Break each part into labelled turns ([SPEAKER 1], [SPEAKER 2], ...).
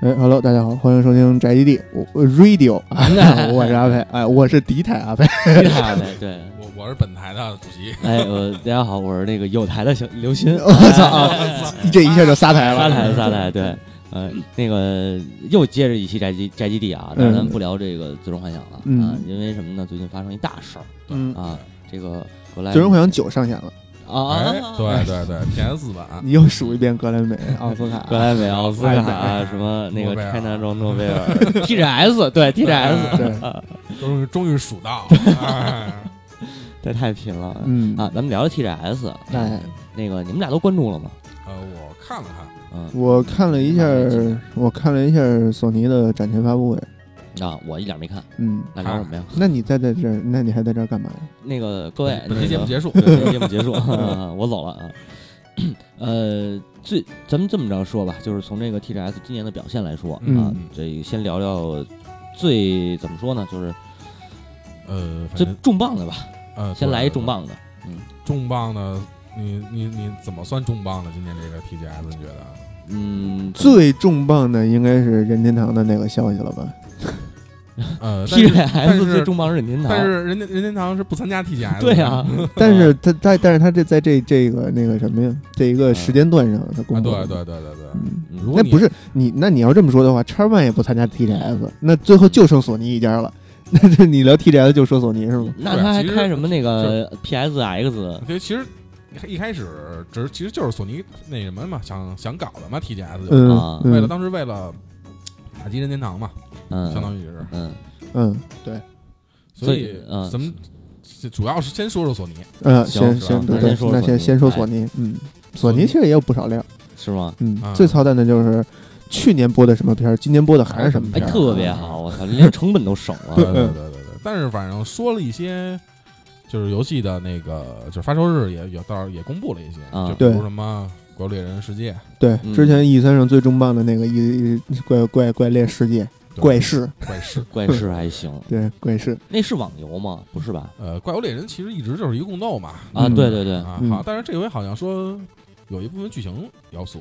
[SPEAKER 1] 哎，Hello，大家好，欢迎收听宅基地我我 Radio，啊我是阿佩，哎，我是敌台阿佩，
[SPEAKER 2] 厉害的，对，
[SPEAKER 3] 我我是本台的主 席，
[SPEAKER 2] 哎，我大家好，我是那个有台的小刘鑫，
[SPEAKER 1] 我操啊，
[SPEAKER 2] 哎
[SPEAKER 1] 这一下就仨台
[SPEAKER 2] 仨
[SPEAKER 1] 了，
[SPEAKER 2] 台仨台，对，呃，那个又接着一期宅基宅基地啊，但是咱们不聊这个最终幻想了、
[SPEAKER 1] 嗯
[SPEAKER 2] 啊，因为什么呢？最近发生一大事儿，
[SPEAKER 1] 嗯，
[SPEAKER 2] 啊，这个格莱
[SPEAKER 1] 最终幻想九上线了，
[SPEAKER 2] 啊啊
[SPEAKER 3] 哎，
[SPEAKER 2] 啊，啊
[SPEAKER 3] 对对对，PS 版
[SPEAKER 1] 你又数一遍格莱美、奥 斯卡，
[SPEAKER 2] 格莱美、奥斯卡啊，什么那个
[SPEAKER 3] 诺贝尔
[SPEAKER 2] China 中诺贝尔 TGS，对 TGS，
[SPEAKER 1] 对，
[SPEAKER 2] 嗯
[SPEAKER 3] 终于终于数到， 哎
[SPEAKER 2] 这太贫了。
[SPEAKER 1] 嗯，
[SPEAKER 2] 啊，咱们聊聊 TGS，
[SPEAKER 1] 哎，
[SPEAKER 2] 那个你们俩都关注了吗？
[SPEAKER 3] 呃，我看了看，
[SPEAKER 2] 嗯
[SPEAKER 1] 我看了一下，我看了一下索尼的展前发布会，
[SPEAKER 2] 啊，我一点没看，
[SPEAKER 1] 嗯，
[SPEAKER 2] 那聊什么呀？
[SPEAKER 1] 那你再在这儿，那你还在这儿干嘛呀？
[SPEAKER 2] 那个各位，
[SPEAKER 3] 本期节目
[SPEAKER 2] 结
[SPEAKER 3] 结束，
[SPEAKER 2] 对，本期节目结束，我走了啊。 呃，最咱们这么着说吧，就是从这个 TGS 今年的表现来说啊
[SPEAKER 1] 嗯，
[SPEAKER 2] 这先聊聊最怎么说呢，就是
[SPEAKER 3] 呃，反
[SPEAKER 2] 最
[SPEAKER 3] 正
[SPEAKER 2] 重磅的吧，
[SPEAKER 3] 呃，
[SPEAKER 2] 先来一
[SPEAKER 3] 哎对
[SPEAKER 2] 重，磅的。
[SPEAKER 3] 对重磅的，你你你怎么算重磅的？今年这个 TGS 你觉得？
[SPEAKER 2] 嗯，怎么
[SPEAKER 1] 最重磅的应该是任天堂的那个消息了吧？
[SPEAKER 3] 呃， 但是但
[SPEAKER 2] TGS
[SPEAKER 3] 是
[SPEAKER 2] 最重磅是任天堂，
[SPEAKER 3] 但是人家任天堂是不参加 TGS，的啊
[SPEAKER 2] 对啊呀，
[SPEAKER 1] 但是他但但是他这在这这个那个什么呀，这一个时间段上他
[SPEAKER 3] 啊，
[SPEAKER 1] 公布，
[SPEAKER 3] 对对对对对，
[SPEAKER 1] 嗯，
[SPEAKER 2] 嗯
[SPEAKER 3] 如果
[SPEAKER 1] 那
[SPEAKER 3] 你
[SPEAKER 1] 不是你，那你要这么说的话，叉 One 也不参加 TGS，那最后就剩索尼一家了。 那这你聊 TGS 就说索尼是吗？
[SPEAKER 2] 那他还
[SPEAKER 3] 其实
[SPEAKER 2] 开什么那个 PSX？
[SPEAKER 3] 所以其实一开始只其实就是索尼那什么嘛，想想搞的嘛 TGS，就
[SPEAKER 1] 嗯
[SPEAKER 2] 啊
[SPEAKER 3] 为了
[SPEAKER 1] 嗯
[SPEAKER 3] 当时为了打击任天堂嘛，相
[SPEAKER 2] 嗯
[SPEAKER 3] 当于也是，
[SPEAKER 2] 嗯，
[SPEAKER 1] 嗯
[SPEAKER 3] 所
[SPEAKER 2] 所
[SPEAKER 3] 以
[SPEAKER 2] 以嗯
[SPEAKER 3] 咱们主要是先说说索尼，
[SPEAKER 1] 嗯，
[SPEAKER 2] 行
[SPEAKER 1] 先
[SPEAKER 3] 是吧
[SPEAKER 1] 先对
[SPEAKER 2] 咱
[SPEAKER 1] 对
[SPEAKER 2] 先
[SPEAKER 1] 那先先说
[SPEAKER 2] 说，索尼哎
[SPEAKER 1] 索尼，嗯，索
[SPEAKER 3] 索尼
[SPEAKER 1] 尼其实也有不少料，
[SPEAKER 2] 是吗？
[SPEAKER 1] 嗯
[SPEAKER 3] 啊，
[SPEAKER 1] 最操蛋的就是去年播的什么片儿，今年播的还是什么
[SPEAKER 2] 哎，
[SPEAKER 1] 片儿，啊
[SPEAKER 2] 特别好，我操，连成本都省
[SPEAKER 3] 对
[SPEAKER 2] 了。
[SPEAKER 3] 对对
[SPEAKER 1] 嗯
[SPEAKER 3] 对对。但是反正说了一些，就是游戏的那个，就是发售日也也倒是也公布了一些，
[SPEAKER 2] 啊
[SPEAKER 3] 就比
[SPEAKER 1] 对
[SPEAKER 3] 如什么《怪物猎人世界》
[SPEAKER 1] 对
[SPEAKER 2] 嗯，
[SPEAKER 1] 之前 E 三上最重磅的那个一一怪怪怪猎世界
[SPEAKER 3] 对
[SPEAKER 1] 怪事，
[SPEAKER 3] 怪事，
[SPEAKER 2] 怪事还行，
[SPEAKER 1] 对怪事，
[SPEAKER 2] 那是网游吗？不是吧？
[SPEAKER 3] 呃，《怪物猎人》其实一直就是一个共斗嘛，
[SPEAKER 2] 啊，
[SPEAKER 1] 嗯
[SPEAKER 2] 对对对，
[SPEAKER 3] 啊，
[SPEAKER 1] 嗯
[SPEAKER 3] 好，但是这回好像说有一部分剧情要素，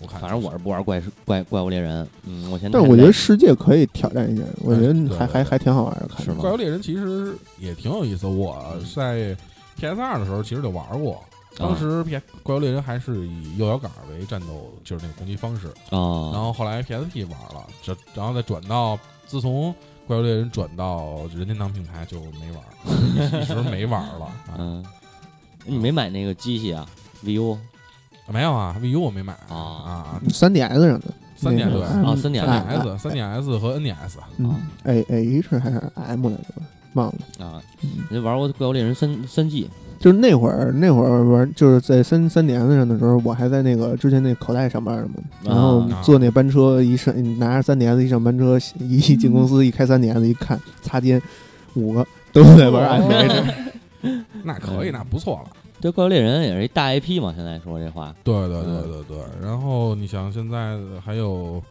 [SPEAKER 3] 我看
[SPEAKER 2] 反正我是不玩怪怪怪物猎人，嗯，我先
[SPEAKER 1] 但
[SPEAKER 2] 太。
[SPEAKER 1] 是我觉得世界可以挑战一下，我觉
[SPEAKER 3] 嗯
[SPEAKER 1] 得
[SPEAKER 3] 对
[SPEAKER 1] 还
[SPEAKER 3] 对
[SPEAKER 1] 还
[SPEAKER 3] 对
[SPEAKER 1] 还挺好玩的，看
[SPEAKER 2] 是
[SPEAKER 1] 着
[SPEAKER 3] 《
[SPEAKER 2] 吗
[SPEAKER 3] 怪物猎人》其实也挺有意思，我在 PS 二的时候其实就玩
[SPEAKER 2] 啊
[SPEAKER 3] 过。当时 P《怪物猎人》还是以右摇杆为战斗，就是那个攻击方式。然
[SPEAKER 2] 啊，
[SPEAKER 3] 后后来 PSP 玩了，这然后再转到，自从《怪物猎人》转到任天堂平台就没玩 儿，一直没玩儿了。啊
[SPEAKER 2] 嗯，你没买那个机器啊？VU
[SPEAKER 3] 没有啊，VU 我没买
[SPEAKER 2] 啊
[SPEAKER 3] 啊，
[SPEAKER 1] 三 DS 上的
[SPEAKER 3] 三点
[SPEAKER 1] 那
[SPEAKER 3] 对
[SPEAKER 1] 个。
[SPEAKER 2] 啊
[SPEAKER 1] M-
[SPEAKER 2] 三点
[SPEAKER 1] 哎
[SPEAKER 3] S 三点 S 和 NDS，
[SPEAKER 1] 嗯，A A H 还是 M 来着吧，忘了。
[SPEAKER 2] 啊，
[SPEAKER 1] 嗯
[SPEAKER 2] 你玩过怪物猎人三三 G
[SPEAKER 1] 就是那会儿，那会儿玩就是在三三 DS 上的时候，我还在那个之前那口袋上班呢嘛，然后
[SPEAKER 2] 啊
[SPEAKER 1] 坐那班车一上拿着三 DS 一上班车，一一进公司一开三 DS 一看，擦肩五个都在玩
[SPEAKER 3] 哦
[SPEAKER 1] E M H，
[SPEAKER 3] 那可以，
[SPEAKER 2] 哦嗯
[SPEAKER 3] 那不错了。
[SPEAKER 2] 这怪物猎人也是一大 IP 嘛，现在说这话，
[SPEAKER 3] 对对对对对。然后你想现在还有，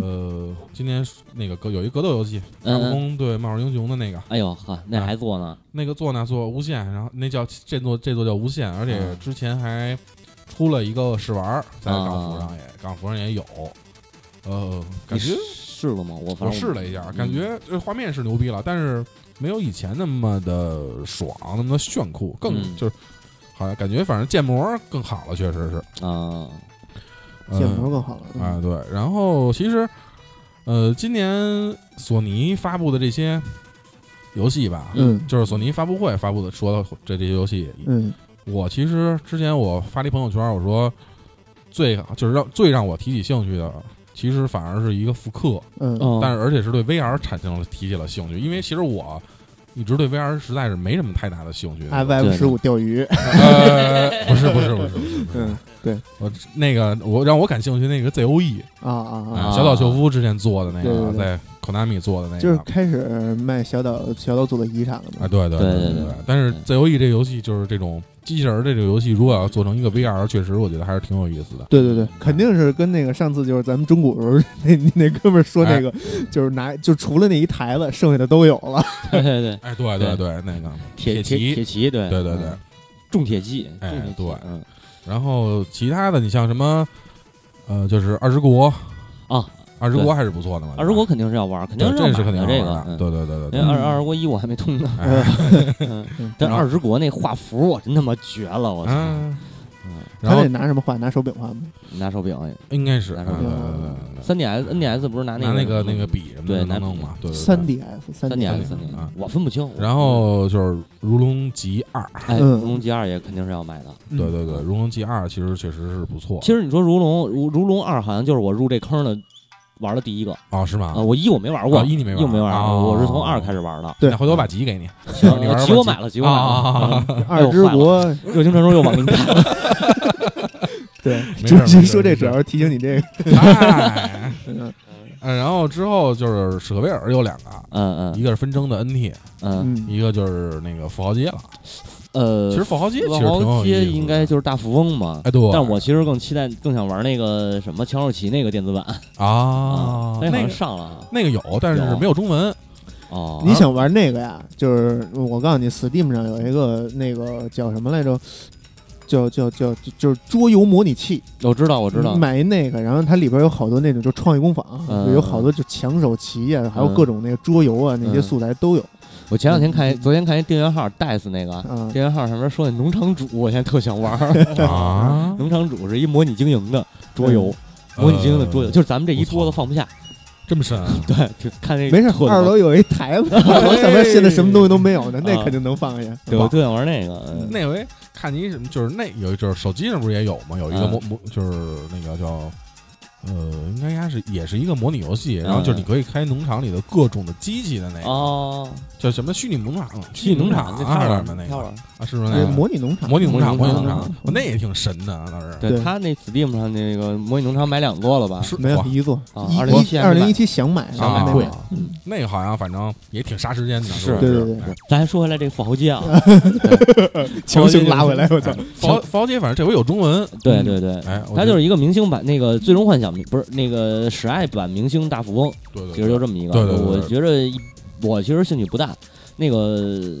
[SPEAKER 3] 呃，今年那个格有一格斗游戏，大
[SPEAKER 2] 嗯
[SPEAKER 3] 悟
[SPEAKER 2] 嗯，
[SPEAKER 3] 空对漫画英雄的那个，
[SPEAKER 2] 哎呦呵，那
[SPEAKER 3] 啊
[SPEAKER 2] 还做呢，
[SPEAKER 3] 那个座呢做无限，然后那叫这座这座叫无限，而且
[SPEAKER 2] 嗯
[SPEAKER 3] 之前还出了一个试玩儿，在
[SPEAKER 2] 啊
[SPEAKER 3] 港服上也港服上也有，呃，
[SPEAKER 2] 你
[SPEAKER 3] 感觉
[SPEAKER 2] 试了吗？我反正
[SPEAKER 3] 我试了一下，
[SPEAKER 2] 嗯
[SPEAKER 3] 感觉这画面是牛逼了，但是没有以前那么的爽，那么的炫酷，更
[SPEAKER 2] 嗯
[SPEAKER 3] 就是好像感觉反正建模更好了，确实是
[SPEAKER 2] 啊，
[SPEAKER 3] 呃
[SPEAKER 1] 建模更嗯好了。
[SPEAKER 3] 啊对，然后其实呃，今年索尼发布的这些游戏吧，
[SPEAKER 1] 嗯
[SPEAKER 3] 就是索尼发布会发布的说的这这些游戏，
[SPEAKER 1] 嗯
[SPEAKER 3] 我其实之前我发了一朋友圈，我说最就是让最让我提起兴趣的，其实反而是一个复刻，
[SPEAKER 1] 嗯
[SPEAKER 2] 哦
[SPEAKER 3] 但是而且是对 VR 产生了提起了兴趣，因为其实我一直对 VR 实在是没什么太大的兴趣。
[SPEAKER 1] ，F F 十五钓鱼，
[SPEAKER 3] 呃，不是不是不是不是，不是
[SPEAKER 1] 嗯
[SPEAKER 3] 我那个我让我感兴趣那个 ZOE，
[SPEAKER 1] 啊啊啊
[SPEAKER 2] 啊！
[SPEAKER 3] 小岛秀夫之前做的那
[SPEAKER 1] 对对
[SPEAKER 3] 个，
[SPEAKER 1] 对
[SPEAKER 3] 在 Konami 做的那个，
[SPEAKER 1] 就是开始卖小岛小岛组的遗产了
[SPEAKER 3] 啊，
[SPEAKER 1] 嘛。
[SPEAKER 3] 对对
[SPEAKER 2] 对对
[SPEAKER 3] 对
[SPEAKER 2] 对
[SPEAKER 3] 但是 ZOE 这游戏就是这种机器人儿这个游戏，如果要做成一个 VR，确实我觉得还是挺有意思的。
[SPEAKER 1] 对对对，肯定是跟那个上次就是咱们中古时候 那那哥们儿说
[SPEAKER 3] 哎
[SPEAKER 1] 那个，就是拿就除了那一台子，剩下的都有了。
[SPEAKER 2] 对对对，
[SPEAKER 3] 哎，对
[SPEAKER 2] 对
[SPEAKER 3] 对对，那个
[SPEAKER 2] 铁
[SPEAKER 3] 骑，
[SPEAKER 2] 铁骑，对
[SPEAKER 3] 对对
[SPEAKER 2] 嗯
[SPEAKER 3] 对。
[SPEAKER 2] 重铁骑，
[SPEAKER 3] 哎
[SPEAKER 2] 重铁骑
[SPEAKER 3] 对
[SPEAKER 2] 嗯
[SPEAKER 3] 然后其他的，你像什么，呃，就是二之国，
[SPEAKER 2] 啊，
[SPEAKER 3] 二之国还是不错的嘛，
[SPEAKER 2] 二十国啊肯定是要玩，肯定
[SPEAKER 3] 对
[SPEAKER 2] 是要
[SPEAKER 3] 这是
[SPEAKER 2] 买
[SPEAKER 3] 肯定
[SPEAKER 2] 的
[SPEAKER 3] 要
[SPEAKER 2] 这
[SPEAKER 3] 玩的
[SPEAKER 2] 个。
[SPEAKER 3] 对对对对
[SPEAKER 2] 因
[SPEAKER 1] 嗯
[SPEAKER 2] 为
[SPEAKER 3] 对
[SPEAKER 2] 二二十国一我还没通呢，
[SPEAKER 3] 哎
[SPEAKER 2] 嗯但
[SPEAKER 3] 然后
[SPEAKER 2] 二之国那画幅我真他妈绝了，我操！
[SPEAKER 3] 嗯，
[SPEAKER 2] 嗯，
[SPEAKER 1] 他
[SPEAKER 3] 然后
[SPEAKER 1] 得拿什么画？拿手柄画吗？
[SPEAKER 2] 拿手柄
[SPEAKER 3] 应该是
[SPEAKER 2] 拿
[SPEAKER 3] 对
[SPEAKER 2] 手
[SPEAKER 3] 对
[SPEAKER 2] 柄
[SPEAKER 3] 对对对对，
[SPEAKER 2] 三 D S N D S 不是拿
[SPEAKER 3] 拿
[SPEAKER 2] 那
[SPEAKER 3] 那个
[SPEAKER 2] 什么
[SPEAKER 3] 那个笔什么
[SPEAKER 2] 对
[SPEAKER 3] 的
[SPEAKER 2] 拿
[SPEAKER 3] 能弄
[SPEAKER 2] 笔
[SPEAKER 3] 嘛，对对
[SPEAKER 1] 三
[SPEAKER 3] 对。
[SPEAKER 1] DS，三
[SPEAKER 2] 三 D S 三
[SPEAKER 1] DS，
[SPEAKER 2] D，
[SPEAKER 3] 啊
[SPEAKER 2] 我分不清。我
[SPEAKER 3] 然后就是《如龙极二》，
[SPEAKER 2] 哎，《
[SPEAKER 1] 嗯
[SPEAKER 2] 如龙极二》也肯定是要买的。
[SPEAKER 1] 嗯
[SPEAKER 3] 对对对，《如龙极二》其实确实是不错
[SPEAKER 2] 其实你说《如龙》《如如龙二》好像就是我入这坑的玩的第一个
[SPEAKER 3] 啊，是
[SPEAKER 2] 啊，
[SPEAKER 3] 吗？
[SPEAKER 2] 我一我没玩过
[SPEAKER 3] 啊，一你没玩
[SPEAKER 2] 又没玩
[SPEAKER 3] 啊
[SPEAKER 2] 我是从二开始玩的。
[SPEAKER 1] 对
[SPEAKER 3] 那回头我把集 给你，行你玩
[SPEAKER 2] 呃
[SPEAKER 3] 吧
[SPEAKER 2] 集我
[SPEAKER 3] 集
[SPEAKER 2] 买了，集我买了
[SPEAKER 3] 啊。
[SPEAKER 2] 嗯哎
[SPEAKER 1] 二
[SPEAKER 2] 呦
[SPEAKER 1] 之
[SPEAKER 2] 坏了
[SPEAKER 1] 国，
[SPEAKER 2] 热情传说又往给你看了。
[SPEAKER 1] 对，
[SPEAKER 3] 没事
[SPEAKER 1] 就
[SPEAKER 3] 儿
[SPEAKER 1] 就
[SPEAKER 3] 没事
[SPEAKER 1] 说
[SPEAKER 3] 儿
[SPEAKER 1] 这
[SPEAKER 3] 没
[SPEAKER 1] 主
[SPEAKER 3] 事儿
[SPEAKER 1] 要是提醒你这个，
[SPEAKER 3] 哎
[SPEAKER 1] 嗯
[SPEAKER 3] 嗯，然后之后就是史克威尔有两个，
[SPEAKER 2] 嗯
[SPEAKER 3] 一
[SPEAKER 2] 嗯
[SPEAKER 3] 个是纷争的 NT，
[SPEAKER 2] 嗯，
[SPEAKER 1] 嗯，
[SPEAKER 3] 一个就是那个富豪街了。
[SPEAKER 2] 呃，
[SPEAKER 3] 其实富豪街其实挺
[SPEAKER 2] 万豪
[SPEAKER 3] 有意思
[SPEAKER 2] 街
[SPEAKER 3] 的
[SPEAKER 2] 应该就是大富翁嘛。
[SPEAKER 3] 哎对，
[SPEAKER 2] 但我其实更期待、更想玩那个什么乔尔奇那个电子版
[SPEAKER 3] 啊
[SPEAKER 2] 哦那好
[SPEAKER 3] 那
[SPEAKER 2] 像
[SPEAKER 3] 个
[SPEAKER 2] 上了啊
[SPEAKER 3] 那个有，但是
[SPEAKER 2] 有
[SPEAKER 3] 没有 中文
[SPEAKER 2] 哦。
[SPEAKER 1] 你想玩那个呀？就是我告诉你，Steam 上有一个那个叫什么来着？叫叫叫，就就是桌游模拟器，
[SPEAKER 2] 我知道，我知道
[SPEAKER 1] 你，买一那个，然后它里边有好多那种就创意工坊，
[SPEAKER 2] 嗯
[SPEAKER 1] 就有好多就抢手棋呀、还有各种那个桌游啊，那些素材都有
[SPEAKER 2] 我前两天看，昨天看一订阅号 DICE 那个
[SPEAKER 1] 啊。
[SPEAKER 2] 订阅号上面说那农场主，我现在特想玩。
[SPEAKER 3] 啊，
[SPEAKER 2] 农场主是一模拟经营的桌游，
[SPEAKER 1] 嗯
[SPEAKER 2] 模拟经营的桌游，
[SPEAKER 3] 呃
[SPEAKER 2] 就是咱们这一桌子放不下。
[SPEAKER 3] 这么深啊，
[SPEAKER 2] 对，就看那
[SPEAKER 1] 没 事，
[SPEAKER 2] 特
[SPEAKER 1] 二楼有一台 子，二楼上面现在什么东西都没有呢，那肯定能放下。
[SPEAKER 2] 啊对，我特想玩那个。嗯
[SPEAKER 3] 那回看你什么，就是那有一就是手机上不是也有吗？有一个
[SPEAKER 2] 嗯
[SPEAKER 3] 模模就是那个叫呃，应该它是也是一个模拟游戏，然后就是你可以开农场里的各种的机器的那个，
[SPEAKER 2] 哦，
[SPEAKER 3] 叫什么虚拟农场、
[SPEAKER 2] 去农
[SPEAKER 3] 场
[SPEAKER 2] 那
[SPEAKER 3] 啊
[SPEAKER 2] 他
[SPEAKER 3] 是
[SPEAKER 2] 玩
[SPEAKER 3] 的那
[SPEAKER 2] 他
[SPEAKER 3] 个
[SPEAKER 2] 玩。
[SPEAKER 3] 啊，是不是那
[SPEAKER 1] 对，
[SPEAKER 3] 个
[SPEAKER 1] 哎模拟农场，
[SPEAKER 3] 模拟农
[SPEAKER 2] 嗯
[SPEAKER 3] 场？
[SPEAKER 2] 模
[SPEAKER 3] 模
[SPEAKER 2] 拟
[SPEAKER 3] 拟
[SPEAKER 2] 农
[SPEAKER 3] 农
[SPEAKER 2] 场
[SPEAKER 3] 场，我那也挺神的，啊当时
[SPEAKER 2] 对
[SPEAKER 1] 对
[SPEAKER 2] 他那 Steam 上那个模拟农场买两座了吧？
[SPEAKER 3] 是
[SPEAKER 1] 没有
[SPEAKER 3] 哇
[SPEAKER 1] 一座
[SPEAKER 2] 啊，
[SPEAKER 1] 一
[SPEAKER 2] 2017
[SPEAKER 1] 一二零一七想买，
[SPEAKER 2] 想买
[SPEAKER 1] 没
[SPEAKER 2] 贵
[SPEAKER 1] 买。
[SPEAKER 3] 啊那个好像反正也挺杀时间的，
[SPEAKER 2] 是
[SPEAKER 3] 不
[SPEAKER 1] 对对对
[SPEAKER 3] 哎
[SPEAKER 2] 咱还说回来这个富豪街啊，
[SPEAKER 1] 强行拉回 来，我操！
[SPEAKER 3] 富豪富豪街反正这回有中文，
[SPEAKER 2] 对对对，
[SPEAKER 3] 哎，我
[SPEAKER 2] 它
[SPEAKER 3] 觉
[SPEAKER 2] 就
[SPEAKER 3] 得
[SPEAKER 2] 是一个明星版那个《最终幻想》，不是那个史爱版《明星大富翁》，
[SPEAKER 3] 对对，
[SPEAKER 2] 其实就这么一个。
[SPEAKER 3] 对对对对
[SPEAKER 2] 我觉着一我其实兴趣不大，那个。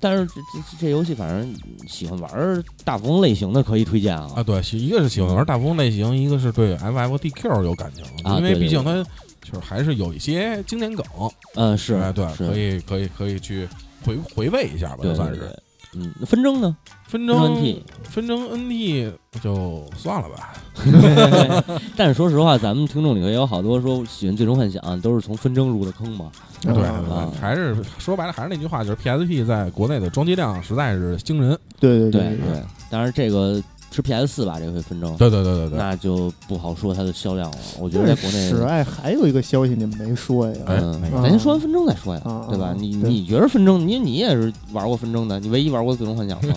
[SPEAKER 2] 但是这这这游戏，反正喜欢玩大富翁类型的可以推荐啊。
[SPEAKER 3] 啊，对，喜一个是喜欢玩大富翁类型，一个是对 FFDQ 有感情，
[SPEAKER 2] 啊
[SPEAKER 3] 因为
[SPEAKER 2] 对对
[SPEAKER 3] 毕竟它
[SPEAKER 2] 对
[SPEAKER 3] 就是还是有一些经典梗，
[SPEAKER 2] 嗯，是
[SPEAKER 3] 哎，对，
[SPEAKER 2] 是
[SPEAKER 3] 可以可以可以去回回味一下吧，
[SPEAKER 2] 对
[SPEAKER 3] 就算
[SPEAKER 2] 对对
[SPEAKER 3] 是。
[SPEAKER 2] 嗯，那纷争呢？纷
[SPEAKER 3] 纷
[SPEAKER 2] 争
[SPEAKER 3] 争
[SPEAKER 2] NT，
[SPEAKER 3] 纷争 NT 就算了
[SPEAKER 2] 啊
[SPEAKER 3] 吧，
[SPEAKER 2] 但是说实话，咱们听众里头也有好多说喜欢《最终幻想》，都是从纷争入的坑嘛。
[SPEAKER 3] 对，
[SPEAKER 1] 嗯
[SPEAKER 3] 哎
[SPEAKER 2] 啊
[SPEAKER 3] 对还是说白了还是那句话，就是 PSP 在国内的装机量实在是惊人，
[SPEAKER 2] 啊
[SPEAKER 1] 对对
[SPEAKER 2] 对
[SPEAKER 1] 对，
[SPEAKER 2] 对，当然这个是 PS 四吧，这回纷争，
[SPEAKER 3] 对对对对对，
[SPEAKER 2] 那就不好说它的销量了。我觉
[SPEAKER 1] 但
[SPEAKER 2] 得
[SPEAKER 1] 是
[SPEAKER 2] 在国
[SPEAKER 1] 史
[SPEAKER 2] 内，
[SPEAKER 1] 爱还有一个消息你们没说呀，
[SPEAKER 3] 哎
[SPEAKER 2] 嗯
[SPEAKER 3] 那，
[SPEAKER 1] 个
[SPEAKER 2] 咱先说完纷争再说呀
[SPEAKER 1] 啊，
[SPEAKER 2] 对吧
[SPEAKER 1] 啊？
[SPEAKER 2] 你
[SPEAKER 1] 对
[SPEAKER 2] 你觉得纷争，你你也是玩过纷争的，你唯一玩过《最终幻想》 吗？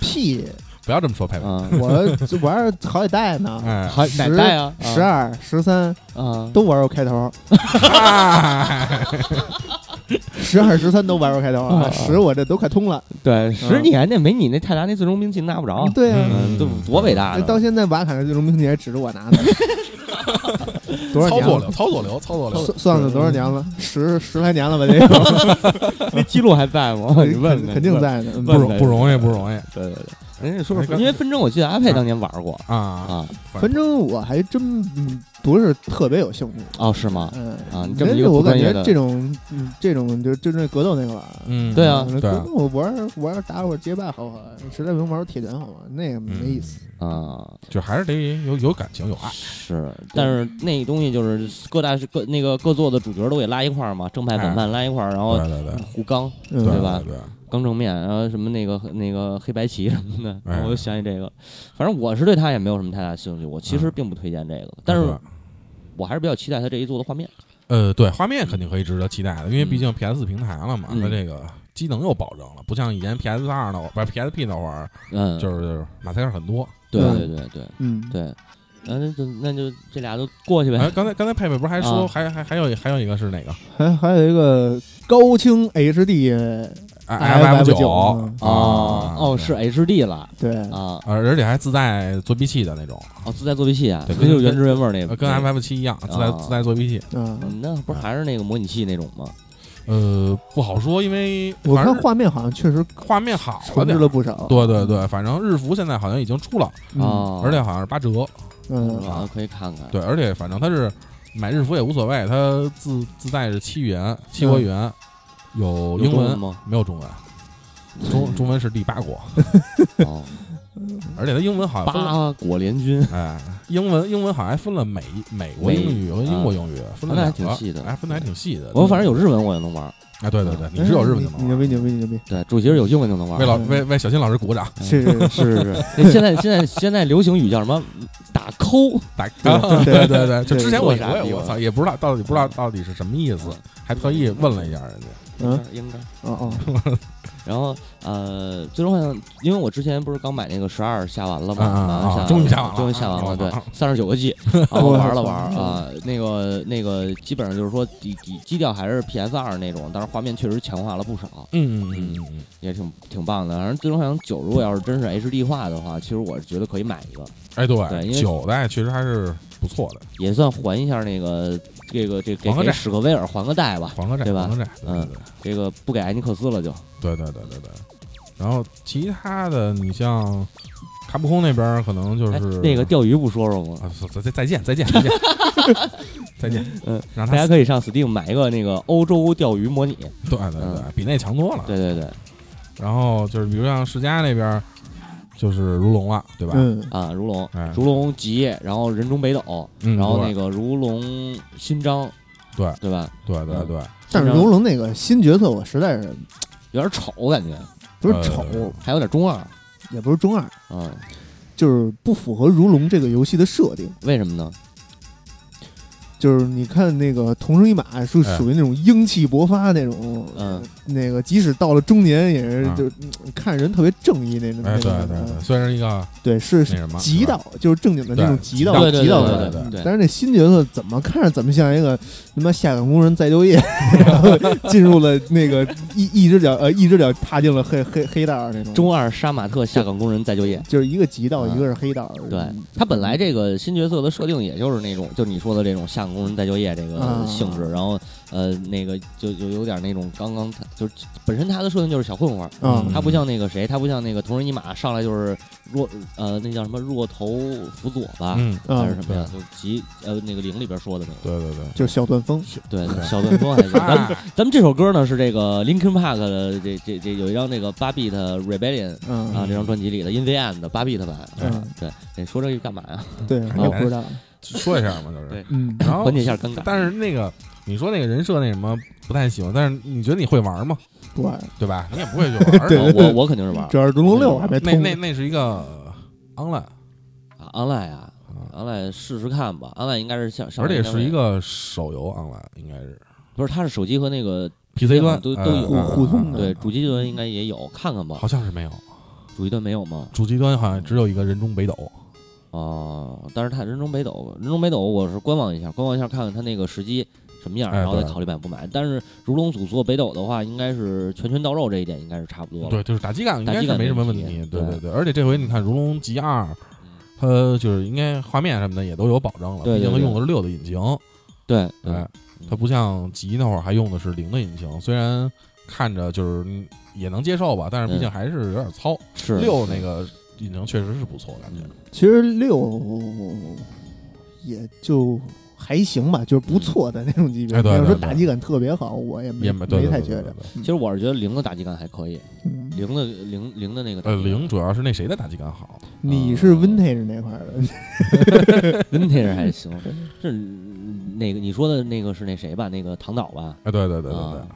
[SPEAKER 1] 屁！
[SPEAKER 3] 不要这么说，佩佩，
[SPEAKER 2] 啊，
[SPEAKER 1] 我 这玩儿好几代呢，
[SPEAKER 3] 哎，
[SPEAKER 2] 还哪
[SPEAKER 1] 十
[SPEAKER 2] 代啊？
[SPEAKER 1] 十二、十三
[SPEAKER 2] 啊啊，
[SPEAKER 1] 都玩过开头，
[SPEAKER 3] 哎
[SPEAKER 1] 十二、十三都玩过开头
[SPEAKER 2] 啊
[SPEAKER 1] 啊，十我这都快通了。
[SPEAKER 2] 对，十
[SPEAKER 1] 嗯
[SPEAKER 2] 你还那没你那泰达那最终兵器拿不着，
[SPEAKER 1] 对啊，
[SPEAKER 2] 嗯，都多伟大
[SPEAKER 1] 那到
[SPEAKER 2] 的。
[SPEAKER 1] 现在瓦卡的最 终兵器还指着我拿呢，多少啊
[SPEAKER 3] 操
[SPEAKER 1] 年
[SPEAKER 3] 作
[SPEAKER 1] 了
[SPEAKER 3] 流，？操作流，操 作流，
[SPEAKER 1] 算算了多少年了？十十来年了吧？这个
[SPEAKER 2] 那记录还在吗？ 你问问
[SPEAKER 1] 肯定。在呢。嗯
[SPEAKER 2] 问
[SPEAKER 3] 不
[SPEAKER 2] 呗
[SPEAKER 3] 容不容易，不容易
[SPEAKER 2] 对对对，人家说
[SPEAKER 3] 哎
[SPEAKER 2] 说，
[SPEAKER 3] 刚
[SPEAKER 2] 因为纷争，我记得阿佩当年玩过
[SPEAKER 3] 啊！
[SPEAKER 2] 啊，
[SPEAKER 1] 反正我还真嗯不是特别有兴趣。
[SPEAKER 2] 哦，是吗？
[SPEAKER 1] 嗯
[SPEAKER 2] 啊你这
[SPEAKER 1] 但
[SPEAKER 2] 么一
[SPEAKER 1] 是
[SPEAKER 2] 个不
[SPEAKER 1] 我感
[SPEAKER 2] 专业
[SPEAKER 1] 觉
[SPEAKER 2] 的
[SPEAKER 1] 这种嗯这种就就是那格斗那个吧。
[SPEAKER 3] 嗯，
[SPEAKER 2] 对啊
[SPEAKER 1] 嗯
[SPEAKER 3] 对啊
[SPEAKER 1] 格斗我玩儿玩儿打会儿街霸好不好？实在不行玩儿铁拳好不好？那个
[SPEAKER 2] 嗯
[SPEAKER 1] 没意思。
[SPEAKER 2] 啊，
[SPEAKER 3] 就还是得有有感情，有爱。
[SPEAKER 2] 是，但是那东西就是各大各那个各座的主角都给拉一块儿嘛，正派反
[SPEAKER 3] 哎
[SPEAKER 2] 派拉一块儿，然后
[SPEAKER 3] 对对对，
[SPEAKER 2] 互刚
[SPEAKER 1] 嗯
[SPEAKER 2] 哦对吧
[SPEAKER 3] 对，
[SPEAKER 2] 刚正面，然后什么那个那个黑白棋什么的，
[SPEAKER 3] 哎
[SPEAKER 2] 我就想起这个。反正我是对他也没有什么太大兴趣，我其实
[SPEAKER 3] 嗯
[SPEAKER 2] 并不推荐这个，但
[SPEAKER 3] 对
[SPEAKER 2] 是我还是比较期待他这一做的画面。
[SPEAKER 3] 呃，对，画面肯定可以值得期待的，因为
[SPEAKER 2] 嗯
[SPEAKER 3] 毕竟 PS 平台了嘛，
[SPEAKER 2] 嗯
[SPEAKER 3] 它这个机能又保证了，不像以前 PS 二那会儿不是 PSP 那会儿，
[SPEAKER 2] 嗯，
[SPEAKER 3] 就是马赛克很多。
[SPEAKER 2] 对对
[SPEAKER 1] 嗯
[SPEAKER 2] 对对
[SPEAKER 1] 嗯，
[SPEAKER 2] 对，那那就那就这俩都过去
[SPEAKER 3] 哎，
[SPEAKER 2] 呗。
[SPEAKER 3] 刚才刚才佩佩不是还说
[SPEAKER 2] 啊
[SPEAKER 3] 还还还有还有一个是哪个？
[SPEAKER 1] 还还有一个高清 HD，
[SPEAKER 3] 哎 F 九
[SPEAKER 1] 嗯
[SPEAKER 3] 啊
[SPEAKER 2] 哦哦，是 HD 了
[SPEAKER 1] 对，
[SPEAKER 2] 啊，
[SPEAKER 3] 呃，而且还自带作弊器的那种，
[SPEAKER 2] 哦，自带作弊器啊，
[SPEAKER 3] 对
[SPEAKER 2] 那就是原汁原味儿那
[SPEAKER 3] 呃
[SPEAKER 2] 个，
[SPEAKER 3] 跟哎 FF 七一样，自带
[SPEAKER 2] 啊
[SPEAKER 3] 自带作弊器。
[SPEAKER 1] 嗯，
[SPEAKER 2] 嗯那不是还是那个模拟器那种吗？
[SPEAKER 3] 呃，不好说，因为
[SPEAKER 1] 我
[SPEAKER 3] 反
[SPEAKER 1] 看
[SPEAKER 3] 正
[SPEAKER 1] 画面好像确实
[SPEAKER 3] 画面好了
[SPEAKER 1] 重置
[SPEAKER 3] 点
[SPEAKER 1] 了。不少。
[SPEAKER 3] 对对对，反正日服现在好像已经出了，
[SPEAKER 1] 嗯
[SPEAKER 2] 啊，
[SPEAKER 3] 而且好像是八折，
[SPEAKER 1] 嗯，
[SPEAKER 2] 好像可以看看。
[SPEAKER 3] 啊对，而且反正它是买日服也无所谓，它自自带是七语言、七国语言，有
[SPEAKER 2] 嗯有
[SPEAKER 3] 英
[SPEAKER 2] 中文
[SPEAKER 3] 文
[SPEAKER 2] 吗？嗯
[SPEAKER 3] 没有中文，中中文是第八国，
[SPEAKER 2] 哦，
[SPEAKER 3] 而且它啊英文好像分
[SPEAKER 2] 八
[SPEAKER 3] 了，
[SPEAKER 2] 国联军，
[SPEAKER 3] 哎，英文英文好像还分了美美国英语和英国英语，分
[SPEAKER 2] 那
[SPEAKER 3] 了
[SPEAKER 2] 还
[SPEAKER 3] 两
[SPEAKER 2] 挺
[SPEAKER 3] 个
[SPEAKER 2] 细的
[SPEAKER 3] 哎，分的还挺细的。
[SPEAKER 2] 我反正有日文我也能玩儿，
[SPEAKER 3] 哎，对对对，你只有日本就
[SPEAKER 1] 你嗯牛
[SPEAKER 3] 能
[SPEAKER 1] 逼
[SPEAKER 3] 玩。
[SPEAKER 1] 牛逼牛逼，
[SPEAKER 2] 对，主席是有英文就能玩
[SPEAKER 3] 为
[SPEAKER 2] 儿。
[SPEAKER 3] 老为为小新老师鼓掌，
[SPEAKER 1] 是是哎 是是是，
[SPEAKER 2] 那现在现在现在流行语叫什么？打扣，
[SPEAKER 3] 打
[SPEAKER 1] 对
[SPEAKER 3] 啊
[SPEAKER 1] 对
[SPEAKER 3] 对对对，就
[SPEAKER 1] 对
[SPEAKER 3] 之前
[SPEAKER 2] 做
[SPEAKER 3] 我
[SPEAKER 2] 啥
[SPEAKER 3] 我也
[SPEAKER 2] 地
[SPEAKER 3] 我
[SPEAKER 2] 方
[SPEAKER 3] 操也不知道到底不知道到底是什么意思，还特意问了一下人家。
[SPEAKER 1] 嗯，
[SPEAKER 2] 应该。
[SPEAKER 1] 哦
[SPEAKER 2] 然后呃，最终幻想，因为我之前不是刚买那个十二下完了吗？
[SPEAKER 3] 啊啊啊
[SPEAKER 2] 下
[SPEAKER 3] 终于下完了
[SPEAKER 2] 终于下完
[SPEAKER 3] 啊
[SPEAKER 2] 了，对
[SPEAKER 3] 啊，
[SPEAKER 2] 三十九个 G，然后玩了玩
[SPEAKER 1] 我操
[SPEAKER 2] 啊，那个那个基本上就是说底底基调还是 PS 二那种，但是画面确实强化了不少，
[SPEAKER 3] 嗯嗯嗯嗯，
[SPEAKER 2] 也挺挺棒的。反正最终幻想九如果要是真是 HD 化的话，其实我是觉得可以买一个，
[SPEAKER 3] 哎
[SPEAKER 2] 对
[SPEAKER 3] 对，
[SPEAKER 2] 因为
[SPEAKER 3] 九代其实还是不错的，
[SPEAKER 2] 也算还一下那个这个这给
[SPEAKER 3] 还个
[SPEAKER 2] 给
[SPEAKER 3] 债
[SPEAKER 2] 史克威尔还个债吧，
[SPEAKER 3] 黄河寨，
[SPEAKER 2] 对吧
[SPEAKER 3] 黄河寨，
[SPEAKER 2] 嗯这个不给艾尼克斯了就。
[SPEAKER 3] 对对对对对对。然后其他的，你像卡普空那边儿可能就
[SPEAKER 2] 哎
[SPEAKER 3] 是，
[SPEAKER 2] 那个钓鱼不说说吗？
[SPEAKER 3] 啊，再再再见再见再 见再见，
[SPEAKER 2] 嗯，
[SPEAKER 3] 让
[SPEAKER 2] 大
[SPEAKER 3] 他
[SPEAKER 2] 家可以上 Steam 买一个那个欧洲钓鱼模拟。
[SPEAKER 3] 对对对，比那强多了。
[SPEAKER 2] 嗯对对对，
[SPEAKER 3] 然后就是比如像世嘉那边儿，就是如龙了，对
[SPEAKER 1] 哦，
[SPEAKER 3] 吧？
[SPEAKER 1] 嗯，
[SPEAKER 2] 啊，如龙
[SPEAKER 3] 哎，
[SPEAKER 2] 如龙极，然后人中北斗，
[SPEAKER 3] 嗯，
[SPEAKER 2] 然后那个如龙新章，
[SPEAKER 3] 对
[SPEAKER 2] 对吧？
[SPEAKER 3] 对对对，
[SPEAKER 1] 但是
[SPEAKER 2] 新章
[SPEAKER 1] 游龙那个新角色我实在是
[SPEAKER 2] 有点丑，我感觉
[SPEAKER 1] 不是丑，
[SPEAKER 3] 呃
[SPEAKER 2] 还有点中二。
[SPEAKER 1] 也不是中二，
[SPEAKER 2] 嗯，
[SPEAKER 1] 就是不符合如龙这个游戏的设定。
[SPEAKER 2] 为什么呢？
[SPEAKER 1] 就是你看那个同生一马是
[SPEAKER 3] 哎
[SPEAKER 1] 属于那种英气勃发那种，
[SPEAKER 2] 嗯，
[SPEAKER 1] 那个即使到了中年也是
[SPEAKER 3] 啊
[SPEAKER 1] 就嗯看人特别正义那种，
[SPEAKER 3] 哎
[SPEAKER 1] 那
[SPEAKER 3] 对
[SPEAKER 1] 种
[SPEAKER 3] 对对，
[SPEAKER 1] 嗯
[SPEAKER 3] 虽然是一个
[SPEAKER 1] 对是
[SPEAKER 3] 那什么
[SPEAKER 1] 极
[SPEAKER 3] 是吧
[SPEAKER 1] 道，就是正经的那种
[SPEAKER 3] 对
[SPEAKER 1] 极道
[SPEAKER 2] 对对
[SPEAKER 1] 极道
[SPEAKER 2] 对
[SPEAKER 1] 的
[SPEAKER 2] 对对对对
[SPEAKER 1] 但是那新角色怎么看着怎么像一个什么下岗工人再 就业，然后进入了那个一一只脚呃一只脚踏进了黑黑黑道那种，
[SPEAKER 2] 中二杀马特下岗工人再就业。
[SPEAKER 1] 就是一个极道，
[SPEAKER 2] 嗯
[SPEAKER 1] 一个是黑道。
[SPEAKER 2] 对他本来这个新角色的设定，也就是那种，就你说的这种下岗工人再就业这个
[SPEAKER 1] 啊
[SPEAKER 2] 性质，然后呃，那个就就有点那种刚刚他就是本身他的设定就是小混混，
[SPEAKER 1] 啊
[SPEAKER 2] 他不
[SPEAKER 3] 嗯
[SPEAKER 2] 像那个谁，他不像那个同人尼玛上来就是弱呃那叫什么弱头辅佐吧，
[SPEAKER 3] 嗯，
[SPEAKER 2] 还是
[SPEAKER 1] 啊，
[SPEAKER 2] 什么呀？就是集呃那个零里边说的那个，
[SPEAKER 3] 对 对对，
[SPEAKER 1] 就是小段风，
[SPEAKER 2] 对
[SPEAKER 3] 对
[SPEAKER 2] 小段风还是咱们
[SPEAKER 3] 啊
[SPEAKER 2] 咱们这首歌呢是这个 Linkin Park 的这这这有一张那个八 bit Rebellion
[SPEAKER 1] 嗯
[SPEAKER 2] 啊这张专辑里的 In the End 的八 bit 版啊
[SPEAKER 1] 嗯，
[SPEAKER 2] 对，嗯哦你说这个干嘛呀？
[SPEAKER 1] 对，
[SPEAKER 3] 啊
[SPEAKER 1] 我不知道，
[SPEAKER 3] 说一下嘛，就是
[SPEAKER 2] 对
[SPEAKER 1] 嗯，
[SPEAKER 3] 然后
[SPEAKER 2] 缓解一下尴尬。
[SPEAKER 3] 哦但是那个你说那个人设那什么不太喜欢，但是你觉得你会玩吗？
[SPEAKER 1] 不玩，
[SPEAKER 3] 对吧？你也不会去玩儿。
[SPEAKER 1] 对
[SPEAKER 2] 啊我我肯定是玩
[SPEAKER 1] 主要是《如龙六》还没
[SPEAKER 3] 那
[SPEAKER 1] 通，
[SPEAKER 3] 那那是一个 online，
[SPEAKER 2] 啊 online 啊
[SPEAKER 3] 啊
[SPEAKER 2] online 试试看吧，online 应该是像上
[SPEAKER 3] 而且
[SPEAKER 2] 上
[SPEAKER 3] 是一个手游 online，应该是
[SPEAKER 2] 不是它是手机和那个
[SPEAKER 3] PC
[SPEAKER 2] 端
[SPEAKER 3] 端
[SPEAKER 2] 都
[SPEAKER 3] 呃
[SPEAKER 2] 都有
[SPEAKER 3] 呃
[SPEAKER 1] 互通的
[SPEAKER 2] 对主机端应该也有，看看吧。
[SPEAKER 3] 嗯好像是没有，
[SPEAKER 2] 主机端没有吗？
[SPEAKER 3] 主机端好像只有一个人中北斗。
[SPEAKER 2] 哦，但是它人中北斗，人中北斗我是观望一下，观望一下看看它那个时机什么样，
[SPEAKER 3] 哎
[SPEAKER 2] 然后再
[SPEAKER 3] 对
[SPEAKER 2] 考虑买不买。但是如龙组做北斗的话，应该是拳拳到肉这一点应该是差不多了。
[SPEAKER 3] 对，就是打击感应
[SPEAKER 2] 打
[SPEAKER 3] 该
[SPEAKER 2] 击
[SPEAKER 3] 是
[SPEAKER 2] 感
[SPEAKER 3] 没什么
[SPEAKER 2] 没
[SPEAKER 3] 问
[SPEAKER 2] 问题
[SPEAKER 3] 题。
[SPEAKER 2] 对
[SPEAKER 3] 对对对，而且这回你看《如龙极二》，它就是应该画面什么的也都有保证了，
[SPEAKER 2] 对对
[SPEAKER 3] 毕竟它
[SPEAKER 2] 对
[SPEAKER 3] 用的是六的引擎，
[SPEAKER 2] 对对
[SPEAKER 3] 哎，它不像极那会儿还用的是零的引擎，虽然看着就是嗯也能接受吧，但是毕竟还是有点糙。
[SPEAKER 2] 是
[SPEAKER 3] 六那个引擎确实是不错，感觉
[SPEAKER 2] 嗯
[SPEAKER 1] 其实六也就还行吧，就是不错的那种级别。
[SPEAKER 3] 哎对对
[SPEAKER 1] 要说
[SPEAKER 3] 对
[SPEAKER 1] 打击感特别好，我也没
[SPEAKER 3] 也没
[SPEAKER 1] 没
[SPEAKER 3] 对对
[SPEAKER 1] 太
[SPEAKER 3] 对
[SPEAKER 1] 觉
[SPEAKER 3] 对
[SPEAKER 1] 着
[SPEAKER 3] 对。
[SPEAKER 2] 其实我是觉得零的打击感还可以，
[SPEAKER 1] 嗯
[SPEAKER 2] 零的零零的那个打
[SPEAKER 3] 呃，
[SPEAKER 2] 击感
[SPEAKER 3] 零主要是那谁的打击感好，
[SPEAKER 1] 你
[SPEAKER 3] 嗯
[SPEAKER 1] 是 vintage 那块儿的，
[SPEAKER 2] Vintage 还 行，是嗯那个你说的那个是那谁吧？那个唐导吧？
[SPEAKER 3] 哎，对对对对对
[SPEAKER 2] 啊，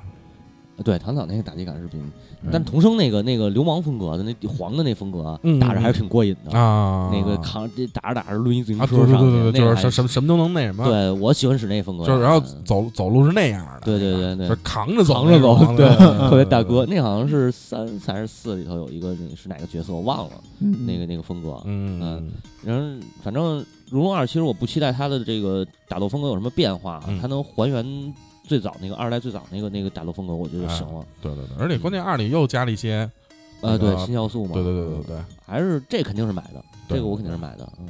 [SPEAKER 2] 对，唐导那个打击感是比，
[SPEAKER 3] 嗯
[SPEAKER 2] 但童声那个那个流氓风格的那黄的那风格啊
[SPEAKER 3] 嗯
[SPEAKER 2] 打着还是挺过瘾的。
[SPEAKER 3] 啊，
[SPEAKER 2] 那个扛这打着打着抡一自行
[SPEAKER 3] 啊，对
[SPEAKER 2] 车
[SPEAKER 3] 对
[SPEAKER 2] 上去，
[SPEAKER 3] 对对，
[SPEAKER 2] 那
[SPEAKER 3] 就
[SPEAKER 2] 个还
[SPEAKER 3] 是什什么什么都能那什么，
[SPEAKER 2] 对我喜欢使那风格，
[SPEAKER 3] 啊就是然后
[SPEAKER 2] 嗯
[SPEAKER 3] 走走路是那样的，
[SPEAKER 2] 对对对对
[SPEAKER 3] 就是扛着走，
[SPEAKER 2] 扛着走
[SPEAKER 3] 对，
[SPEAKER 2] 特别大哥，
[SPEAKER 3] 对，
[SPEAKER 2] 那好像是三还是四里头有一个那个是哪个角色我忘了，
[SPEAKER 1] 嗯
[SPEAKER 2] 那个那个风格
[SPEAKER 3] 对对。嗯
[SPEAKER 2] 嗯然后反正《如龙二》其实我不期待它的这个打斗风格有什么变化
[SPEAKER 3] 嗯，
[SPEAKER 2] 它能还原最早那个二代最早那个那个打斗风格，我觉
[SPEAKER 3] 啊
[SPEAKER 2] 得就行了。
[SPEAKER 3] 对对对，而且关键二里又加了一些，
[SPEAKER 2] 啊，对
[SPEAKER 3] 那个
[SPEAKER 2] 新要素嘛，嗯
[SPEAKER 3] 对对对对，对。
[SPEAKER 2] 还是这肯定是买的，
[SPEAKER 3] 对
[SPEAKER 2] 这个我肯定是买的，嗯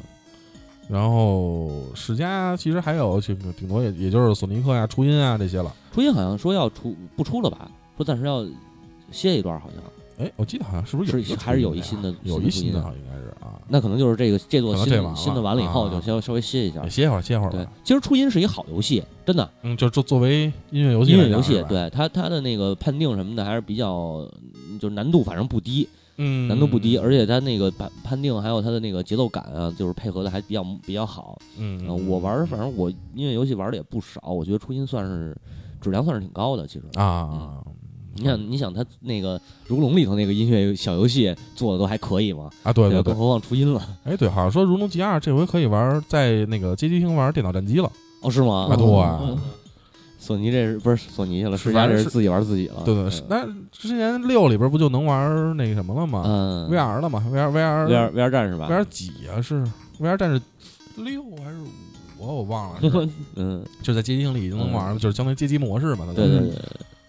[SPEAKER 3] 然后世嘉其实还有就顶多也也就是索尼克呀、初音啊这些了。
[SPEAKER 2] 初音好像说要出不出了吧？说暂时要歇一段，好像
[SPEAKER 3] 哎，我记得好像是不有
[SPEAKER 2] 是
[SPEAKER 3] 一个
[SPEAKER 2] 还是有
[SPEAKER 3] 重
[SPEAKER 2] 一
[SPEAKER 3] 印
[SPEAKER 2] 新的
[SPEAKER 3] 的呀有
[SPEAKER 2] 新
[SPEAKER 3] 一
[SPEAKER 2] 的
[SPEAKER 3] 新
[SPEAKER 2] 重
[SPEAKER 3] 的，
[SPEAKER 2] 印
[SPEAKER 3] 好像应该是啊，
[SPEAKER 2] 那可能就是这个这座
[SPEAKER 3] 可能
[SPEAKER 2] 新
[SPEAKER 3] 这完
[SPEAKER 2] 的
[SPEAKER 3] 了
[SPEAKER 2] 新的完了以后，
[SPEAKER 3] 啊
[SPEAKER 2] 就稍稍微歇一下
[SPEAKER 3] 也。歇一会儿，歇一会儿
[SPEAKER 2] 对
[SPEAKER 3] 吧。，
[SPEAKER 2] 其实初音是一好游戏，真的，
[SPEAKER 3] 嗯，就就作为音乐游戏
[SPEAKER 2] 音乐
[SPEAKER 3] 来讲
[SPEAKER 2] 游戏
[SPEAKER 3] 是，吧，
[SPEAKER 2] 对它它的那个判定什么的还是比较，嗯就是难度反正不低，
[SPEAKER 3] 嗯，
[SPEAKER 2] 难度不低，而且它那个判判定还有它的那个节奏感啊，就是配合的还比较比较好。
[SPEAKER 3] 嗯，
[SPEAKER 2] 呃
[SPEAKER 3] 嗯，
[SPEAKER 2] 我玩儿，反正我音乐游戏玩的也不少，我觉得初音算是质量算是挺高的，其实。
[SPEAKER 3] 啊，
[SPEAKER 2] 你想，你想他那个《如龙》里头那个音乐小游戏做的都还可以嘛，
[SPEAKER 3] 啊，对对对
[SPEAKER 2] 更，何况初音了？
[SPEAKER 3] 哎对，好像说《如龙 G 二》这回可以玩在那个街机厅玩电脑战机了，
[SPEAKER 2] 哦，是吗？
[SPEAKER 3] 啊对
[SPEAKER 1] 哦
[SPEAKER 2] 索尼这是不是索尼去了？
[SPEAKER 3] 是
[SPEAKER 2] 世嘉
[SPEAKER 3] 玩
[SPEAKER 2] 这是
[SPEAKER 3] 是
[SPEAKER 2] 自己玩自己了。
[SPEAKER 3] 对对，
[SPEAKER 2] 嗯
[SPEAKER 3] 是那之前六里边不就能玩那个什么了吗
[SPEAKER 2] 嗯
[SPEAKER 3] ？VR 了嘛，VR VR
[SPEAKER 2] VR VR 战是吧
[SPEAKER 3] VR 几啊？是 VR 战士六还是五啊？我忘了，
[SPEAKER 2] 嗯，
[SPEAKER 3] 就在街机厅里已经能玩了，就是相当于街机模式嘛。它就
[SPEAKER 2] 呃对
[SPEAKER 3] 是
[SPEAKER 2] 对对，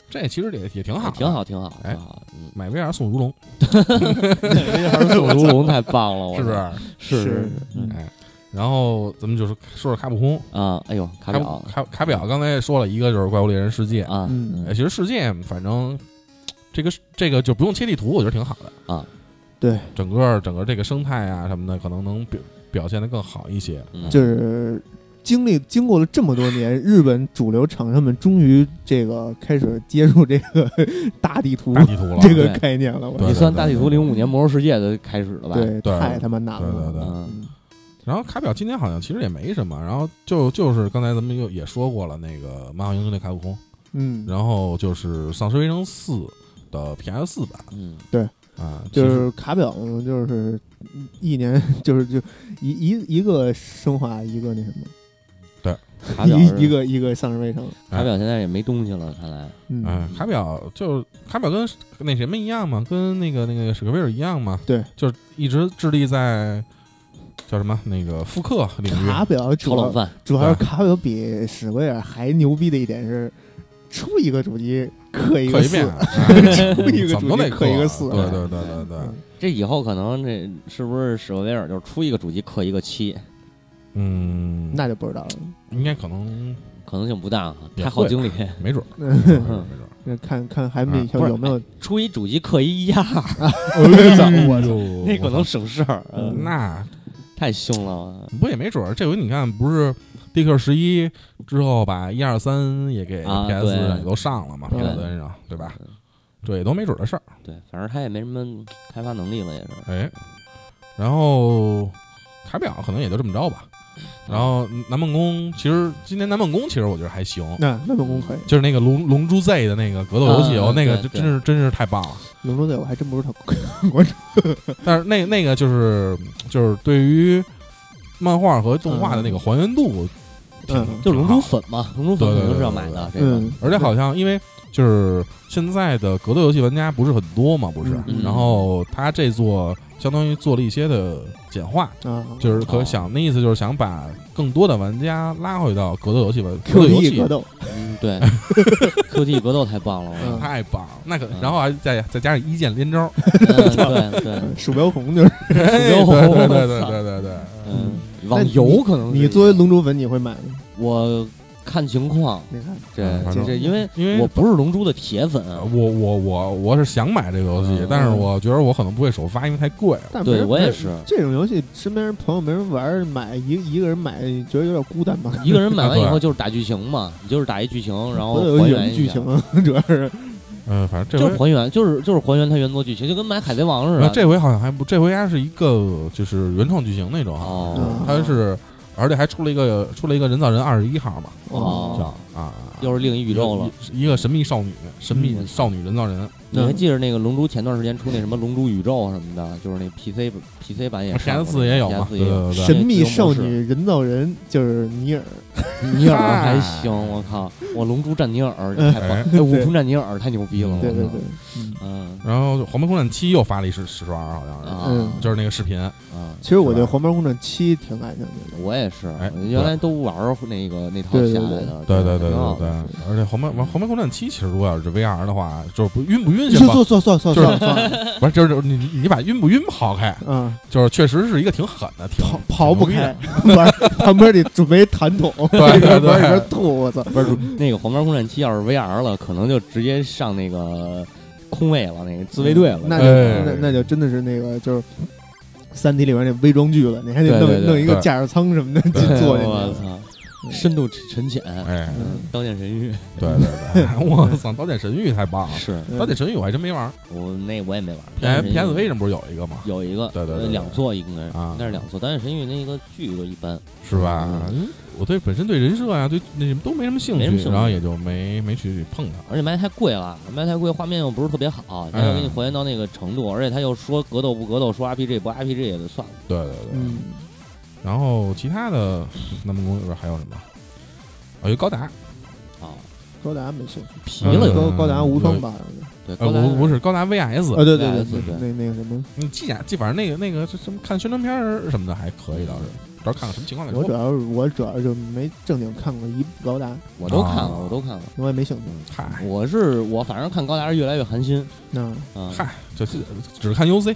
[SPEAKER 3] 这其实也也挺好，
[SPEAKER 2] 挺。好，挺好，
[SPEAKER 3] 哎
[SPEAKER 2] 挺好。嗯，
[SPEAKER 3] 买 VR 送如龙，
[SPEAKER 2] 还是索如龙太棒了，我
[SPEAKER 3] 是不是？
[SPEAKER 2] 是
[SPEAKER 1] 是
[SPEAKER 2] 是
[SPEAKER 1] 嗯
[SPEAKER 3] 哎，然后咱们就是说说卡普空，
[SPEAKER 2] 啊，哎呦，卡
[SPEAKER 3] 卡
[SPEAKER 2] 表
[SPEAKER 3] 普卡卡表刚才也说了一个就是怪物猎人世界，
[SPEAKER 2] 啊，
[SPEAKER 1] 嗯
[SPEAKER 3] 哎，其实世界反正这个这个就不用切地图，我觉得挺好的
[SPEAKER 2] 啊。
[SPEAKER 1] 对，
[SPEAKER 3] 整个整个这个生态啊什么的，可能能表表现的更好一些。
[SPEAKER 2] 嗯
[SPEAKER 1] 就是经历经过了这么多年，日本主流厂商们终于这个开始接入这个 大地图
[SPEAKER 3] 大地图了，
[SPEAKER 1] 这个概念了。我
[SPEAKER 3] 对
[SPEAKER 1] 觉得
[SPEAKER 2] 也算大地图零五年魔兽世界的开始了吧？
[SPEAKER 1] 对，
[SPEAKER 3] 对
[SPEAKER 1] 太他妈难
[SPEAKER 3] 对对
[SPEAKER 1] 了。
[SPEAKER 3] 对
[SPEAKER 2] 嗯，
[SPEAKER 1] 嗯
[SPEAKER 3] 然后卡表今天好像其实也没什么，然后就就是刚才咱们又也说过了那个《漫画英雄》的卡普空，
[SPEAKER 1] 嗯，
[SPEAKER 3] 然后就是《丧尸围城四》的 PS 四版
[SPEAKER 2] 嗯，
[SPEAKER 3] 啊，其
[SPEAKER 1] 就
[SPEAKER 3] 实
[SPEAKER 1] 是卡表，就是一年， 就是就一一一个升华，一个那什么，
[SPEAKER 2] 卡表是
[SPEAKER 1] 一一个一个丧尸围城。
[SPEAKER 2] 卡表现在也没东西了，看来
[SPEAKER 1] 嗯，
[SPEAKER 3] 哎，卡表就是卡表跟那什么一样嘛，跟那个那个史克威尔一样嘛，
[SPEAKER 1] 对，
[SPEAKER 3] 就是一直致力在叫什么那个复刻领域，
[SPEAKER 1] 卡表主
[SPEAKER 2] 炒冷
[SPEAKER 1] 要
[SPEAKER 2] 饭。
[SPEAKER 1] 主要是卡表比史威尔还牛逼的一点是，出一个主机刻一
[SPEAKER 3] 刻
[SPEAKER 1] 个
[SPEAKER 3] 一
[SPEAKER 1] 四
[SPEAKER 3] 遍，，哎
[SPEAKER 1] 出一个
[SPEAKER 3] 怎么
[SPEAKER 1] 主
[SPEAKER 3] 都
[SPEAKER 1] 机
[SPEAKER 3] 得
[SPEAKER 1] 刻一个
[SPEAKER 3] 啊
[SPEAKER 1] 四哎
[SPEAKER 3] 对对对对对，
[SPEAKER 2] 这以后可能这是不是史克威尔就是出一个主机刻一个七，
[SPEAKER 3] 嗯，
[SPEAKER 1] 那就不知道了。
[SPEAKER 3] 应该可能
[SPEAKER 2] 可能性不大啊。
[SPEAKER 3] 也
[SPEAKER 2] 太好经理，
[SPEAKER 3] 没准儿，没
[SPEAKER 1] 嗯
[SPEAKER 3] 准儿没准儿。
[SPEAKER 1] 那看看海米
[SPEAKER 2] 不
[SPEAKER 1] 球
[SPEAKER 2] 是
[SPEAKER 1] 有没有？
[SPEAKER 2] 出一主机刻一压，
[SPEAKER 3] 哎呦
[SPEAKER 2] 那可能省事儿，嗯
[SPEAKER 3] 那
[SPEAKER 2] 太凶了
[SPEAKER 3] 不也没准儿，这回你看不是 DQ 十一之后把一二三也给
[SPEAKER 2] 啊
[SPEAKER 3] PS
[SPEAKER 2] 对
[SPEAKER 3] 上也都上了嘛
[SPEAKER 1] 对
[SPEAKER 3] ，PSN 上对吧？？
[SPEAKER 2] 嗯
[SPEAKER 3] 这也都没准儿的事儿，
[SPEAKER 2] 对，反正他也没什么开发能力了，也是。
[SPEAKER 3] 哎，然后卡表可能也就这么着吧。然后南梦宫其实今年南梦宫其实我觉得还行，
[SPEAKER 1] 那那梦工可以，
[SPEAKER 3] 就是那个龙龙珠 Z 的那个格斗游戏，
[SPEAKER 2] 啊
[SPEAKER 3] 哦，那个
[SPEAKER 2] 对
[SPEAKER 3] 就
[SPEAKER 2] 对
[SPEAKER 3] 真是真是太棒了。
[SPEAKER 1] 龙珠队我还真不是特
[SPEAKER 3] 但是那那个就是就是对于漫画和动画的那个还原度 挺，
[SPEAKER 1] 嗯
[SPEAKER 2] 就
[SPEAKER 3] 挺
[SPEAKER 2] 龙
[SPEAKER 3] 好
[SPEAKER 2] 珠
[SPEAKER 3] 的
[SPEAKER 2] 粉嘛，龙珠粉
[SPEAKER 3] 对对
[SPEAKER 2] 肯定是要
[SPEAKER 3] 对
[SPEAKER 2] 买的，这个
[SPEAKER 1] 嗯，
[SPEAKER 3] 而且好像因为就是现在的格斗游戏玩家不是很多嘛，不是？
[SPEAKER 1] 嗯
[SPEAKER 3] 然后他这座相当于做了一些的简化，
[SPEAKER 1] 啊，
[SPEAKER 3] 就是可
[SPEAKER 2] 哦
[SPEAKER 3] 想那意思就是想把更多的玩家拉回到格斗游戏玩格斗
[SPEAKER 1] QD
[SPEAKER 3] 游戏
[SPEAKER 1] 格。斗，
[SPEAKER 2] 嗯对，QT 格斗太棒了，我
[SPEAKER 3] 太棒了，那可
[SPEAKER 2] 嗯
[SPEAKER 3] 然后还再再加上一键连招，
[SPEAKER 2] 嗯对对，
[SPEAKER 1] 鼠标红就是
[SPEAKER 3] 对对对对对对对，
[SPEAKER 2] 嗯，
[SPEAKER 1] 那
[SPEAKER 2] 网
[SPEAKER 1] 你
[SPEAKER 2] 游可
[SPEAKER 3] 嗯
[SPEAKER 2] 能是
[SPEAKER 1] 你作为龙珠粉你会买吗？
[SPEAKER 2] 我看情况，
[SPEAKER 1] 你看，
[SPEAKER 2] 这
[SPEAKER 3] 反
[SPEAKER 2] 这
[SPEAKER 3] 正
[SPEAKER 2] 这，因为
[SPEAKER 3] 因为
[SPEAKER 2] 我不是龙珠的铁粉，啊
[SPEAKER 3] 呃我我我我是想买这个游戏
[SPEAKER 2] 嗯，
[SPEAKER 3] 但是我觉得我可能不会首发，因为太贵了。
[SPEAKER 1] 但没
[SPEAKER 2] 对
[SPEAKER 1] 人
[SPEAKER 2] 我也
[SPEAKER 1] 没
[SPEAKER 2] 是。
[SPEAKER 1] 这种游戏，身边人朋友没人玩儿，买一一个人买，觉得有点孤单吧？
[SPEAKER 2] 一个人买完以
[SPEAKER 3] 啊
[SPEAKER 2] 后
[SPEAKER 3] 对
[SPEAKER 2] 就是打剧情嘛，你就是打一剧情，然 后
[SPEAKER 1] 格斗游
[SPEAKER 2] 哦还
[SPEAKER 1] 戏有什么
[SPEAKER 2] 原一
[SPEAKER 1] 剧
[SPEAKER 2] 下
[SPEAKER 1] 情，啊， 主要是
[SPEAKER 3] 嗯，反正
[SPEAKER 2] 就
[SPEAKER 3] 这
[SPEAKER 2] 是
[SPEAKER 3] 回
[SPEAKER 2] 还原，就是就是还原它原作剧情，就跟买海贼王似
[SPEAKER 3] 那
[SPEAKER 2] 的。
[SPEAKER 3] 这回好像还不，这回还是一个就是原创剧情那种，好
[SPEAKER 2] 哦
[SPEAKER 1] 嗯
[SPEAKER 3] 像它是，而且还出了一个出了一个人造人二十一号嘛，
[SPEAKER 2] 哦，
[SPEAKER 3] 叫啊，
[SPEAKER 2] 又是另一宇宙了。
[SPEAKER 3] 一个神秘少女，神秘
[SPEAKER 2] 嗯
[SPEAKER 3] 少女人造人
[SPEAKER 2] 你还记得那个龙珠前段时间出那什么龙珠宇宙什么的，就是那 PC PC 版也
[SPEAKER 3] ，PS 四也有嘛，
[SPEAKER 2] ，PS
[SPEAKER 3] 对
[SPEAKER 2] 也有。
[SPEAKER 3] 对对对，
[SPEAKER 1] 神秘少女人造人，就是尼尔，
[SPEAKER 2] 嗯尼尔还行，我靠，我龙珠战尼尔太棒，
[SPEAKER 3] 哎
[SPEAKER 2] 哎，悟空战尼尔太牛逼了，我
[SPEAKER 1] 对对
[SPEAKER 2] 靠
[SPEAKER 1] 对，嗯。
[SPEAKER 2] 嗯
[SPEAKER 3] 然后《黄门空战七》又发了一时时装，好像是，
[SPEAKER 2] 啊
[SPEAKER 1] 嗯
[SPEAKER 3] 就是那个视频，
[SPEAKER 2] 啊，
[SPEAKER 1] 其实我对
[SPEAKER 3] 是
[SPEAKER 1] 《
[SPEAKER 3] 吧
[SPEAKER 1] 黄毛公主七》挺感兴趣的，
[SPEAKER 2] 我也是
[SPEAKER 3] 哎，
[SPEAKER 2] 原来都玩儿那个那套
[SPEAKER 1] 对对
[SPEAKER 2] 下
[SPEAKER 1] 对
[SPEAKER 2] 来的，
[SPEAKER 3] 对对对
[SPEAKER 2] 挺好
[SPEAKER 3] 对
[SPEAKER 2] 的
[SPEAKER 3] 对，而且《黄门玩黄门空战七》其实如果要是 VR 的话，就是不晕不晕
[SPEAKER 1] 你
[SPEAKER 3] 先
[SPEAKER 1] 说
[SPEAKER 3] 不
[SPEAKER 1] 算算算算算算，
[SPEAKER 3] 不是，就是你你你把晕不晕抛开，
[SPEAKER 1] 嗯，
[SPEAKER 3] 就是确实是一个挺狠的，挺
[SPEAKER 1] 跑跑不
[SPEAKER 3] 挺牛逼
[SPEAKER 1] 开
[SPEAKER 3] 的，
[SPEAKER 1] 玩旁边得准备痰 桶，
[SPEAKER 3] 对对对
[SPEAKER 1] 玩一边吐，我操！
[SPEAKER 2] 不是那个《黄毛空战七》，要是 VR 了，可能就直接上那个。空位了，那个自卫队了。
[SPEAKER 1] 那就
[SPEAKER 3] 哎
[SPEAKER 1] 那那就真的是那个就是《三体》里面那伪装剧了，你还得
[SPEAKER 2] 对对
[SPEAKER 1] 弄
[SPEAKER 2] 对
[SPEAKER 1] 弄一个
[SPEAKER 3] 对
[SPEAKER 1] 驾驶舱什么的
[SPEAKER 3] 对
[SPEAKER 1] 就坐进
[SPEAKER 2] 我
[SPEAKER 1] 去。
[SPEAKER 2] 操，深度沉潜，
[SPEAKER 3] 哎，
[SPEAKER 1] 嗯，
[SPEAKER 2] 刀剑神域
[SPEAKER 3] 对 对对，我操，刀剑神域太棒了！
[SPEAKER 2] 是
[SPEAKER 3] 刀剑神域我还真没玩儿
[SPEAKER 2] 我那我也没玩儿。
[SPEAKER 3] 哎
[SPEAKER 2] 刀剑神域
[SPEAKER 3] ，PSV 上不是有一个吗？
[SPEAKER 2] 有一个，
[SPEAKER 3] 对对对
[SPEAKER 2] 呃
[SPEAKER 3] 对
[SPEAKER 2] 两座应该是
[SPEAKER 3] 啊
[SPEAKER 2] 那是两座。刀剑神域那个剧就一般，
[SPEAKER 3] 是吧？我对本身对人设啊，对那什么都没什么兴
[SPEAKER 2] 没什么
[SPEAKER 3] 趣，
[SPEAKER 2] 兴趣
[SPEAKER 3] 然后也就没没去碰它。
[SPEAKER 2] 而且卖太贵了，卖太贵，画面又不是特别好，他又
[SPEAKER 3] 嗯
[SPEAKER 2] 给你还原到那个程度，而且他又说格斗不格斗，说 RPG 不 RPG 也就算了。
[SPEAKER 3] 对对对，
[SPEAKER 1] 嗯，
[SPEAKER 3] 然后其他的南梦宫里边还有什么？哦，有高达，
[SPEAKER 2] 啊，
[SPEAKER 1] 高达没兴趣，
[SPEAKER 2] 皮了有，啊
[SPEAKER 1] 高高达无双吧？
[SPEAKER 2] 对，
[SPEAKER 3] 呃，
[SPEAKER 2] 高达
[SPEAKER 3] 不不嗯是高达 VS，
[SPEAKER 1] 啊，对对对
[SPEAKER 2] 对对
[SPEAKER 1] 对，
[SPEAKER 2] 对
[SPEAKER 1] 那那个什么，
[SPEAKER 3] 你记啊，记，反正那个那个这什么看宣传片儿什么的还可以，倒是，到时候看看什么情况再
[SPEAKER 1] 我主
[SPEAKER 3] 说。
[SPEAKER 1] 要是我主要就没正经看过一部高达，
[SPEAKER 2] 我都看了，
[SPEAKER 3] 啊
[SPEAKER 2] 我都看了。
[SPEAKER 1] 我也没兴趣。
[SPEAKER 3] 嗨
[SPEAKER 2] 我是我，反正看高达是越来越寒心
[SPEAKER 1] 那
[SPEAKER 2] 啊。
[SPEAKER 3] 嗨，这是只是看 UC，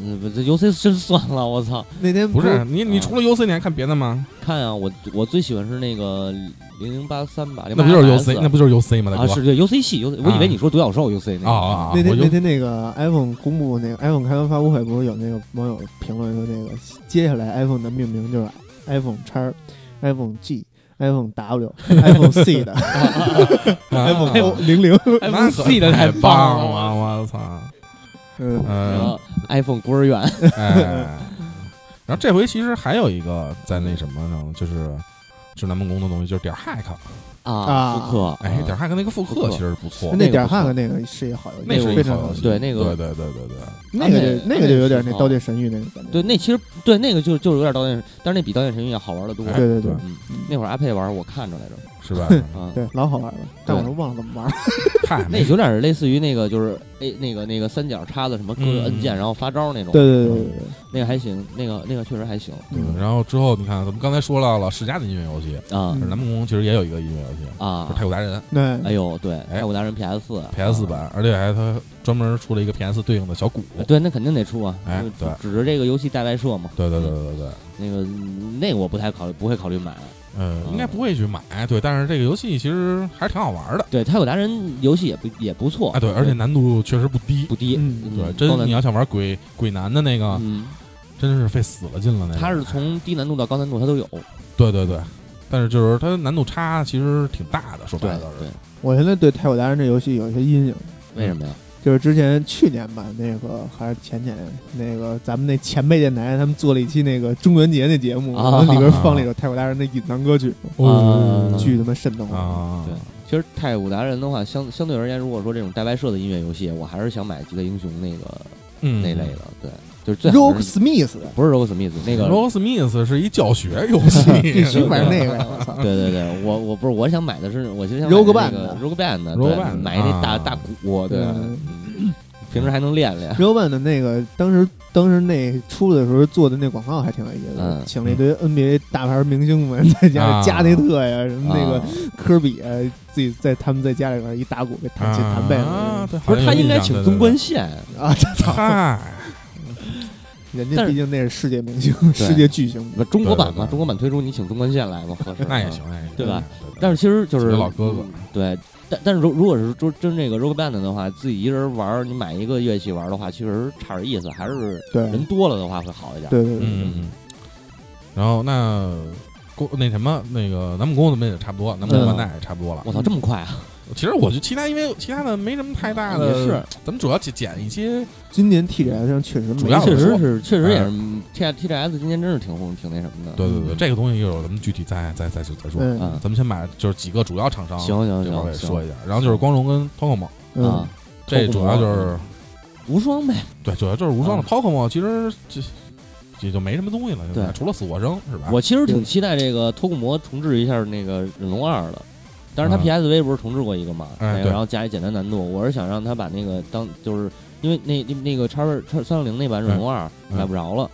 [SPEAKER 2] 嗯不这 UC 真算了，我操！
[SPEAKER 1] 那天
[SPEAKER 3] 不是你你
[SPEAKER 2] 啊
[SPEAKER 3] 除了 UC 你还看别的吗？
[SPEAKER 2] 看啊，我我最喜欢是那个零零八三吧，
[SPEAKER 3] 那不就是
[SPEAKER 2] 08S
[SPEAKER 3] UC，那不就是 UC 吗？大
[SPEAKER 2] 啊？
[SPEAKER 3] 哥
[SPEAKER 2] 是，对 UC 系 UC，我以为
[SPEAKER 3] 啊
[SPEAKER 2] 你说独角兽 UC
[SPEAKER 3] 啊啊
[SPEAKER 2] 那
[SPEAKER 3] 啊！
[SPEAKER 1] 那
[SPEAKER 3] 我
[SPEAKER 1] 天
[SPEAKER 3] 就
[SPEAKER 1] 那天那个 iPhone 公布那个 iPhone 开完发布会，不是有那个网友评论说，那个接下来 iPhone 的命名就是 iPhone 叉、iPhone G、iPhone W、iPhone C 的 iPhone
[SPEAKER 3] 啊
[SPEAKER 1] 零零。
[SPEAKER 2] 个
[SPEAKER 3] 那
[SPEAKER 2] iPhone
[SPEAKER 3] 可
[SPEAKER 2] C 的
[SPEAKER 3] 太
[SPEAKER 2] 棒
[SPEAKER 3] 了，，我操！
[SPEAKER 1] 嗯，
[SPEAKER 2] 然
[SPEAKER 3] 嗯
[SPEAKER 2] 后，iPhone 孤儿院，
[SPEAKER 3] 哎，然后这回其实还有一个在那什么上，就是指南梦宫的东西，就是点 hack，
[SPEAKER 2] 啊，
[SPEAKER 1] 啊
[SPEAKER 2] 复刻，
[SPEAKER 3] 哎，点 hack 那个复
[SPEAKER 2] 复
[SPEAKER 3] 刻
[SPEAKER 2] 刻
[SPEAKER 3] 其实不错，
[SPEAKER 1] 那
[SPEAKER 2] 个
[SPEAKER 1] 点
[SPEAKER 2] 不
[SPEAKER 1] 儿
[SPEAKER 2] 错
[SPEAKER 1] hack 那个是一好游戏，
[SPEAKER 3] 那是一
[SPEAKER 1] 非
[SPEAKER 3] 个
[SPEAKER 1] 常
[SPEAKER 3] 好游戏，
[SPEAKER 2] 对那个
[SPEAKER 3] 对对对对对，
[SPEAKER 1] 那个
[SPEAKER 2] 啊
[SPEAKER 1] 就
[SPEAKER 2] 那
[SPEAKER 1] 那个就有点那
[SPEAKER 2] 那个
[SPEAKER 1] 《刀剑神域》那个感觉。
[SPEAKER 2] 对，那其实对那个就就是有点刀剑，但是那比刀剑神域要好玩的多。
[SPEAKER 3] 哎嗯
[SPEAKER 1] 对对
[SPEAKER 3] 对
[SPEAKER 1] 对
[SPEAKER 2] 嗯，那会儿阿佩玩，我看着来着。
[SPEAKER 3] 是吧？
[SPEAKER 2] 啊，
[SPEAKER 1] 对，老好玩了，但我
[SPEAKER 2] 对
[SPEAKER 1] 都忘了怎么玩儿。
[SPEAKER 3] 嗨，
[SPEAKER 2] 那有点类似于那个就是哎那个那个三角叉子什么各个
[SPEAKER 3] 嗯
[SPEAKER 2] 按键然后发招那种。
[SPEAKER 1] 对，对
[SPEAKER 2] 嗯
[SPEAKER 1] 对对对，
[SPEAKER 2] 那个还行，那个那个确实还行
[SPEAKER 3] 嗯
[SPEAKER 1] 嗯
[SPEAKER 3] 然后之后你看，咱们刚才说到了世嘉的音乐游戏，
[SPEAKER 2] 啊
[SPEAKER 3] 南梦宫其实也有一个音乐游戏，就是《
[SPEAKER 2] 啊
[SPEAKER 3] 嗯太！鼓达人》
[SPEAKER 1] 那
[SPEAKER 2] 哎呦，对，太
[SPEAKER 3] 哎
[SPEAKER 2] 古达人啊 PS 四
[SPEAKER 3] PS 版，而且还它专门出了一个 PS 对应的小鼓。
[SPEAKER 2] 对，那肯定得出啊！
[SPEAKER 3] 哎
[SPEAKER 2] 就
[SPEAKER 3] 对
[SPEAKER 2] 指着这个游戏带外设嘛。
[SPEAKER 3] 对对对对对对，
[SPEAKER 2] 那个嗯那个我不太考虑，不会考虑买。
[SPEAKER 3] 嗯，应该不会去买，对，但是这个游戏其实还是挺好玩的，
[SPEAKER 2] 对，太古达人游戏也不也不错
[SPEAKER 3] 啊，对，而且难度确实不低，
[SPEAKER 2] 不低。
[SPEAKER 1] 嗯
[SPEAKER 2] 嗯
[SPEAKER 3] 对，
[SPEAKER 2] 高难
[SPEAKER 3] 真你啊
[SPEAKER 2] 度
[SPEAKER 3] 要想玩鬼鬼男的那个，
[SPEAKER 2] 嗯，
[SPEAKER 3] 真是费死了劲了那个。
[SPEAKER 2] 它是从低难度到高难度它都有。
[SPEAKER 3] 哎对对对，但是就是它难度差其实挺大的，说白
[SPEAKER 2] 对
[SPEAKER 3] 了就是
[SPEAKER 2] 对，
[SPEAKER 1] 我现在对《太古达人》这游戏有一些阴影，
[SPEAKER 2] 为什么呀？
[SPEAKER 1] 就是之前去年吧，那个还是前年，那个咱们那前辈电台他们做了一期那个中元节那节目，
[SPEAKER 2] 啊
[SPEAKER 1] 然后里边放了一首泰国达人的隐藏歌曲，
[SPEAKER 2] 哦
[SPEAKER 1] 巨他妈瘆得慌。
[SPEAKER 3] 啊，
[SPEAKER 2] 对其实太古达人的话，相相对而言，如果说这种带外设的音乐游戏，我还是想买《极乐英雄》那个
[SPEAKER 3] 嗯，
[SPEAKER 2] 那类的。对，就是最好
[SPEAKER 1] Rock
[SPEAKER 2] 的是
[SPEAKER 1] Smith，
[SPEAKER 2] 不是 Rock Smith 那个
[SPEAKER 3] Roll Smith 是一教学游戏，
[SPEAKER 1] 必须 买那个，我操！
[SPEAKER 2] 对对对，我我不是我想买的是，我就想
[SPEAKER 1] Rogue
[SPEAKER 2] 买
[SPEAKER 1] Band
[SPEAKER 2] 那个
[SPEAKER 1] 的
[SPEAKER 2] Rogue Band 的
[SPEAKER 3] Rogue
[SPEAKER 2] 对
[SPEAKER 3] Band
[SPEAKER 2] 买那大
[SPEAKER 3] 啊
[SPEAKER 2] 大鼓，对
[SPEAKER 1] 对，
[SPEAKER 2] 嗯平时还能练练。
[SPEAKER 1] Real One 的那个，当时当时那出的时候做的那广告还挺有意思的，
[SPEAKER 2] 嗯
[SPEAKER 1] 请了一堆 NBA 大牌明星们，在家
[SPEAKER 3] 啊
[SPEAKER 1] 里加内特呀，
[SPEAKER 3] 嗯
[SPEAKER 1] 什么那个
[SPEAKER 2] 啊
[SPEAKER 1] 科比啊，自己在他们在家里边一打鼓给弹琴弹贝
[SPEAKER 3] 啊
[SPEAKER 1] 了，
[SPEAKER 3] 对，
[SPEAKER 2] 不是他应该请纵观
[SPEAKER 3] 系，
[SPEAKER 2] 线，
[SPEAKER 1] 啊，
[SPEAKER 3] 嗨，
[SPEAKER 1] 人
[SPEAKER 2] 但
[SPEAKER 1] 家
[SPEAKER 2] 是
[SPEAKER 1] 毕竟那是世界明星，
[SPEAKER 2] 对
[SPEAKER 1] 世界巨星。
[SPEAKER 2] 不中国版嘛，
[SPEAKER 3] 对对对
[SPEAKER 2] 中国版推出你请纵观线来嘛，合适。
[SPEAKER 3] 那也行，。那也行，
[SPEAKER 2] 对吧
[SPEAKER 3] 对？对
[SPEAKER 2] 但是其实就是
[SPEAKER 3] 几个老哥哥
[SPEAKER 2] 对，但但是如如果是说真这个 Rock Band 的话，自己一人玩儿，你买一个乐器玩儿的话，其实差点意思，还是
[SPEAKER 1] 对
[SPEAKER 2] 人多了的话会好一点。
[SPEAKER 1] 对对对，
[SPEAKER 3] 嗯嗯嗯，然后那。公那什么，那个南木宫怎么也差不多，南木宫万代也差不多了。
[SPEAKER 2] 嗯我操，这么快啊！
[SPEAKER 3] 其实我觉得其他，因为其他的没什么太大的，
[SPEAKER 2] 也是，
[SPEAKER 3] 咱们主要捡捡一些
[SPEAKER 1] 今年 TGS 上确实
[SPEAKER 3] 主
[SPEAKER 1] 没
[SPEAKER 3] 要
[SPEAKER 1] 有
[SPEAKER 2] 确
[SPEAKER 3] 是
[SPEAKER 2] 实
[SPEAKER 3] 说
[SPEAKER 2] 是，确实也
[SPEAKER 3] 哎
[SPEAKER 2] 是 T T G S 今天真是挺红，挺那什么的。
[SPEAKER 3] 对对对，
[SPEAKER 2] 嗯
[SPEAKER 3] 这个东西一会儿咱们具体再再再再说。
[SPEAKER 1] 嗯
[SPEAKER 2] 嗯，
[SPEAKER 3] 咱们先把就是几个主要厂商，
[SPEAKER 2] 行行
[SPEAKER 3] 一会儿我也
[SPEAKER 2] 行
[SPEAKER 3] 说
[SPEAKER 2] 行
[SPEAKER 3] 一下。然后就是光荣跟 Pocomo，
[SPEAKER 1] 嗯
[SPEAKER 2] 啊，
[SPEAKER 3] 这主要就是
[SPEAKER 2] 无双呗，
[SPEAKER 3] 对，主要就是无双
[SPEAKER 2] 啊
[SPEAKER 3] 的 Pocomo，其实这也就没什么东西了，现在
[SPEAKER 2] 对
[SPEAKER 3] 除了死活生是吧？
[SPEAKER 2] 我其实挺期待这个脱骨魔重置一下那个忍龙二的，但是他
[SPEAKER 3] 啊
[SPEAKER 2] PSV 不是重置过一个嘛，
[SPEAKER 3] 哎
[SPEAKER 2] 那个
[SPEAKER 3] 对
[SPEAKER 2] 然后加一简单难度，我是想让他把那个当就是因为那那那个叉二叉三六零那版忍龙二
[SPEAKER 3] 嗯
[SPEAKER 2] 买不着了，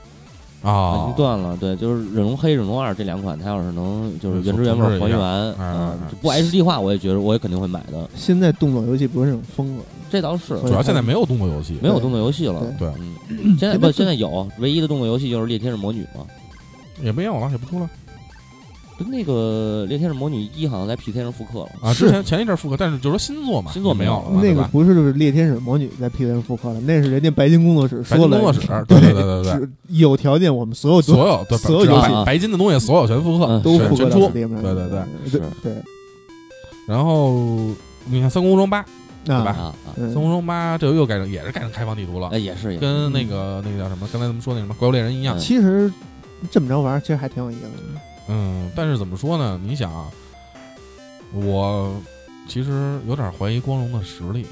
[SPEAKER 2] 已
[SPEAKER 3] 啊
[SPEAKER 2] 经，断了，对，就是忍龙黑、忍龙二这两款，他要是能就是原汁原味
[SPEAKER 3] 重置一下
[SPEAKER 2] 还原，
[SPEAKER 3] 哎
[SPEAKER 2] 啊
[SPEAKER 3] 哎哎，
[SPEAKER 2] 就不 HD 化，我也觉得我也肯定会买的，
[SPEAKER 1] 现在动作游戏不是那种风格，
[SPEAKER 2] 这倒是
[SPEAKER 1] 所以
[SPEAKER 3] 主要现在没有动作游戏，
[SPEAKER 2] 没有动作游戏了，
[SPEAKER 1] 对
[SPEAKER 3] 对
[SPEAKER 2] 嗯，现在不现在有唯一的动作游戏就是《猎天使魔女》嘛，
[SPEAKER 3] 也没有了，也不出了。
[SPEAKER 2] 不那个《猎天使魔女一》好像在 PC 上复刻了，
[SPEAKER 3] 啊，
[SPEAKER 1] 是
[SPEAKER 3] 之前前一阵儿复刻，但是就是说新作嘛，
[SPEAKER 2] 新作没有
[SPEAKER 3] 有
[SPEAKER 2] 了
[SPEAKER 3] 了嘛，
[SPEAKER 1] 那
[SPEAKER 3] 哦对
[SPEAKER 1] 个
[SPEAKER 3] 吧
[SPEAKER 1] 不是就是猎天使魔女在 P 人复刻了，那是人家白金工作室
[SPEAKER 3] 白
[SPEAKER 1] 说
[SPEAKER 3] 金
[SPEAKER 1] 了，
[SPEAKER 3] 工作 室，对对对对对，
[SPEAKER 1] 是有条件我们所有都
[SPEAKER 3] 所有对
[SPEAKER 1] 所有
[SPEAKER 3] 只要
[SPEAKER 2] 游戏
[SPEAKER 3] 白白金的东西，所有全复刻，
[SPEAKER 2] 嗯
[SPEAKER 1] 都
[SPEAKER 3] 是
[SPEAKER 1] 复刻
[SPEAKER 3] 全
[SPEAKER 1] 到
[SPEAKER 3] 出
[SPEAKER 1] Steam 上，
[SPEAKER 3] 对对对
[SPEAKER 1] 对
[SPEAKER 2] 是
[SPEAKER 1] 对对，
[SPEAKER 3] 然后你看《三国无双八》，
[SPEAKER 1] 那
[SPEAKER 3] 吧
[SPEAKER 2] 啊啊，
[SPEAKER 3] 《三国
[SPEAKER 1] 嗯，
[SPEAKER 3] 无双八》这又改成也是改成开放地图了
[SPEAKER 1] 啊
[SPEAKER 2] 哎，也是也是
[SPEAKER 3] 跟那个那个叫什么，刚才咱们说那什么《怪物猎人》一
[SPEAKER 2] 嗯。
[SPEAKER 3] 样
[SPEAKER 1] 其实这么着玩儿，其实还挺有意思的。
[SPEAKER 3] 嗯，但是怎么说呢？你想，啊，我其实有点怀疑光荣的实力。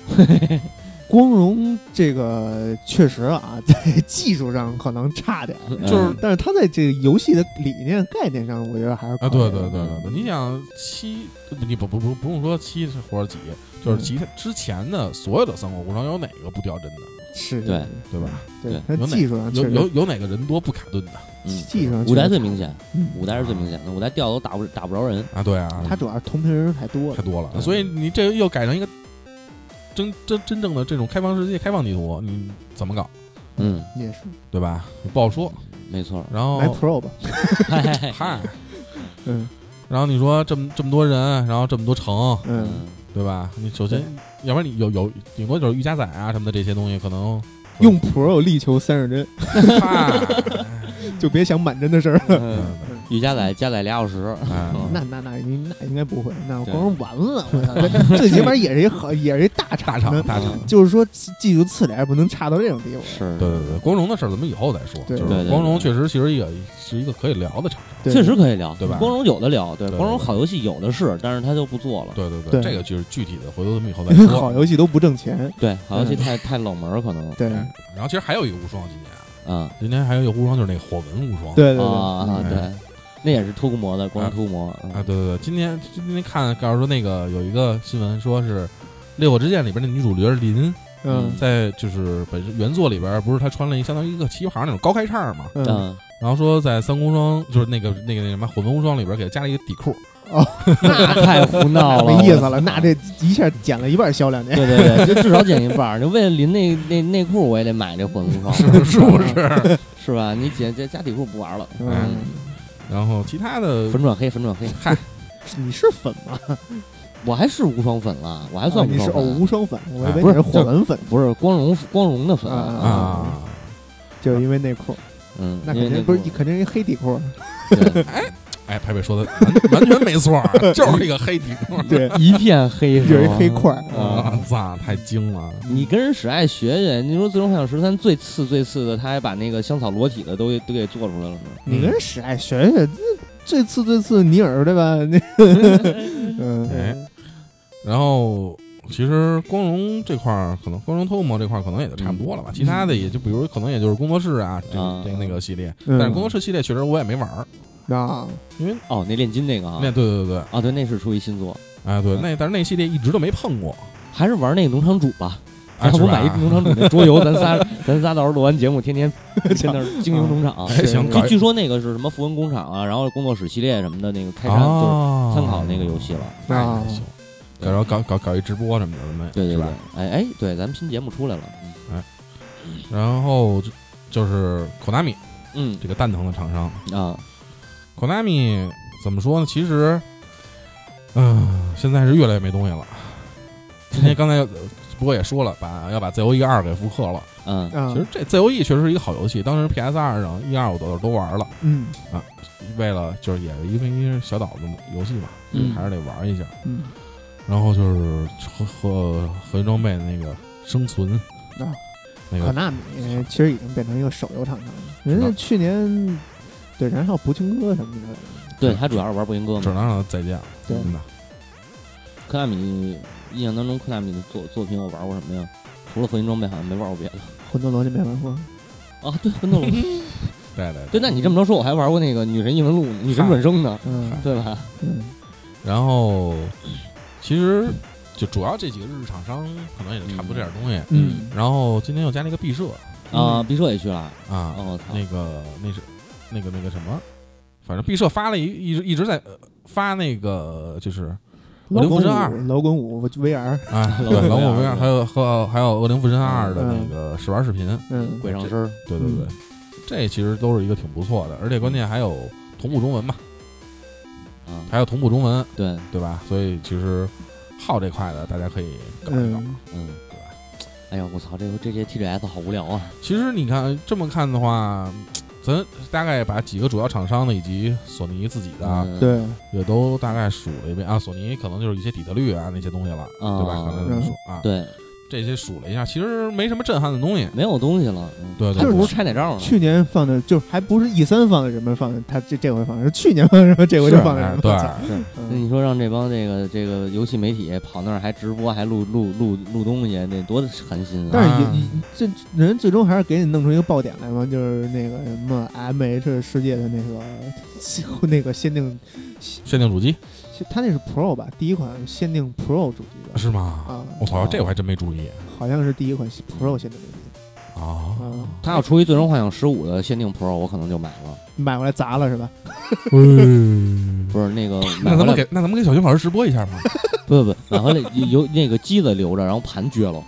[SPEAKER 1] 光荣这个确实啊，在技术上可能差点儿，
[SPEAKER 2] 嗯
[SPEAKER 3] 就是
[SPEAKER 1] 但是他在这个游戏的理念概念上，我觉得还是
[SPEAKER 3] 啊，
[SPEAKER 1] 可以
[SPEAKER 3] 对
[SPEAKER 1] 的
[SPEAKER 3] 对对对对，你想七，你不不不不用说七是或者几，
[SPEAKER 1] 嗯
[SPEAKER 3] 就是其他之前的所有的三国无双，有哪个不掉帧的，
[SPEAKER 1] 是，
[SPEAKER 2] 对
[SPEAKER 3] 对吧？
[SPEAKER 1] 对
[SPEAKER 2] 对，
[SPEAKER 1] 他
[SPEAKER 3] 有哪
[SPEAKER 1] 技术上确
[SPEAKER 3] 有
[SPEAKER 1] 实
[SPEAKER 3] 有有哪个人多不卡顿的
[SPEAKER 2] 嗯
[SPEAKER 1] 技术上
[SPEAKER 2] 五
[SPEAKER 1] 确
[SPEAKER 2] 代
[SPEAKER 1] 实
[SPEAKER 2] 最
[SPEAKER 1] 差
[SPEAKER 2] 明显，
[SPEAKER 1] 嗯
[SPEAKER 2] 五代是最明显的，五代掉都打不打不着人，
[SPEAKER 3] 啊？对啊，
[SPEAKER 1] 他主要是同屏人太多了，
[SPEAKER 3] 太多了，
[SPEAKER 2] 对
[SPEAKER 3] 所以你这又改成一个真真真正的这种开放世界、开放地图，你怎么搞，
[SPEAKER 2] 嗯，
[SPEAKER 1] 也是
[SPEAKER 3] 对吧？你不好说。
[SPEAKER 2] 没错，
[SPEAKER 3] 然
[SPEAKER 1] 来
[SPEAKER 3] 后
[SPEAKER 1] Pro 吧，
[SPEAKER 2] 嗨
[SPEAKER 3] 嗨，
[SPEAKER 1] 嗯
[SPEAKER 3] 然后你说这么这么多人，然后这么多城，
[SPEAKER 1] 嗯，
[SPEAKER 3] 对吧？你首先
[SPEAKER 1] 对，
[SPEAKER 3] 要不然你有有顶多就是御家仔啊什么的这些东西，可能
[SPEAKER 1] 用 Pro 力求三十帧，
[SPEAKER 3] 嗨，
[SPEAKER 1] 就别想满帧的事儿。
[SPEAKER 2] 嗯与加载加载俩小时，
[SPEAKER 3] 哎
[SPEAKER 2] 嗯
[SPEAKER 1] 那那那那应该不会，那
[SPEAKER 2] 对
[SPEAKER 1] 光荣完了，我 操，最起码也是一好，也是一大
[SPEAKER 3] 大
[SPEAKER 1] 厂
[SPEAKER 3] 厂
[SPEAKER 1] 呢，
[SPEAKER 3] 大厂。
[SPEAKER 1] 就是说技术次点儿也不能差到这种地步。
[SPEAKER 2] 是
[SPEAKER 3] 对对对，光荣的事儿咱们以后再说。
[SPEAKER 1] 对
[SPEAKER 3] 就
[SPEAKER 2] 对
[SPEAKER 3] 是
[SPEAKER 2] 对
[SPEAKER 3] 光荣
[SPEAKER 2] 对
[SPEAKER 3] 确实其实也是一个可以聊的厂商。
[SPEAKER 1] 对
[SPEAKER 2] 确实可以聊，
[SPEAKER 3] 对吧
[SPEAKER 2] 光荣有的聊，对，
[SPEAKER 3] 对对
[SPEAKER 2] 光荣好游戏有的是，但是他就不做了。
[SPEAKER 3] 对对
[SPEAKER 1] 对
[SPEAKER 3] 这个就是具体的，回头咱们以后 再
[SPEAKER 1] 因为
[SPEAKER 3] 说
[SPEAKER 1] 好。游戏都不挣钱。
[SPEAKER 2] 对，好游戏
[SPEAKER 1] 嗯
[SPEAKER 2] 太太冷门儿可能
[SPEAKER 1] 对，
[SPEAKER 3] 哎然后其实还有一个无双，今年啊
[SPEAKER 2] 啊
[SPEAKER 3] 今年还有一个无双就是那个火纹无双。
[SPEAKER 1] 对对
[SPEAKER 2] 啊
[SPEAKER 1] 对，
[SPEAKER 2] 啊！
[SPEAKER 1] 嗯
[SPEAKER 2] 对，那也是秃骨魔的，光荣秃骨魔
[SPEAKER 3] 哎
[SPEAKER 2] 嗯
[SPEAKER 3] 啊，对对对，今天今天看告诉说那个有一个新闻说是《烈火之剑》里边的女主角林，
[SPEAKER 1] 嗯
[SPEAKER 3] 在就是本身原作里边不是她穿了一相当于一个旗袍那种高开叉嘛，
[SPEAKER 1] 嗯，
[SPEAKER 2] 嗯，
[SPEAKER 3] 然后说在三国无双就是那个那个那什么混文无双里边给她加了一个底裤，
[SPEAKER 2] 那太胡闹了，
[SPEAKER 1] 没意思了，那这一下减了一半销量哎
[SPEAKER 2] 我。
[SPEAKER 1] 呢。
[SPEAKER 2] 对对对，就至少减一半儿。就为了淋那那内裤，我也得买这混无双，
[SPEAKER 3] 是不是？
[SPEAKER 2] 是吧？你减加加底裤不玩了，
[SPEAKER 1] 嗯，
[SPEAKER 3] 然后其他的
[SPEAKER 2] 粉转黑，粉转黑。嗨，
[SPEAKER 1] 你是粉吗？
[SPEAKER 2] 我还是无双粉了，我还
[SPEAKER 1] 啊
[SPEAKER 2] 算无
[SPEAKER 1] 你是
[SPEAKER 2] 双
[SPEAKER 1] 哦
[SPEAKER 2] 粉，
[SPEAKER 1] 无双粉，我以为
[SPEAKER 2] 哎
[SPEAKER 1] 你
[SPEAKER 2] 不是
[SPEAKER 1] 是火纹粉，
[SPEAKER 2] 不是光荣光荣的粉
[SPEAKER 1] 啊
[SPEAKER 3] 啊，
[SPEAKER 1] 就是因为内裤，
[SPEAKER 2] 嗯，
[SPEAKER 1] 那
[SPEAKER 2] 因为
[SPEAKER 1] 肯定不
[SPEAKER 2] 个
[SPEAKER 1] 是，肯定是一黑底 裤。
[SPEAKER 2] 对
[SPEAKER 3] 哎，排排说的完完全没错儿， 就是那个黑底裤。
[SPEAKER 1] 对，
[SPEAKER 2] 一片黑，
[SPEAKER 1] 有
[SPEAKER 2] 是
[SPEAKER 1] 一
[SPEAKER 2] 吗
[SPEAKER 1] 黑块儿
[SPEAKER 2] 啊
[SPEAKER 3] 啊，操，太精了！
[SPEAKER 2] 你跟人史爱学学，你说《最终幻想十三》最次最次的，他还把那个香草裸体的都给都给做出来了呢。
[SPEAKER 1] 你跟人史爱学学，这最次最次尼尔对吧？那，
[SPEAKER 3] 哎
[SPEAKER 1] 嗯，
[SPEAKER 3] 然后其实光荣这块儿，可能光荣偷摸这块儿可能也就差不多了
[SPEAKER 1] 嗯
[SPEAKER 3] 吧。其他的也就比如可能也就是工作室啊，这
[SPEAKER 2] 啊
[SPEAKER 3] 这那个系列。
[SPEAKER 1] 嗯
[SPEAKER 3] 但是工作室系列确实我也没玩儿，
[SPEAKER 1] 啊，
[SPEAKER 3] 因为
[SPEAKER 2] 哦，那炼金那个啊
[SPEAKER 3] 那，对对对对，
[SPEAKER 2] 啊对，那是出一新作，
[SPEAKER 3] 哎
[SPEAKER 1] 啊
[SPEAKER 3] 对，那但是那系列一直都没碰过。
[SPEAKER 2] 还是玩那个农场主吧。
[SPEAKER 3] 哎
[SPEAKER 1] 啊
[SPEAKER 2] 要
[SPEAKER 3] 是
[SPEAKER 2] 不
[SPEAKER 3] 吧
[SPEAKER 2] 买一农场主那桌游，咱 仨咱仨到时候录完节目，天天天那儿经营农 场。
[SPEAKER 3] 哎行，
[SPEAKER 1] 是
[SPEAKER 3] 搞
[SPEAKER 2] 据
[SPEAKER 3] 一
[SPEAKER 2] 据说那个是什么符文工厂啊，然后工作室系列什么的那个
[SPEAKER 1] 哎
[SPEAKER 2] 开山，就是
[SPEAKER 3] 哦
[SPEAKER 2] 参考那个游戏了。
[SPEAKER 3] 那
[SPEAKER 1] 啊
[SPEAKER 3] 也行，然后搞搞搞一直播什么的，咱们
[SPEAKER 2] 对对
[SPEAKER 3] 是
[SPEAKER 2] 对
[SPEAKER 3] 吧？，
[SPEAKER 2] 哎哎，对，咱们新节目出来了。嗯
[SPEAKER 3] 然后就就是口 a 米
[SPEAKER 2] 嗯
[SPEAKER 3] 这个蛋疼的厂商，
[SPEAKER 2] 啊，
[SPEAKER 3] 口 a 米怎么说呢？其实，嗯、现在是越来越没东西了。今天刚才不过也说了，把要把 ZOE 二给复刻了。
[SPEAKER 2] 嗯
[SPEAKER 1] 啊
[SPEAKER 3] 其实这 ZOE 确实是一个好游戏，当时 PS 二上一二我都都玩了，
[SPEAKER 1] 嗯
[SPEAKER 3] 为了就是也是因为因为小岛子游戏嘛，就
[SPEAKER 2] 嗯
[SPEAKER 3] 还是得玩一下。
[SPEAKER 1] 嗯，
[SPEAKER 3] 然后就是核核核心装备那个生存
[SPEAKER 1] 啊，
[SPEAKER 3] 那
[SPEAKER 1] 可
[SPEAKER 3] 个嗯
[SPEAKER 1] 纳米呃其实已经变成一个手游厂商了。人家
[SPEAKER 3] 是的
[SPEAKER 1] 去年对燃烧不情歌什么之类的，
[SPEAKER 2] 对，他主要是玩步行哥
[SPEAKER 3] 只
[SPEAKER 2] 嘛。
[SPEAKER 3] 能让他再见了。
[SPEAKER 1] 对
[SPEAKER 3] 真的，
[SPEAKER 2] 科纳米印象当中，科纳米的作作品我玩过什么呀？除了合金装备，好像没玩过别的。
[SPEAKER 1] 魂斗罗就没玩过。
[SPEAKER 2] 啊，对，魂斗罗。
[SPEAKER 3] 对对
[SPEAKER 2] 对，那你这么着说，我还玩过那个女神异闻录、女神转生呢，
[SPEAKER 1] 嗯
[SPEAKER 2] 对吧？
[SPEAKER 1] 嗯，
[SPEAKER 3] 然后其实就主要这几个日厂商可能也就差不多这点东西。
[SPEAKER 1] 嗯
[SPEAKER 3] 然后今天又加了一个毕设
[SPEAKER 2] 啊，毕设也去了。
[SPEAKER 3] 啊，
[SPEAKER 2] 哦，我操！
[SPEAKER 3] 那个那是那个那个什么，反正毕设发了一一直一直在、呃发那个就是
[SPEAKER 1] 老
[SPEAKER 3] 灵
[SPEAKER 1] 滚
[SPEAKER 3] 附身二
[SPEAKER 1] 五，老滚五 VR，
[SPEAKER 3] 啊，
[SPEAKER 2] 老
[SPEAKER 3] 对，
[SPEAKER 2] 虎
[SPEAKER 3] 老
[SPEAKER 2] VR
[SPEAKER 3] 火 VR 还有和还有恶灵附身二的
[SPEAKER 1] 嗯
[SPEAKER 3] 那个试玩视频，
[SPEAKER 1] 嗯，嗯
[SPEAKER 2] 鬼上身儿，
[SPEAKER 3] 对对对，这其实都是一个挺不错的，而且关键还有同步中文嘛，
[SPEAKER 2] 啊，
[SPEAKER 3] 还有同步中文，
[SPEAKER 2] 对，
[SPEAKER 3] 对吧？所以其实好这块的，大家可以搞一搞。
[SPEAKER 1] 嗯，
[SPEAKER 2] 嗯，哎呀，我操，这这些 TGS 好无聊啊！
[SPEAKER 3] 其实你看这么看的话，咱大概把几个主要厂商的以及索尼自己的啊，
[SPEAKER 2] 嗯，
[SPEAKER 1] 对，
[SPEAKER 3] 也都大概数了一遍啊。索尼可能就是一些底特律啊那些东西了，对吧？
[SPEAKER 2] 啊
[SPEAKER 3] 刚才
[SPEAKER 1] 嗯
[SPEAKER 3] 咱们说啊，
[SPEAKER 2] 对，
[SPEAKER 3] 这些数了一下，其实没什么震撼的东西。
[SPEAKER 2] 没有东西了，嗯
[SPEAKER 3] 对对
[SPEAKER 2] 还不
[SPEAKER 1] 对
[SPEAKER 2] 是拆哪招呢？
[SPEAKER 1] 去年放的就还不是 E 三放的什么放的，他这这回放的是去年放的什么，这回就是放的
[SPEAKER 3] 哎
[SPEAKER 1] 什么，
[SPEAKER 3] 对
[SPEAKER 1] 我操
[SPEAKER 2] 对，那
[SPEAKER 1] 嗯
[SPEAKER 2] 你说让这帮这个这个游戏媒体跑那儿还直播还录录录录东西，那多寒心啊！
[SPEAKER 1] 但是
[SPEAKER 3] 啊
[SPEAKER 1] 也也这人最终还是给你弄出一个爆点来嘛，就是那个什么 M H 世界的那个 那个限定，
[SPEAKER 3] 限定主机
[SPEAKER 1] 他那是 Pro 吧，第一款限定 Pro 主机吧，
[SPEAKER 3] 是吗？
[SPEAKER 1] 啊，
[SPEAKER 3] 我操，这我还真没注意
[SPEAKER 1] 好像是第一款 Pro 限定主机
[SPEAKER 3] 啊！
[SPEAKER 1] 啊，
[SPEAKER 2] 他要出一《最终幻想十五》的限定 Pro，我可能就买了。
[SPEAKER 1] 买回来砸了是吧？
[SPEAKER 3] 嗯
[SPEAKER 2] 不是那 个买回
[SPEAKER 3] 那咱
[SPEAKER 2] 来
[SPEAKER 3] 们给那咱们给小熊老师直播一下吗？
[SPEAKER 2] 不不不买回来有那个机子留着，然后盘撅了。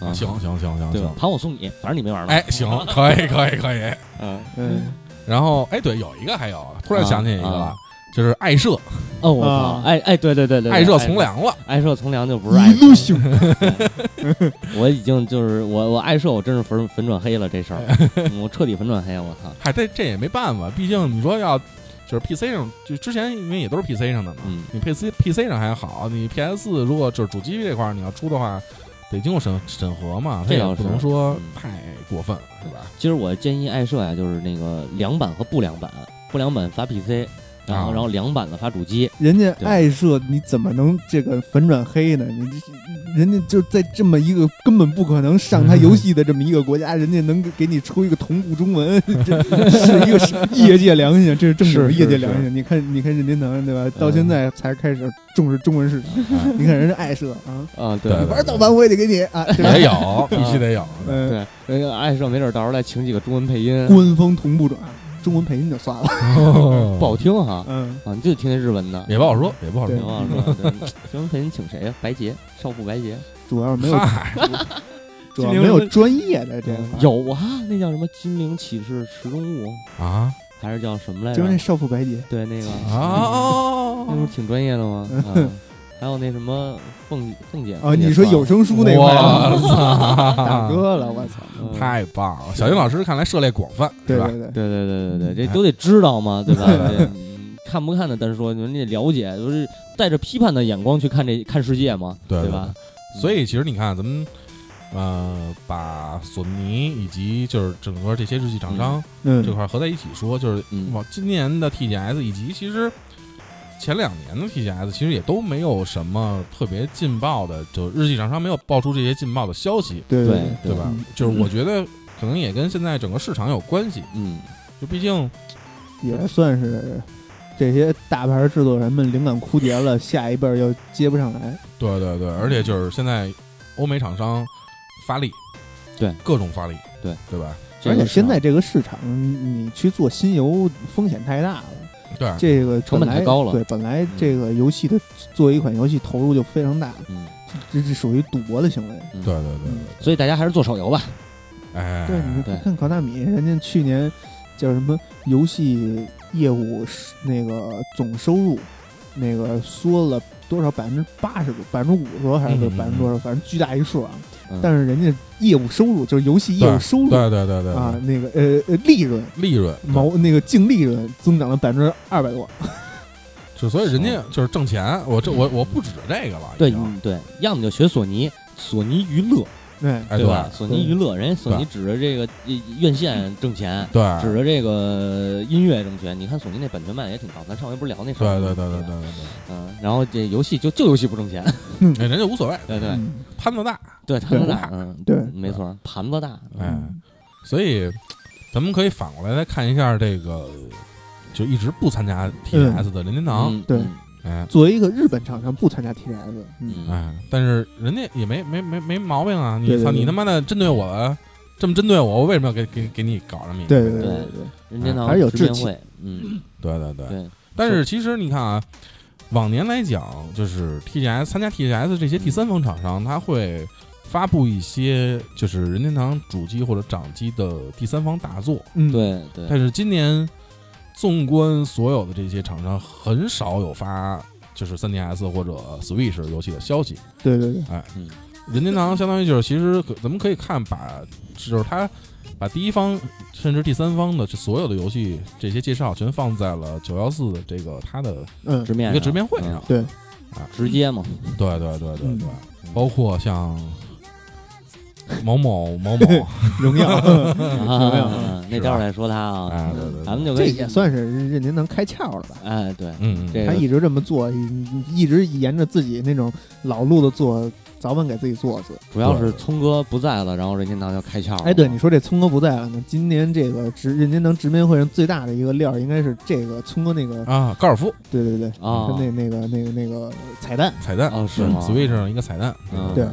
[SPEAKER 2] 啊，
[SPEAKER 3] 行，行行行
[SPEAKER 2] 对吧
[SPEAKER 3] 行，？
[SPEAKER 2] 盘我送你，反正你没玩儿嘛。
[SPEAKER 3] 哎，行，可以可以可以。
[SPEAKER 2] 嗯，
[SPEAKER 1] 嗯，
[SPEAKER 3] 然后哎，对，有一个还有，突然想起一个
[SPEAKER 2] 啊
[SPEAKER 3] 了，就是爱社，
[SPEAKER 2] 哦，我操
[SPEAKER 1] 啊，
[SPEAKER 2] 哎哎，对对对对，对
[SPEAKER 3] 爱社从，良了。
[SPEAKER 2] 爱社从良就不是爱
[SPEAKER 1] 一路
[SPEAKER 2] 社。
[SPEAKER 1] 行，
[SPEAKER 2] 我已经就是我我爱社，我真是粉粉转黑了这事儿，嗯我彻底粉转黑，我操，
[SPEAKER 3] 嗨，这这也没办法，毕竟你说要就是 PC 上，就之前因为也都是 PC 上的嘛，
[SPEAKER 2] 嗯
[SPEAKER 3] 你 PC PC 上还好，你 PS 如果就是主机这块儿你要出的话，得经过审审核嘛，它
[SPEAKER 2] 这
[SPEAKER 3] 也
[SPEAKER 2] 倒
[SPEAKER 3] 不
[SPEAKER 2] 是
[SPEAKER 3] 能说
[SPEAKER 2] 嗯
[SPEAKER 3] 太过分了，对吧？
[SPEAKER 2] 其实我建议爱社呀，就是那个良版和不良版，不良版发 PC，然后
[SPEAKER 3] 啊
[SPEAKER 2] 然后良版的发主机，
[SPEAKER 1] 人家爱社你怎么能这个粉转黑呢？你这人家就在这么一个根本不可能上
[SPEAKER 3] 嗯
[SPEAKER 1] 他游戏的这么一个国 家，人家能给你出一个同步中文， 这是一个是业界良心，啊这是正
[SPEAKER 3] 是
[SPEAKER 1] 经
[SPEAKER 3] 是
[SPEAKER 1] 业界良心。你看，你看任天堂对吧？到现在才开始重视中文市 场，
[SPEAKER 3] 哎
[SPEAKER 1] 你看人家爱社啊，
[SPEAKER 2] 啊，
[SPEAKER 3] 对对
[SPEAKER 1] 玩盗版我也得给你啊，对吧
[SPEAKER 3] 也有，必须得有。
[SPEAKER 1] 嗯，
[SPEAKER 2] 对，那个爱社没准到时候再请几个中文配音，
[SPEAKER 1] 官方同步转，中文配音就算了，
[SPEAKER 2] 不好听哈，
[SPEAKER 1] 嗯。
[SPEAKER 2] 啊，你就听那日文 的，
[SPEAKER 3] 也不好说，也不好
[SPEAKER 1] 对
[SPEAKER 3] 说。
[SPEAKER 2] 挺好说，啊对中文配音请谁呀？白洁，少妇白洁，
[SPEAKER 1] 主要是没有，
[SPEAKER 3] 嗨，
[SPEAKER 1] 主要没有专业的这个，
[SPEAKER 2] 有啊，那叫什么《金陵启示池中物》，
[SPEAKER 3] 啊
[SPEAKER 2] 还是叫什么来
[SPEAKER 1] 就是那
[SPEAKER 2] 着？
[SPEAKER 1] 少妇白洁，
[SPEAKER 2] 对，那个
[SPEAKER 3] 啊哦
[SPEAKER 2] 那不
[SPEAKER 1] 嗯
[SPEAKER 2] 是挺专业的 吗？啊还有那什么凤凤姐
[SPEAKER 1] 啊，你说有声书那块儿啊，
[SPEAKER 3] 哇
[SPEAKER 1] 大哥了，我操！
[SPEAKER 2] 嗯
[SPEAKER 3] 太棒了！小英老师看来涉猎广泛，
[SPEAKER 1] 对
[SPEAKER 3] 是吧？
[SPEAKER 1] 对对，
[SPEAKER 2] 对对对对
[SPEAKER 3] 嗯
[SPEAKER 2] 对，这都得知道 嘛，对吧？对嗯看不看的单说，你得了解，就是带着批判的眼光去看这看世界嘛，
[SPEAKER 3] 对对
[SPEAKER 2] 吧？
[SPEAKER 3] 所以其实你看，咱们呃把索尼以及就是整个这些日系厂商
[SPEAKER 1] 嗯
[SPEAKER 3] 这块儿合在一起说，就是
[SPEAKER 2] 嗯
[SPEAKER 3] 往今年的 TGS 以及其实前两年的 TGS 其实也都没有什么特别劲爆的，就日系厂商没有爆出这些劲爆的消息，
[SPEAKER 1] 对
[SPEAKER 2] 对
[SPEAKER 1] 对
[SPEAKER 3] 对吧？
[SPEAKER 1] 嗯
[SPEAKER 3] 就是我觉得可能也跟现在整个市场有关系，
[SPEAKER 2] 嗯，
[SPEAKER 3] 就毕竟
[SPEAKER 1] 也算是这些大牌制作人们灵感枯竭了，下一辈儿又接不上来。
[SPEAKER 3] 对对对，而且就是现在欧美厂商发力，
[SPEAKER 2] 对
[SPEAKER 3] 各种发力，
[SPEAKER 2] 对
[SPEAKER 3] 对吧？
[SPEAKER 2] 这
[SPEAKER 1] 而
[SPEAKER 2] 个
[SPEAKER 1] 且
[SPEAKER 2] 是
[SPEAKER 1] 现
[SPEAKER 2] 啊
[SPEAKER 1] 在这个市场，你去做新游风险太大了，
[SPEAKER 3] 对，
[SPEAKER 1] 这个
[SPEAKER 2] 啊成
[SPEAKER 1] 本
[SPEAKER 2] 本太
[SPEAKER 1] 来
[SPEAKER 2] 高了
[SPEAKER 1] 对，本来这个游戏的做一款游戏投入就非常大，
[SPEAKER 2] 嗯，
[SPEAKER 1] 这是属于赌博的行为。
[SPEAKER 2] 嗯
[SPEAKER 3] 对对对
[SPEAKER 1] 嗯
[SPEAKER 2] 所以大家还是做手游吧。
[SPEAKER 3] 哎，
[SPEAKER 1] 对，你
[SPEAKER 2] 对
[SPEAKER 1] 看考大米，人家去年叫什么游戏业务是那个总收入，那个缩了多少百分之八十多，百分之五十多还是
[SPEAKER 3] 嗯嗯嗯
[SPEAKER 1] 百分之多少，反正巨大一数啊。
[SPEAKER 2] 嗯
[SPEAKER 1] 但是人家业务收入就是游戏业务收入
[SPEAKER 3] 对对对对
[SPEAKER 1] 啊，，那个呃呃利润
[SPEAKER 3] 对利润
[SPEAKER 1] 毛那个净利润增长了百分之二百多，
[SPEAKER 3] 就所以人家就是挣钱，我这我我不指着这个了，
[SPEAKER 2] 对
[SPEAKER 3] 已经
[SPEAKER 1] 嗯
[SPEAKER 2] 对，要么就学索尼，索尼娱乐，
[SPEAKER 1] 对，
[SPEAKER 3] 哎
[SPEAKER 2] 对
[SPEAKER 3] 对
[SPEAKER 2] 吧？索尼娱乐，人家索尼
[SPEAKER 3] 对
[SPEAKER 2] 指着这个呃院线挣钱，
[SPEAKER 1] 啊
[SPEAKER 3] 对
[SPEAKER 2] 指着这个音乐挣钱。你看索尼那版权卖的也挺高，咱上回不是聊那事儿
[SPEAKER 3] 对
[SPEAKER 2] 吗？
[SPEAKER 3] 对对对对对对，
[SPEAKER 2] 嗯，然后这游戏就就游戏不挣钱，
[SPEAKER 3] 哎，人家无所谓，
[SPEAKER 2] 对对
[SPEAKER 1] 嗯
[SPEAKER 3] 摊子大，
[SPEAKER 2] 对，盘子
[SPEAKER 1] 对
[SPEAKER 2] 大，嗯，
[SPEAKER 1] 对
[SPEAKER 2] 没错，盘子大，
[SPEAKER 3] 哎，
[SPEAKER 1] 嗯
[SPEAKER 3] 所以咱们可以反过来再看一下这个，就一直不参加 TGS 的任天堂，
[SPEAKER 2] 嗯
[SPEAKER 1] 对
[SPEAKER 2] 嗯
[SPEAKER 3] 哎
[SPEAKER 1] 作为一个日本厂商不参加 TGS，嗯，
[SPEAKER 2] 嗯，
[SPEAKER 3] 哎，但是人家也没没没没毛病啊，
[SPEAKER 1] 对
[SPEAKER 3] 你
[SPEAKER 1] 对
[SPEAKER 3] 操
[SPEAKER 1] 对
[SPEAKER 3] 你他妈的针对我，这么针对我，我为什么要给给给你搞这么一个？
[SPEAKER 1] 对对
[SPEAKER 2] 对
[SPEAKER 1] 对，
[SPEAKER 2] 任天堂
[SPEAKER 1] 还是有
[SPEAKER 2] 直面
[SPEAKER 1] 志气
[SPEAKER 2] 会，嗯，
[SPEAKER 3] 对对对
[SPEAKER 2] 对，
[SPEAKER 3] 但是其实你看啊，往年来讲，就是 TGS 参加 TGS 这些第三方厂商，他会发布一些就是任天堂主机或者掌机的第三方大作。
[SPEAKER 1] 嗯，
[SPEAKER 2] 对对，
[SPEAKER 3] 但是今年纵观所有的这些厂商，很少有发就是 3DS 或者 Switch 游戏的消息。
[SPEAKER 1] 对对对，
[SPEAKER 2] 嗯
[SPEAKER 3] 任天堂相当于就是，其实可咱们可以看把，就是它把第一方甚至第三方的这所有的游戏这些介绍全放在了九幺四的这个它的
[SPEAKER 1] 嗯
[SPEAKER 2] 直，面
[SPEAKER 3] 一个直面会
[SPEAKER 2] 上
[SPEAKER 3] 上
[SPEAKER 2] 嗯。
[SPEAKER 1] 对
[SPEAKER 2] 直接嘛，
[SPEAKER 3] 对对对对对
[SPEAKER 2] 嗯，
[SPEAKER 3] 包括像某某某 某
[SPEAKER 1] 荣耀，嗯
[SPEAKER 2] 啊，那待会儿再说他啊，
[SPEAKER 3] 啊，对对
[SPEAKER 2] 咱们
[SPEAKER 3] 对，
[SPEAKER 2] 就
[SPEAKER 1] 哎这
[SPEAKER 2] 跟
[SPEAKER 1] 也算是任天堂开窍了吧？
[SPEAKER 2] 哎对，
[SPEAKER 3] 嗯，嗯
[SPEAKER 2] 这
[SPEAKER 1] 他
[SPEAKER 2] 个
[SPEAKER 1] 一直这么做，一一直沿着自己那种老路子做，早晚给自己做死。
[SPEAKER 2] 主要是聪哥不在了，然后任天堂就开窍了。
[SPEAKER 1] 哎，对，你说这聪哥不在了呢，今年这个直任天堂直面会上最大的一个料儿，应该是这个聪哥那个，
[SPEAKER 3] 啊，高尔夫
[SPEAKER 1] 对对对，
[SPEAKER 2] 啊
[SPEAKER 1] 他那那个那个那个彩蛋，
[SPEAKER 3] 彩蛋
[SPEAKER 2] 哦是吗
[SPEAKER 3] Switch 上一个彩蛋，
[SPEAKER 2] 嗯
[SPEAKER 1] 对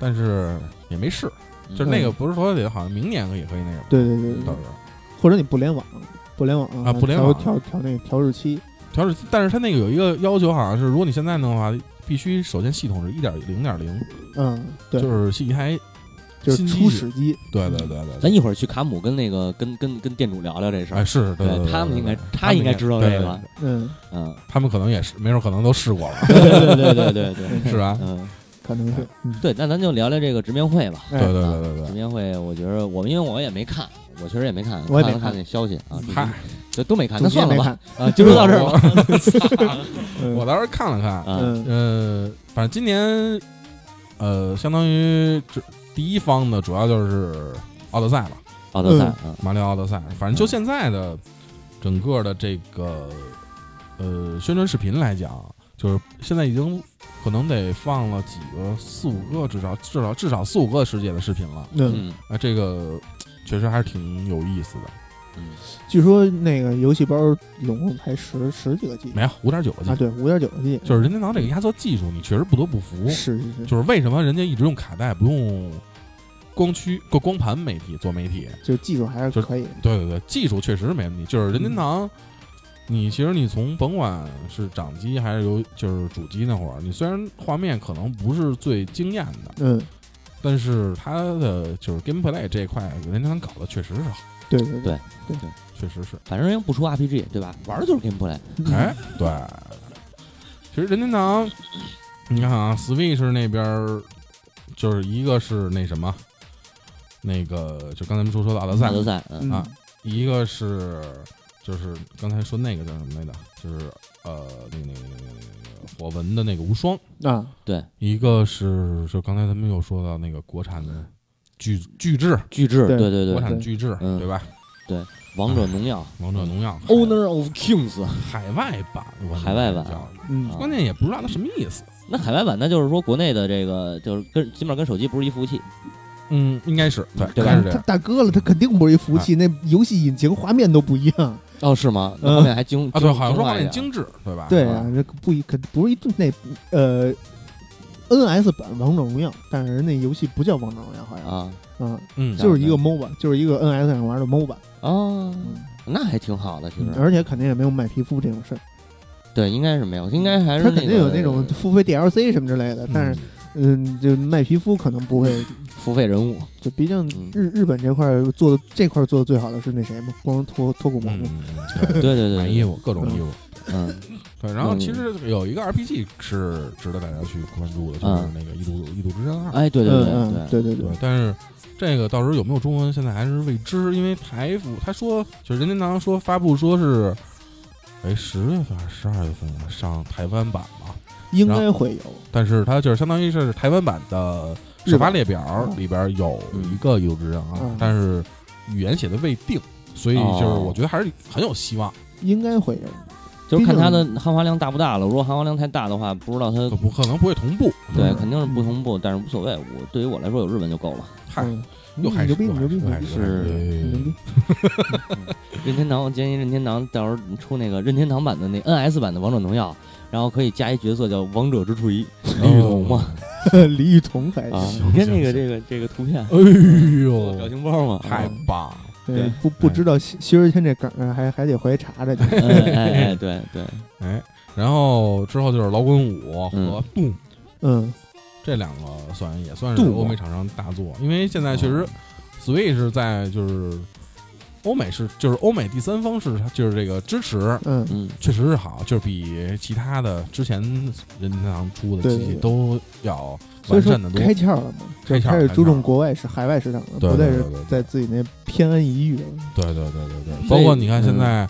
[SPEAKER 3] 但是也没试，就是那个不是说得好像明年可以可以那个吗，
[SPEAKER 1] 对对
[SPEAKER 2] 嗯
[SPEAKER 1] 对
[SPEAKER 3] 到
[SPEAKER 1] 对
[SPEAKER 3] 时，候
[SPEAKER 1] 或者你不联网，不联网
[SPEAKER 3] 啊不联网
[SPEAKER 1] 调调调那个调日期，
[SPEAKER 3] 调试，但是它那个有一个要求，好像是如果你现在弄的话，必须首先系统是一点零点零，
[SPEAKER 1] 嗯，对，
[SPEAKER 3] 就是系一台，
[SPEAKER 1] 就是
[SPEAKER 3] 新
[SPEAKER 1] 初
[SPEAKER 3] 机
[SPEAKER 1] 始机，
[SPEAKER 3] 对对对
[SPEAKER 2] 咱
[SPEAKER 3] 对，
[SPEAKER 2] 一会儿去卡姆跟那个跟跟跟店主聊聊这事
[SPEAKER 3] 哎
[SPEAKER 2] 儿，
[SPEAKER 3] 是，对对，
[SPEAKER 2] 他们应该
[SPEAKER 3] 对
[SPEAKER 2] 呃他应该知道这个，吧
[SPEAKER 3] 对对对对
[SPEAKER 1] 嗯，
[SPEAKER 3] 对
[SPEAKER 2] 嗯，
[SPEAKER 3] 他们可能也是，没准可能都试过了，
[SPEAKER 2] 对对对对对对，
[SPEAKER 3] 是吧？
[SPEAKER 2] 嗯，
[SPEAKER 1] 可能是，嗯，
[SPEAKER 2] 对，那咱就聊聊这个直面会吧。
[SPEAKER 1] 哎
[SPEAKER 3] 对对对对
[SPEAKER 2] 直
[SPEAKER 3] 对，
[SPEAKER 2] 面会，我觉得我们因为我也没看，我确实也没看，
[SPEAKER 1] 我也没
[SPEAKER 2] 看了看
[SPEAKER 1] 看嗯
[SPEAKER 2] 那消息啊，
[SPEAKER 3] 嗨
[SPEAKER 2] 就，就都没看，那
[SPEAKER 1] 总结
[SPEAKER 2] 算了
[SPEAKER 1] 没
[SPEAKER 2] 吧，
[SPEAKER 1] 看，
[SPEAKER 2] 啊，就说到这儿吧。
[SPEAKER 1] 嗯
[SPEAKER 3] 我当时看 了看，
[SPEAKER 2] 啊，
[SPEAKER 1] 嗯
[SPEAKER 3] 呃，反正今年，呃，相当于这第一方的主要就是奥德赛了，
[SPEAKER 2] 奥德赛
[SPEAKER 1] 嗯
[SPEAKER 2] 啊，
[SPEAKER 3] 马里奥奥德赛。反正就现在的整个的这个呃宣传视频来讲，就是现在已经可能得放了几个四五个，至少至少至少四五个世界的视频了。
[SPEAKER 1] 嗯，
[SPEAKER 2] 嗯
[SPEAKER 3] 啊，这个确实还是挺有意思的。
[SPEAKER 2] 嗯，
[SPEAKER 1] 据说那个游戏包一总共才十十几个 G
[SPEAKER 3] 没有五点九个 G，、
[SPEAKER 1] 啊，对，五点九个 G，
[SPEAKER 3] 就是任天堂这个压缩技术，你确实不得不服。
[SPEAKER 1] 是是是，
[SPEAKER 3] 就是为什么人家一直用卡带不用光驱光光盘媒体做媒体？
[SPEAKER 1] 就技术还是
[SPEAKER 3] 就
[SPEAKER 1] 可以，
[SPEAKER 3] 对对对，技术确实没问题。就是任天堂，你其实你从甭管是掌机还是游就是主机那会儿，你虽然画面可能不是最惊艳的，
[SPEAKER 1] 嗯，
[SPEAKER 3] 但是它的就是 gameplay 这一块，任天堂搞的确实是好，
[SPEAKER 1] 对对
[SPEAKER 2] 对
[SPEAKER 3] 确实是。
[SPEAKER 2] 反正人不出 RPG 对吧？玩儿就是 gameplay，
[SPEAKER 1] 嗯
[SPEAKER 3] 哎，对，其实任天堂，你看啊，Switch 那边儿就是一个是那什么，那个就刚才咱们说说的奥德赛
[SPEAKER 2] 奥，德赛，嗯，
[SPEAKER 1] 嗯
[SPEAKER 3] 啊一个是就是刚才说那个叫什么来着？就是呃，那个那个那个那个那个火纹的那个无双，
[SPEAKER 1] 啊，
[SPEAKER 3] 一个是就刚才咱们又说到那个国产的巨巨制，
[SPEAKER 2] 巨制，对
[SPEAKER 1] 对
[SPEAKER 2] 对
[SPEAKER 3] 国
[SPEAKER 2] 对，
[SPEAKER 3] 产巨制
[SPEAKER 2] 嗯
[SPEAKER 3] 对吧？
[SPEAKER 2] 王者荣耀
[SPEAKER 3] 王者荣耀
[SPEAKER 2] ，Owner of Kings，
[SPEAKER 3] 海外版，我
[SPEAKER 2] 海外版
[SPEAKER 3] 叫
[SPEAKER 1] 嗯
[SPEAKER 2] 啊
[SPEAKER 3] 关键也不知道它什么意思。
[SPEAKER 2] 那海外版那就是说国内的这个就是跟起码跟手机不是一服务器，
[SPEAKER 3] 嗯，应该是对，
[SPEAKER 2] 对吧
[SPEAKER 3] 应该是这
[SPEAKER 1] 他
[SPEAKER 3] 样。啊
[SPEAKER 1] 大哥了，他肯定不是一服务器，那游戏引擎画面都不一样。
[SPEAKER 2] 哦是吗？
[SPEAKER 1] 嗯
[SPEAKER 2] 那画面还精
[SPEAKER 3] 啊，对，好像说画面，
[SPEAKER 2] 精
[SPEAKER 3] 精致，对吧？
[SPEAKER 1] 对啊，这不一肯不是一那呃，NS 版王者荣耀，但是人那游戏不叫王者荣耀，好
[SPEAKER 2] 致
[SPEAKER 1] 像
[SPEAKER 2] 啊
[SPEAKER 1] 嗯，
[SPEAKER 3] 嗯，
[SPEAKER 1] 就是一个 MOBA，就是一个 NS 上玩的 MOBA，
[SPEAKER 2] 哦
[SPEAKER 1] 嗯，
[SPEAKER 2] 那还挺好的，其
[SPEAKER 3] 嗯
[SPEAKER 2] 实
[SPEAKER 1] 而且肯定也没有卖皮肤这种事儿，
[SPEAKER 2] 对，应该是没有，应该还是
[SPEAKER 1] 他肯定有那
[SPEAKER 2] 那
[SPEAKER 1] 种
[SPEAKER 2] 个
[SPEAKER 1] 付费 DLC 什么之类的，但是
[SPEAKER 3] 嗯
[SPEAKER 1] 嗯，就卖皮肤可能不会，
[SPEAKER 2] 付费人物，
[SPEAKER 1] 就毕竟
[SPEAKER 2] 嗯
[SPEAKER 1] 日日本这块儿做的这块儿做的最好的是那谁嘛，光脱脱骨毛
[SPEAKER 3] 嗯
[SPEAKER 1] 嘛，
[SPEAKER 3] 嗯，嗯
[SPEAKER 2] 对
[SPEAKER 3] 对
[SPEAKER 2] 对对，
[SPEAKER 3] 买衣服各种衣服。
[SPEAKER 2] 嗯，
[SPEAKER 3] 对，然后
[SPEAKER 2] 嗯
[SPEAKER 3] 其实有一个 RPG 是值得大家去关注的，就是
[SPEAKER 2] 嗯
[SPEAKER 3] 那个《异度异度之刃二》。
[SPEAKER 2] 哎，对对
[SPEAKER 1] 嗯嗯，
[SPEAKER 2] 对，
[SPEAKER 1] 对对
[SPEAKER 3] 对
[SPEAKER 1] 对，，
[SPEAKER 3] 但是这个到时候有没有中文，现在还是未知，因为台服他说就是任天堂说发布说是，哎，十月份还是十二月份上台湾版嘛，
[SPEAKER 1] 应该会有，
[SPEAKER 3] 但是它就是相当于是台湾版的首发列表里边有一个《异度之刃》啊
[SPEAKER 1] 嗯，
[SPEAKER 3] 但是语言写的未定，所以就是我觉得还是很有希望，
[SPEAKER 1] 应该会有。
[SPEAKER 2] 就是看
[SPEAKER 1] 毕竟
[SPEAKER 2] 它的含华量大不大了。如果含华量太大的话，不知道它
[SPEAKER 1] 嗯
[SPEAKER 3] 可不可能不会同步？
[SPEAKER 2] 对
[SPEAKER 3] 就是
[SPEAKER 2] 肯定是不同步，但是无所谓。我对于我来说有日本就够了。
[SPEAKER 3] 嗨，
[SPEAKER 1] 嗯
[SPEAKER 3] 又还是
[SPEAKER 1] 牛逼
[SPEAKER 3] 又还
[SPEAKER 1] 牛逼
[SPEAKER 3] 又
[SPEAKER 1] 牛
[SPEAKER 3] 还
[SPEAKER 1] 逼
[SPEAKER 2] 是
[SPEAKER 3] 哎
[SPEAKER 1] 牛逼！
[SPEAKER 2] 任天堂，我建议任天堂到时候出那个任天堂版的那 NS 版的王者荣耀，然后可以加一角色叫王者之锤李雨桐嘛
[SPEAKER 1] 李雨桐还
[SPEAKER 2] 啊
[SPEAKER 1] 哦哎行，，哦
[SPEAKER 2] 你看那个
[SPEAKER 3] 行
[SPEAKER 2] 这个这个图片
[SPEAKER 3] 哎
[SPEAKER 2] 表
[SPEAKER 3] 呦，
[SPEAKER 2] 情包嘛，啊
[SPEAKER 3] 太棒！了！
[SPEAKER 1] 对，不不知道薛薛之谦这梗儿，啊还还得回去查查 去。
[SPEAKER 2] 哎哎哎，对对，
[SPEAKER 3] 哎，然后之后就是老滚五和
[SPEAKER 2] 嗯
[SPEAKER 3] Doom、
[SPEAKER 1] 嗯，
[SPEAKER 3] 这两个算也算是
[SPEAKER 1] Doom
[SPEAKER 3] 欧美厂商大作，因为现在确实
[SPEAKER 2] 哦
[SPEAKER 3] Switch 在就是。欧美是就是欧美第三方是就是这个支持，
[SPEAKER 1] 嗯，
[SPEAKER 2] 嗯，
[SPEAKER 3] 确实是好，就是比其他的之前任天堂出的
[SPEAKER 1] 对
[SPEAKER 3] 机器
[SPEAKER 1] 对对
[SPEAKER 3] 都要
[SPEAKER 1] 所以
[SPEAKER 3] 完
[SPEAKER 1] 说
[SPEAKER 3] 善的多。
[SPEAKER 1] 开窍了嘛，就
[SPEAKER 3] 开窍
[SPEAKER 1] 开
[SPEAKER 3] 开
[SPEAKER 1] 始
[SPEAKER 3] 窍
[SPEAKER 1] 注重
[SPEAKER 3] 了
[SPEAKER 1] 国外市、海外市场了，
[SPEAKER 3] 对
[SPEAKER 1] 不再
[SPEAKER 3] 对
[SPEAKER 1] 是
[SPEAKER 3] 对对对
[SPEAKER 1] 在自己那偏安一隅了。
[SPEAKER 3] 对对对对对，
[SPEAKER 2] 所
[SPEAKER 3] 包
[SPEAKER 2] 以
[SPEAKER 3] 括你看现
[SPEAKER 2] 嗯
[SPEAKER 3] 在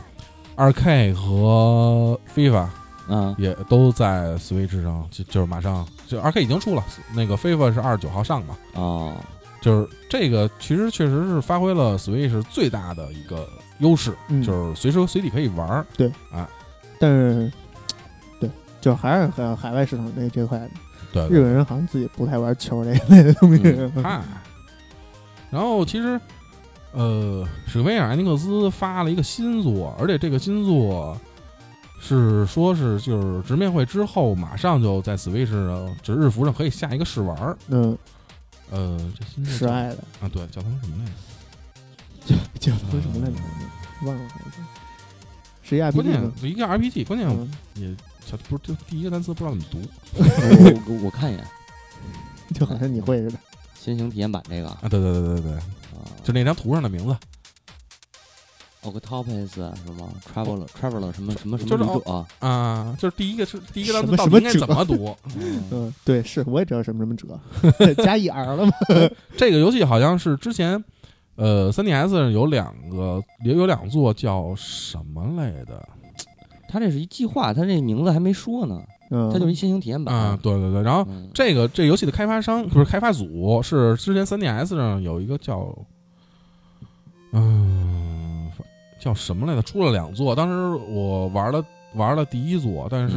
[SPEAKER 3] 二 K 和 FIFA
[SPEAKER 2] 啊，
[SPEAKER 3] 也都在 Switch 上，就就是马上就二 K 已经出了，那个 FIFA 是二十九号上嘛，
[SPEAKER 2] 哦，
[SPEAKER 3] 就是这个其实确实是发挥了 Switch 最大的一个优势，
[SPEAKER 1] 嗯
[SPEAKER 3] 就是随时随地可以玩儿。
[SPEAKER 1] 但是，对，就还是海海外市场那这块，
[SPEAKER 3] 对对
[SPEAKER 1] 日本人好像自己不太玩球这一类的东西。嗯
[SPEAKER 3] 嗨，然后其实，呃，史威尔艾尼克斯发了一个新作，而且这个新作是说是就是直面会之后，马上就在 Switch 上就是日服上可以下一个试玩儿。
[SPEAKER 1] 嗯，
[SPEAKER 3] 呃，这新作
[SPEAKER 1] 是
[SPEAKER 3] 叫
[SPEAKER 1] 爱的，
[SPEAKER 3] 啊，对，叫他们什么来着？
[SPEAKER 1] 叫叫什么来着？
[SPEAKER 3] 嗯
[SPEAKER 1] 忘了，是一 RPG
[SPEAKER 3] 关
[SPEAKER 1] 吗
[SPEAKER 3] 键？一个 RPG，关键
[SPEAKER 1] 嗯，
[SPEAKER 3] 也小不是就第一个单词不知道怎么读
[SPEAKER 2] 我我我看一眼
[SPEAKER 1] 就好像你会似的。
[SPEAKER 2] 先行体验版这个啊
[SPEAKER 3] 啊？对对对对对对，就那张图上的名字，
[SPEAKER 2] 啊，Octopus 什么 Traveler Traveler 什么什么什
[SPEAKER 3] 就
[SPEAKER 2] 么
[SPEAKER 3] 是
[SPEAKER 2] 旅者啊，
[SPEAKER 3] 啊，就是第一个是第一个单
[SPEAKER 1] 什么
[SPEAKER 3] 词到底应该
[SPEAKER 1] 什么
[SPEAKER 3] 怎么读？
[SPEAKER 2] 嗯
[SPEAKER 1] 嗯，对，是我也知道什么什么折， 加 E R 了嘛。
[SPEAKER 3] 这个游戏好像是之前，呃，3DS 有两个也有两座叫什么来的
[SPEAKER 2] 他这是一计划，他这名字还没说呢，
[SPEAKER 1] 嗯，
[SPEAKER 2] 他就是一先行体验
[SPEAKER 3] 啊
[SPEAKER 2] 版，。
[SPEAKER 3] 对对对，然后
[SPEAKER 2] 嗯
[SPEAKER 3] 这个这游戏的开发商不是开发组是之前 3DS 上有一个叫，嗯、叫什么来着？出了两座，当时我玩了玩了第一座，但是，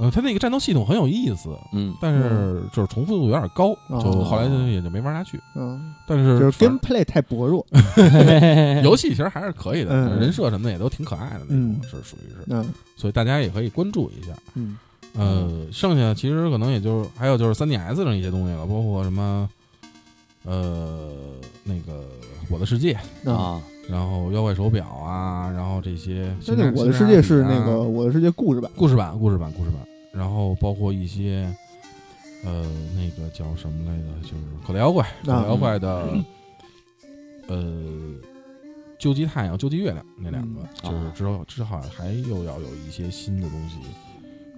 [SPEAKER 3] 呃，它那个战斗系统很有意思，
[SPEAKER 2] 嗯，
[SPEAKER 3] 但是就是重复度有点高，
[SPEAKER 1] 哦
[SPEAKER 3] 就后来就也就没玩下去。
[SPEAKER 1] 嗯，
[SPEAKER 3] 但是
[SPEAKER 1] 就是
[SPEAKER 3] 反嗯
[SPEAKER 1] gameplay 太薄弱。
[SPEAKER 3] 游戏其实还是可以的，
[SPEAKER 1] 嗯
[SPEAKER 3] 人设什么的也都挺可爱的那种，
[SPEAKER 1] 嗯
[SPEAKER 3] 是属于是，
[SPEAKER 1] 嗯
[SPEAKER 3] 所以大家也可以关注一下。
[SPEAKER 1] 嗯，
[SPEAKER 3] 呃，剩下其实可能也就是还有就是 3DS 上一些东西了，包括什么，呃，那个我的世界，
[SPEAKER 1] 啊，
[SPEAKER 2] 啊，
[SPEAKER 3] 然后妖怪手表啊，然后这些。
[SPEAKER 1] 真的，我的世界
[SPEAKER 3] 啊
[SPEAKER 1] 是那个我的世界故事版。
[SPEAKER 3] 故事版，故事版，故事版，然后包括一些，呃，那个叫什么来着？就是口袋妖怪，口袋妖怪的，
[SPEAKER 2] 嗯
[SPEAKER 3] 呃，究极太阳、究极月亮那两个，
[SPEAKER 2] 嗯
[SPEAKER 3] 就是
[SPEAKER 2] 啊
[SPEAKER 3] 之后之后还又要有一些新的东西，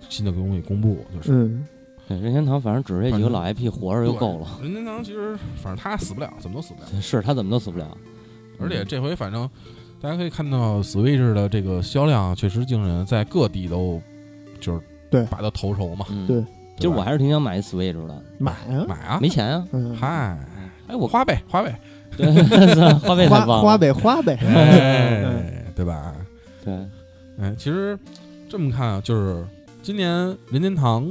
[SPEAKER 3] 新的东西公布，就是。
[SPEAKER 1] 嗯，
[SPEAKER 2] 对，任天堂反正只是这几个
[SPEAKER 3] 反正
[SPEAKER 2] 老 IP 活着就够了，
[SPEAKER 3] 任天堂其实，反正他死不了，怎么都死不了。
[SPEAKER 2] 是他怎么都死不了。
[SPEAKER 3] 而且这回反正大家可以看到，Switch 的这个销量确实惊人，在各地都就是
[SPEAKER 1] 对
[SPEAKER 3] 拔得头筹嘛。
[SPEAKER 2] 嗯
[SPEAKER 1] 对，
[SPEAKER 2] 其实我
[SPEAKER 3] 还
[SPEAKER 2] 还是挺想买一 Switch 的，
[SPEAKER 1] 买啊，
[SPEAKER 3] 买啊，
[SPEAKER 2] 没钱啊。
[SPEAKER 1] 嗯，
[SPEAKER 3] 嗨，
[SPEAKER 2] 哎，我
[SPEAKER 3] 花呗，花呗，
[SPEAKER 2] 对，花呗
[SPEAKER 1] 花
[SPEAKER 2] 太棒了。
[SPEAKER 1] 花呗花呗。嗯
[SPEAKER 3] 哎， 对吧？
[SPEAKER 2] 对，
[SPEAKER 3] 哎，其实这么看啊，就是今年任天堂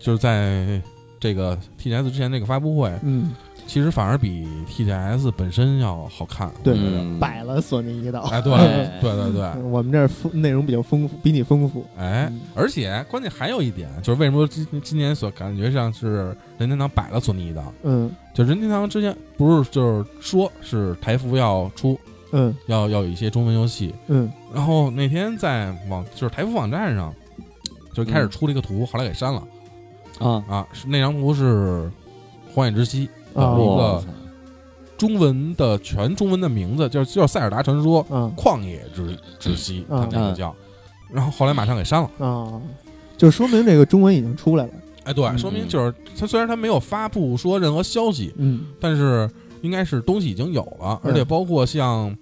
[SPEAKER 3] 就是在这个 TGS 之前这个发布会，
[SPEAKER 1] 嗯，
[SPEAKER 3] 其实反而比 TGS 本身要好看。
[SPEAKER 1] 对
[SPEAKER 3] 我觉得
[SPEAKER 2] 嗯
[SPEAKER 1] 摆了索尼一道。
[SPEAKER 3] 哎，对
[SPEAKER 2] 哎
[SPEAKER 3] 对对对，
[SPEAKER 1] 嗯我们这儿丰内容比较丰富，比你丰富。
[SPEAKER 3] 哎
[SPEAKER 1] 嗯，
[SPEAKER 3] 而且关键还有一点，就是为什么今今年所感觉上是任天堂摆了索尼一道，
[SPEAKER 1] 嗯
[SPEAKER 3] 就任天堂之前不是就是说是台服要出，
[SPEAKER 1] 嗯
[SPEAKER 3] 要要有一些中文游戏，
[SPEAKER 1] 嗯
[SPEAKER 3] 然后那天在网就是台服网站上，就开
[SPEAKER 1] 嗯
[SPEAKER 3] 始出了一个图，后来给删了
[SPEAKER 2] 啊，
[SPEAKER 3] 啊。是那张图是《荒野之息
[SPEAKER 1] 啊
[SPEAKER 3] 一个
[SPEAKER 2] 哇塞
[SPEAKER 3] 中文的全中文的名字，就是就是《塞尔达传说：
[SPEAKER 1] 啊
[SPEAKER 3] 旷野之之息》，它
[SPEAKER 1] 嗯
[SPEAKER 3] 那个叫。然后后来马上给删了。
[SPEAKER 1] 啊，就说明这个中文已经出来了。
[SPEAKER 3] 哎，对，
[SPEAKER 1] 嗯
[SPEAKER 3] 说明就是它虽然它没有发布说任何消息，
[SPEAKER 1] 嗯
[SPEAKER 3] 但是应该是东西已经有
[SPEAKER 1] 嗯
[SPEAKER 3] 了，而且包括像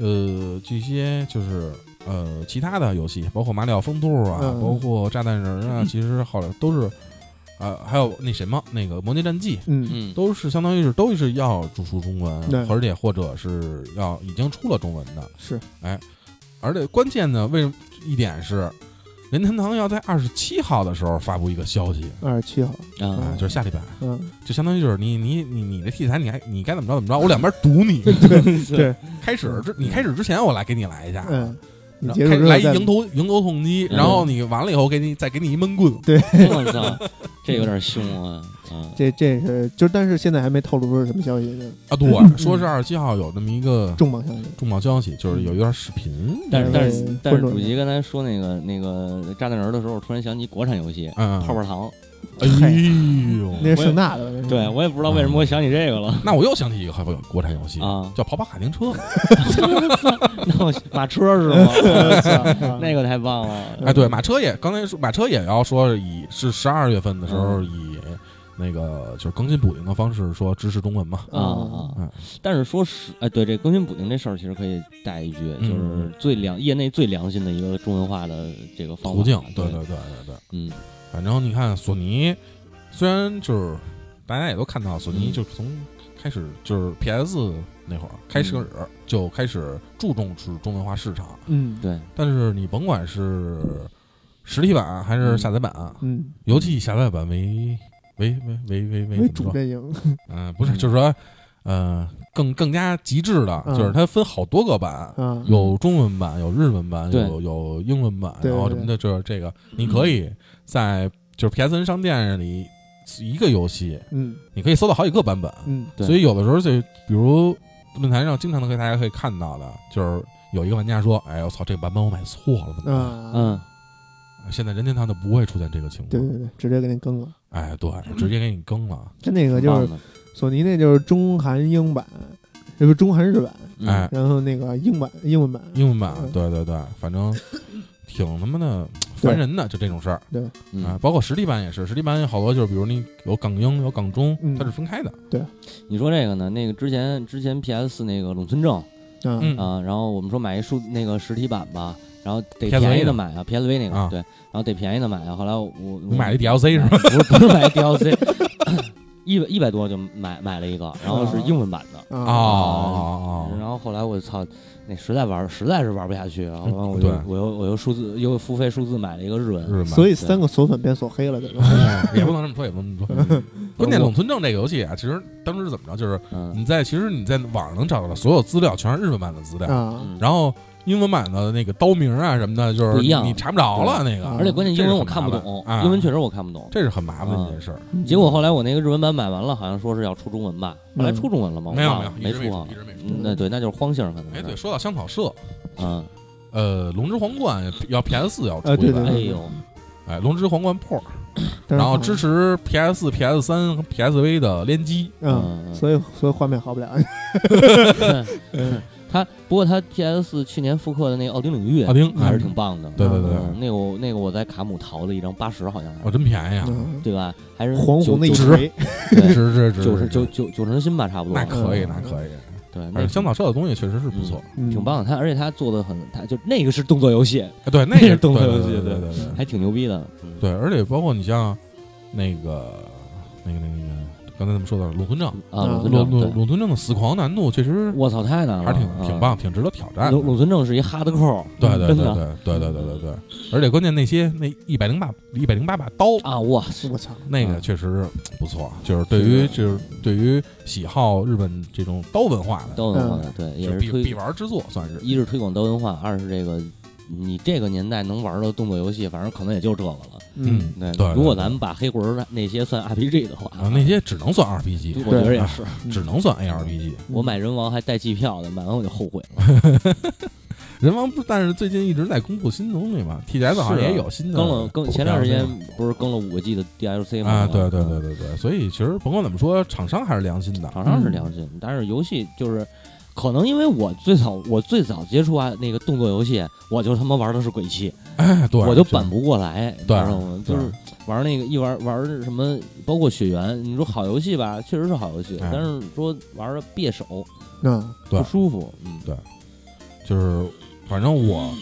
[SPEAKER 3] 呃这些就是呃其他的游戏，包括马里奥风兔啊，
[SPEAKER 1] 嗯
[SPEAKER 3] 包括炸弹人 啊，其实后来都是啊、还有那什么那个魔界战记。
[SPEAKER 1] 嗯
[SPEAKER 2] 嗯，
[SPEAKER 3] 都是相当于是都是要注出中
[SPEAKER 1] 对
[SPEAKER 3] 文，而且或者是要已经出了中文的，哎
[SPEAKER 1] 是
[SPEAKER 3] 而且关键呢，为什么一点是，任天堂要在二十七号的时候发布一个消息
[SPEAKER 1] 二十七号。
[SPEAKER 2] 啊
[SPEAKER 3] 啊，就是下礼拜，
[SPEAKER 1] 嗯，
[SPEAKER 3] 就相当于就是你你你你的题材你还你该怎么着怎么着，我两边堵 你，
[SPEAKER 1] 对，
[SPEAKER 3] 开始之你开始之前，我来给你来一下，
[SPEAKER 1] 嗯，你
[SPEAKER 3] 然后
[SPEAKER 1] 结束
[SPEAKER 3] 开
[SPEAKER 1] 之后
[SPEAKER 3] 来一
[SPEAKER 1] 再
[SPEAKER 3] 迎头迎头痛击，
[SPEAKER 2] 嗯
[SPEAKER 3] 然后你完了以后给你再给你一闷棍，
[SPEAKER 2] 我操，这有点凶啊！啊，
[SPEAKER 1] 这这是就，但是现在还没透露出是什么消息，就是
[SPEAKER 3] 啊！对，说是二十七号有那么一个
[SPEAKER 1] 重磅消
[SPEAKER 2] 嗯
[SPEAKER 1] 息。
[SPEAKER 3] 重磅消息，就是有一段视频，
[SPEAKER 2] 但是
[SPEAKER 1] 嗯
[SPEAKER 2] 但是
[SPEAKER 1] 嗯
[SPEAKER 2] 但是，
[SPEAKER 1] 关注
[SPEAKER 2] 主席刚才说那个那个炸弹人的时候，我突然想起国产游戏
[SPEAKER 3] 嗯，
[SPEAKER 2] 泡泡糖，
[SPEAKER 3] 哎呦，
[SPEAKER 1] 那是盛大的吧，那是
[SPEAKER 2] 对我也不知道为什么我想起这个了
[SPEAKER 3] 那我又想起一个还有国产游戏，
[SPEAKER 2] 啊。
[SPEAKER 3] 叫《跑跑卡丁车》。嗯
[SPEAKER 2] 那我马车是 吗？那
[SPEAKER 1] 个
[SPEAKER 2] 个太棒了，
[SPEAKER 3] 哎，对，马车也刚才说马车也要说以是十二月份的时候
[SPEAKER 2] 嗯
[SPEAKER 3] 以那个就是更新补丁的方式说支持中文嘛。
[SPEAKER 2] 啊
[SPEAKER 3] 嗯！
[SPEAKER 2] 但是说实，哎，对这更新补丁这事儿，其实可以带一句，
[SPEAKER 3] 嗯
[SPEAKER 2] 就是最良业内最良心的一个中文化的这个方法
[SPEAKER 3] 途径，对
[SPEAKER 2] 对
[SPEAKER 3] 对，对对对，
[SPEAKER 2] 嗯
[SPEAKER 3] 反正你看索尼，虽然就是大家也都看到索尼
[SPEAKER 2] 嗯
[SPEAKER 3] 就是从开始就是 PS 那会儿开始就开始注重是中文化市场，
[SPEAKER 1] 嗯
[SPEAKER 2] 对，
[SPEAKER 3] 但是你甭管是实体版还是下载版，
[SPEAKER 1] 嗯
[SPEAKER 3] 尤其以下载版为为为为为为
[SPEAKER 1] 为
[SPEAKER 3] 怎么
[SPEAKER 1] 主
[SPEAKER 3] 说
[SPEAKER 1] 阵营，
[SPEAKER 3] 嗯，不是，
[SPEAKER 2] 嗯
[SPEAKER 3] 就是说，呃，更更加极致的，
[SPEAKER 1] 嗯
[SPEAKER 3] 就是它分好多个版，
[SPEAKER 1] 啊，
[SPEAKER 3] 有中文版，有日文版，
[SPEAKER 2] 对
[SPEAKER 3] 有有英文版，
[SPEAKER 1] 对
[SPEAKER 3] 然后
[SPEAKER 1] 对
[SPEAKER 3] 什么的，就是这个，你可以在就是 PSN 商店里一个游戏，
[SPEAKER 1] 嗯
[SPEAKER 3] 你可以搜到好几个版本，
[SPEAKER 1] 嗯
[SPEAKER 2] 对
[SPEAKER 3] 所以有的时候就比如论坛上经常能给大家可以看到的，就是有一个玩家说，哎，我操，这个版本我买错了，怎么办？
[SPEAKER 1] 啊，
[SPEAKER 2] 嗯，
[SPEAKER 3] 现在任天堂就不会出现这个情
[SPEAKER 1] 对嗯对
[SPEAKER 3] 况，
[SPEAKER 1] 对，直接给你更了。
[SPEAKER 3] 哎，对，直接给你更了，
[SPEAKER 1] 他那个
[SPEAKER 2] 挺
[SPEAKER 1] 就
[SPEAKER 2] 棒
[SPEAKER 1] 是
[SPEAKER 2] 的
[SPEAKER 1] 索尼那就是中韩英版，这不中韩日版，
[SPEAKER 2] 嗯
[SPEAKER 3] 哎，
[SPEAKER 1] 然后那个英版英文版，
[SPEAKER 3] 英文版，
[SPEAKER 1] 嗯
[SPEAKER 3] 对对对，反正挺他妈的
[SPEAKER 1] 对
[SPEAKER 3] 烦人的，就这种事儿
[SPEAKER 2] 嗯
[SPEAKER 3] 啊。包括实体版也是，实体版有好多就是，比如你有港英有港中
[SPEAKER 1] 嗯，
[SPEAKER 3] 它是分开的。
[SPEAKER 2] 你说这个呢？那个之前之前 PS 四那个垄村证
[SPEAKER 1] 嗯
[SPEAKER 3] 嗯
[SPEAKER 2] 啊，然后我们说买一数那个实体版吧，然后得
[SPEAKER 3] PSV
[SPEAKER 2] 便宜
[SPEAKER 3] 的
[SPEAKER 2] 的买啊，PSV 那
[SPEAKER 3] 啊
[SPEAKER 2] 个对，然后得便宜的买啊。后来我我
[SPEAKER 3] 你买了 DLC 是吧？
[SPEAKER 2] 不是不是买 DLC，一百一百多就买买了一个，然后是英文版的。嗯
[SPEAKER 3] 哦
[SPEAKER 1] 啊，
[SPEAKER 3] 哦哦
[SPEAKER 2] 然后后来我操，那实在玩实在是玩不下去，然后我
[SPEAKER 3] 对
[SPEAKER 2] 又我又我又数字又付费数字买了一个日文，
[SPEAKER 3] 日
[SPEAKER 1] 所
[SPEAKER 3] 以
[SPEAKER 1] 以三个索粉变索黑了，对吧？
[SPEAKER 3] 也不能这么说，也不能这 么说。关键垄村证这个游戏啊，其实当时是怎么着？就是
[SPEAKER 2] 嗯
[SPEAKER 3] 你在其实你在网上能找到的所有资料全是日文版的资料，
[SPEAKER 1] 啊，
[SPEAKER 2] 嗯，
[SPEAKER 3] 然后英文版的那个刀名啊什么的，就是
[SPEAKER 2] 不一样
[SPEAKER 3] 你查不着了那
[SPEAKER 1] 对
[SPEAKER 3] 个，
[SPEAKER 2] 而且关键英文我
[SPEAKER 3] 这是
[SPEAKER 2] 看
[SPEAKER 3] 很麻
[SPEAKER 2] 不
[SPEAKER 3] 烦
[SPEAKER 2] 懂，
[SPEAKER 3] 啊
[SPEAKER 2] 英文确实我看不懂。
[SPEAKER 3] 这是很麻烦的一件事儿。
[SPEAKER 2] 嗯结果后来我那个日文版买完了，好像说是要出中文吧，后来
[SPEAKER 1] 嗯
[SPEAKER 2] 出中文了吗？
[SPEAKER 3] 没有
[SPEAKER 2] 我
[SPEAKER 3] 没
[SPEAKER 2] 忘
[SPEAKER 3] 有
[SPEAKER 2] 了，
[SPEAKER 3] 一直没
[SPEAKER 2] 出
[SPEAKER 3] 出
[SPEAKER 2] 啊，
[SPEAKER 3] 一。直没出。
[SPEAKER 2] 嗯那对，那就是荒姓可能
[SPEAKER 3] 哎，对，
[SPEAKER 2] 是。
[SPEAKER 3] 说到香草社，
[SPEAKER 2] 嗯，
[SPEAKER 3] 呃，龙之皇冠要 PS 四要出
[SPEAKER 1] 啊
[SPEAKER 3] 一
[SPEAKER 1] 对
[SPEAKER 3] 版，
[SPEAKER 1] 对
[SPEAKER 2] 哎
[SPEAKER 1] 对
[SPEAKER 2] 呦，
[SPEAKER 3] 哎，龙之皇冠 Pro，
[SPEAKER 1] 但是
[SPEAKER 3] 然后
[SPEAKER 1] 好
[SPEAKER 3] 支持 PS 四、PS 三和 PSV 的联机。
[SPEAKER 1] 嗯，
[SPEAKER 2] 嗯，
[SPEAKER 1] 所以所以画面好不了， 嗯
[SPEAKER 2] 他不过他 PS 四去年复刻的那个奥丁领域
[SPEAKER 3] 奥丁
[SPEAKER 2] 还是
[SPEAKER 3] 嗯
[SPEAKER 2] 挺棒的。
[SPEAKER 3] 对对对对，
[SPEAKER 2] 嗯那个我那个我在卡姆淘的一张八十，好像
[SPEAKER 3] 哦，
[SPEAKER 2] 是，
[SPEAKER 3] 真便宜啊！
[SPEAKER 1] 嗯
[SPEAKER 2] 对吧？还是
[SPEAKER 1] 黄
[SPEAKER 2] 九
[SPEAKER 1] 红的一
[SPEAKER 2] 九
[SPEAKER 1] 锤，
[SPEAKER 3] 值
[SPEAKER 2] 对
[SPEAKER 3] 值值，
[SPEAKER 2] 九十九
[SPEAKER 3] 值
[SPEAKER 2] 九九成新吧，差不多。
[SPEAKER 3] 那可以，
[SPEAKER 1] 嗯
[SPEAKER 3] 那可以。
[SPEAKER 2] 对，
[SPEAKER 3] 反
[SPEAKER 2] 那
[SPEAKER 3] 正香草社的东西确实是不错。
[SPEAKER 1] 嗯
[SPEAKER 2] 挺，棒的。他而且他做的很，他就那个是动作游戏，
[SPEAKER 3] 哎对，那
[SPEAKER 2] 那
[SPEAKER 3] 个
[SPEAKER 2] 是动
[SPEAKER 3] 对
[SPEAKER 2] 作
[SPEAKER 3] 对
[SPEAKER 2] 游戏
[SPEAKER 3] 对
[SPEAKER 2] 对
[SPEAKER 3] 对对
[SPEAKER 2] 还挺牛逼的。嗯
[SPEAKER 3] 对，而且包括你像那个那个那个那个，刚才咱们说到了龙吞正，
[SPEAKER 2] 啊，
[SPEAKER 1] 嗯
[SPEAKER 2] 鲁村正，
[SPEAKER 3] 龙龙
[SPEAKER 2] 对
[SPEAKER 3] 龙吞正的死狂难度确实
[SPEAKER 2] 我操，太难了，
[SPEAKER 3] 还是挺
[SPEAKER 2] 嗯
[SPEAKER 3] 挺。棒，挺值得挑战的。
[SPEAKER 2] 鲁鲁村正是一哈德扣，
[SPEAKER 3] 对对对
[SPEAKER 2] 真
[SPEAKER 3] 对
[SPEAKER 2] 的
[SPEAKER 3] 对对对对对，而且关键那些那一百零八一百零八把刀
[SPEAKER 2] 啊！哇，
[SPEAKER 1] 我操，
[SPEAKER 3] 那个
[SPEAKER 2] 嗯
[SPEAKER 3] 确实不错，就是对于
[SPEAKER 2] 是的
[SPEAKER 3] 就是对于喜好日本这种刀文化的，
[SPEAKER 2] 刀文化的对，也
[SPEAKER 3] 嗯就是是必必
[SPEAKER 2] 推
[SPEAKER 3] 玩之作，算是。
[SPEAKER 2] 一是推广刀文化，二是这个你这个年代能玩的动作游戏，反正可能也就这个了。
[SPEAKER 3] 嗯，
[SPEAKER 2] 对，
[SPEAKER 3] 对
[SPEAKER 2] 如果
[SPEAKER 3] 对
[SPEAKER 2] 咱们把黑魂儿那些算 RPG 的话，
[SPEAKER 3] 啊，那些只能算 RPG，
[SPEAKER 2] 我觉得也
[SPEAKER 3] 啊
[SPEAKER 2] 是。
[SPEAKER 1] 嗯
[SPEAKER 3] 只能算 ARPG。
[SPEAKER 2] 我买人王还带机票的，买完我就后悔了。
[SPEAKER 3] 人王不，但是最近一直在公布新东西嘛，TGS 好像
[SPEAKER 2] 是啊
[SPEAKER 3] 也有新的
[SPEAKER 2] 更了更前段时间嗯
[SPEAKER 3] 对
[SPEAKER 2] 不是更了五个 G 的 DLC 吗？
[SPEAKER 3] 啊，对对对，对对，所以其实甭管怎么说，厂商还是良心的。
[SPEAKER 2] 厂商是良心，但是游戏就是。可能因为我最早我最早接触啊那个动作游戏，我就他妈玩的是鬼泣，
[SPEAKER 3] 哎，对，
[SPEAKER 2] 我就板不过来，你知
[SPEAKER 3] 对
[SPEAKER 2] 道吗？就是玩那个一玩玩什么，包括血缘，你说好游戏吧，确实是好游戏，
[SPEAKER 3] 哎
[SPEAKER 2] 但是说玩着别手
[SPEAKER 1] 啊，
[SPEAKER 3] 对
[SPEAKER 2] 不舒服，嗯，
[SPEAKER 3] 就是反正我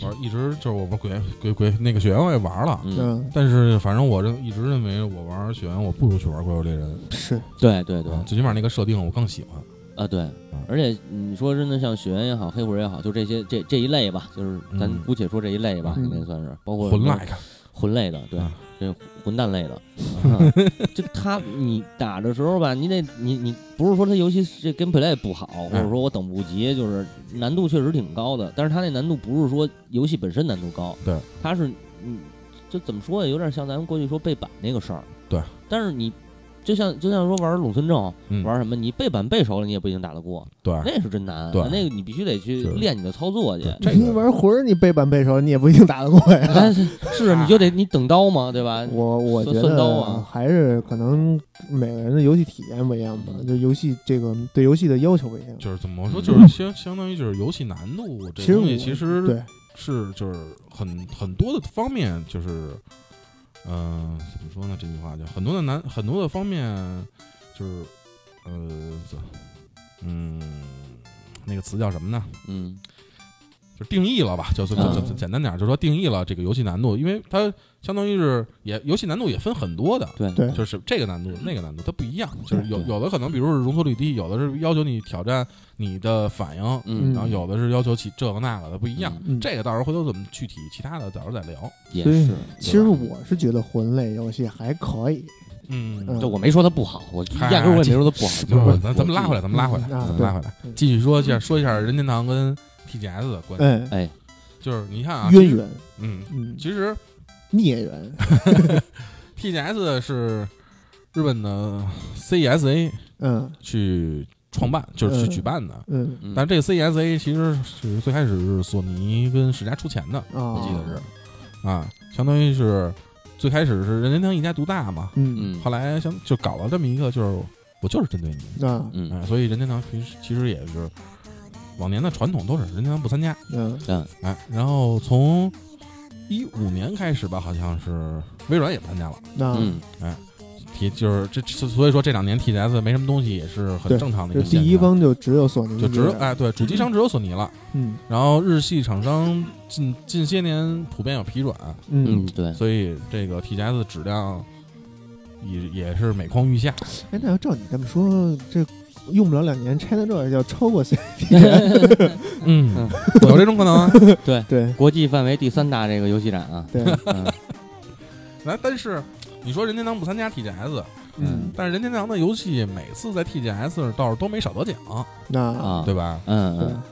[SPEAKER 3] 玩一直就是我玩鬼鬼鬼那个血缘我也玩了，
[SPEAKER 2] 嗯，
[SPEAKER 1] 嗯，
[SPEAKER 3] 但是反正我认一直认为我玩血缘我不如去玩《怪物猎人》
[SPEAKER 1] 是，
[SPEAKER 2] 对对对，
[SPEAKER 3] 啊，最起码那个设定我更喜欢。
[SPEAKER 2] 啊对，
[SPEAKER 3] 嗯
[SPEAKER 2] 而且你说真的，像血缘也好，黑魂也好，就这些这这一类吧，就是咱
[SPEAKER 3] 嗯
[SPEAKER 2] 姑且说这一类吧，
[SPEAKER 1] 嗯
[SPEAKER 2] 那算是包括
[SPEAKER 3] 魂
[SPEAKER 2] 什么
[SPEAKER 3] like，
[SPEAKER 2] 魂类的，对
[SPEAKER 3] 啊，
[SPEAKER 2] 这混蛋 类的，啊就他你打的时候吧，你得你你不是说他游戏这 gameplay 不好，或者说我等不及，就是难度确实挺高的，但是他那难度不是说游戏本身难度高，
[SPEAKER 3] 对，
[SPEAKER 2] 他是嗯，就怎么说呀，有点像咱们过去说背板那个事儿，
[SPEAKER 3] 对，
[SPEAKER 2] 但是你就像就像说玩咏春正，
[SPEAKER 3] 嗯，
[SPEAKER 2] 玩什么，你背板背熟了，你也不一定打得过，
[SPEAKER 3] 对
[SPEAKER 2] 那是真难。
[SPEAKER 3] 对
[SPEAKER 2] 那个你必须得去
[SPEAKER 3] 是
[SPEAKER 2] 练你的操作去。
[SPEAKER 3] 这
[SPEAKER 1] 你
[SPEAKER 3] 个
[SPEAKER 1] 玩魂儿，你背板背熟，你也不一定打得过呀。
[SPEAKER 2] 但哎是是你就得你等刀嘛，对吧？
[SPEAKER 1] 我我觉
[SPEAKER 2] 算算刀
[SPEAKER 1] 得
[SPEAKER 2] 啊
[SPEAKER 1] 还是可能每个人的游戏体验不一样吧，就游戏这个对游戏的要求不一样。
[SPEAKER 3] 就是怎么说，就是相相当于就是游戏难度
[SPEAKER 1] 其
[SPEAKER 3] 这
[SPEAKER 1] 实
[SPEAKER 3] 东
[SPEAKER 1] 我
[SPEAKER 3] 西，其实
[SPEAKER 1] 对，
[SPEAKER 3] 是就是很很多的方面，就是嗯、呃怎么说呢？这句话就很多的难，很多的方面就是呃，怎嗯，那个词叫什么呢？
[SPEAKER 2] 嗯，
[SPEAKER 3] 就定义了吧，就就就
[SPEAKER 1] 嗯
[SPEAKER 3] 就简单点儿，就说定义了这个游戏难度，因为它相当于是也游戏难度也分很多的，
[SPEAKER 2] 对
[SPEAKER 1] 对
[SPEAKER 3] 就是这个难度那个难度它不一样，就是有
[SPEAKER 1] 嗯
[SPEAKER 2] 对
[SPEAKER 3] 有的可能比如说是容错率低，有的是要求你挑战你的反应，
[SPEAKER 2] 嗯
[SPEAKER 1] 嗯
[SPEAKER 3] 然后有的是要求起这个那个的不一样。
[SPEAKER 1] 嗯
[SPEAKER 3] 这个到时候回头怎么具体其他的到时候再聊。
[SPEAKER 2] 也
[SPEAKER 1] 所以
[SPEAKER 2] 是。
[SPEAKER 1] 其实我是觉得魂类游戏还可以，
[SPEAKER 3] 嗯
[SPEAKER 1] 嗯
[SPEAKER 2] 就我没说它不好，我
[SPEAKER 3] 嗨
[SPEAKER 2] 压根儿我也没说它不好。就是我
[SPEAKER 3] 咱咱们拉回来，咱们拉回来，
[SPEAKER 1] 嗯啊
[SPEAKER 3] 咱们
[SPEAKER 1] 对
[SPEAKER 3] 拉回来，
[SPEAKER 1] 嗯
[SPEAKER 3] 继续说一下说一下任天堂跟 TGS 的关系，
[SPEAKER 1] 哎，
[SPEAKER 3] 就是你看啊，
[SPEAKER 1] 渊源，
[SPEAKER 3] 嗯，
[SPEAKER 1] 嗯，
[SPEAKER 3] 其实
[SPEAKER 1] 孽缘，
[SPEAKER 3] TGS 是日本的 CESA
[SPEAKER 1] 嗯
[SPEAKER 3] 去创办，就是
[SPEAKER 1] 嗯
[SPEAKER 3] 去举办的。
[SPEAKER 1] 嗯
[SPEAKER 2] 嗯
[SPEAKER 3] 但这个 CESA 其实是最开始是索尼跟世嘉出钱的，
[SPEAKER 1] 啊，
[SPEAKER 3] 我记得
[SPEAKER 2] 哦
[SPEAKER 3] 是啊，相当于是最开始是任天堂一家独大嘛，
[SPEAKER 1] 嗯
[SPEAKER 2] 嗯
[SPEAKER 3] 后来相就搞了这么一个，就是我就是针对你，
[SPEAKER 1] 啊
[SPEAKER 2] 嗯
[SPEAKER 3] 哎，所以任天堂平时其实也是往年的传统都是任天堂不参加，
[SPEAKER 1] 嗯
[SPEAKER 3] 哎，然后从一五年开始吧，好像是微软也不参加了。
[SPEAKER 1] 那
[SPEAKER 2] 嗯，
[SPEAKER 3] 提就是这，这所以说这两年 TGS 没什么东西也是很
[SPEAKER 1] 对
[SPEAKER 3] 正常的一
[SPEAKER 1] 就
[SPEAKER 3] 个现象。
[SPEAKER 1] 第一方就只有索尼，
[SPEAKER 3] 就只有哎对，主机商只有索尼了。
[SPEAKER 1] 嗯
[SPEAKER 3] 然后日系厂商近近些年普遍有疲软，
[SPEAKER 1] 嗯
[SPEAKER 2] 嗯，，对，
[SPEAKER 3] 所以这个 TGS 的质量也也是每况 愈下。
[SPEAKER 1] 哎，那要照你这么说，这用不了两年，China 这要超过 C，
[SPEAKER 3] 嗯，有这种可能啊。
[SPEAKER 1] 对
[SPEAKER 2] 国际范围第三大这个游戏展啊，
[SPEAKER 1] 对，
[SPEAKER 2] 嗯
[SPEAKER 3] 来，但是你说任天堂不参加 TGS，
[SPEAKER 1] 嗯，
[SPEAKER 3] 但是任天堂的游戏每次在 TGS 倒是都没少得奖，
[SPEAKER 1] 那
[SPEAKER 2] 啊，
[SPEAKER 3] 对吧？哎
[SPEAKER 2] 嗯
[SPEAKER 1] 对
[SPEAKER 2] 嗯，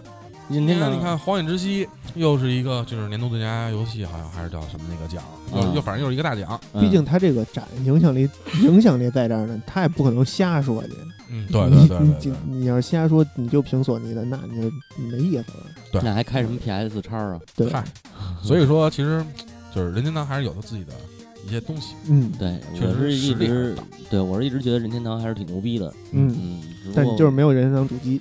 [SPEAKER 2] 任天堂
[SPEAKER 3] 你看《荒野之息》又是一个就是年度最佳游戏，好像还是叫什么那个奖，又
[SPEAKER 2] 嗯
[SPEAKER 3] 又反正又是一个大奖。
[SPEAKER 2] 嗯
[SPEAKER 1] 毕竟它这个展影响力影响力在这儿呢，它也不可能瞎说去。
[SPEAKER 3] 嗯，对对对
[SPEAKER 1] 你
[SPEAKER 3] 对对
[SPEAKER 1] 你你要是瞎说，你就评索尼的，那你就没意思了。
[SPEAKER 2] 那还开什么 PS 叉啊？
[SPEAKER 1] 对，
[SPEAKER 3] 嗨，所以说其实就是任天堂还是有他自己的一些东西。
[SPEAKER 1] 嗯
[SPEAKER 2] 对，
[SPEAKER 3] 确
[SPEAKER 2] 我
[SPEAKER 3] 实
[SPEAKER 2] 是一
[SPEAKER 3] 实力还是
[SPEAKER 2] 直
[SPEAKER 3] 大
[SPEAKER 2] 对我是一直觉得任天堂还是挺牛逼的，
[SPEAKER 1] 嗯，
[SPEAKER 2] 嗯，只不
[SPEAKER 1] 但
[SPEAKER 2] 过
[SPEAKER 1] 就是没有人能主 机，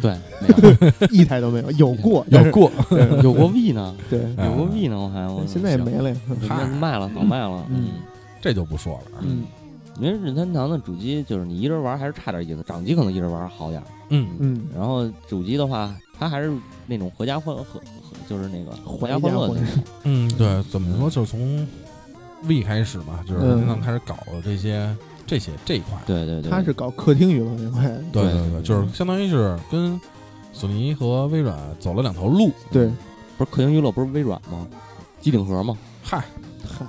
[SPEAKER 2] 对，没
[SPEAKER 1] 一台都没有，有过，但
[SPEAKER 3] 有
[SPEAKER 1] 是
[SPEAKER 3] 过，
[SPEAKER 2] 有有过 V 呢，
[SPEAKER 1] 对，
[SPEAKER 3] 哎
[SPEAKER 2] 有过 V 呢，我还我
[SPEAKER 1] 现在也没了呀。
[SPEAKER 2] 人
[SPEAKER 3] 嗨
[SPEAKER 2] 家卖了，早卖了，
[SPEAKER 1] 嗯
[SPEAKER 3] 这就不说了。啊
[SPEAKER 1] 嗯
[SPEAKER 2] 因为任天堂的主机就是你一人玩还是差点意思，掌机可能一人玩好点儿，
[SPEAKER 3] 嗯，
[SPEAKER 1] 嗯，
[SPEAKER 2] 然后主机的话，它还是那种合家欢和就是那个合
[SPEAKER 1] 回
[SPEAKER 2] 家
[SPEAKER 1] 家
[SPEAKER 2] 欢乐
[SPEAKER 1] 混
[SPEAKER 2] 的，
[SPEAKER 3] 嗯，对，怎么说就是从 V 开始嘛，就是
[SPEAKER 1] 嗯
[SPEAKER 3] 任天堂开始搞这些这些这一块。
[SPEAKER 2] 对对对，
[SPEAKER 1] 他是搞客厅娱乐那块，
[SPEAKER 3] 对
[SPEAKER 2] 对
[SPEAKER 3] 对对，就是相当于是跟索尼和微软走了两条路。
[SPEAKER 1] 对，
[SPEAKER 2] 不是客厅娱乐不是微软吗？机顶盒吗？
[SPEAKER 3] 嗨，
[SPEAKER 1] 嗨，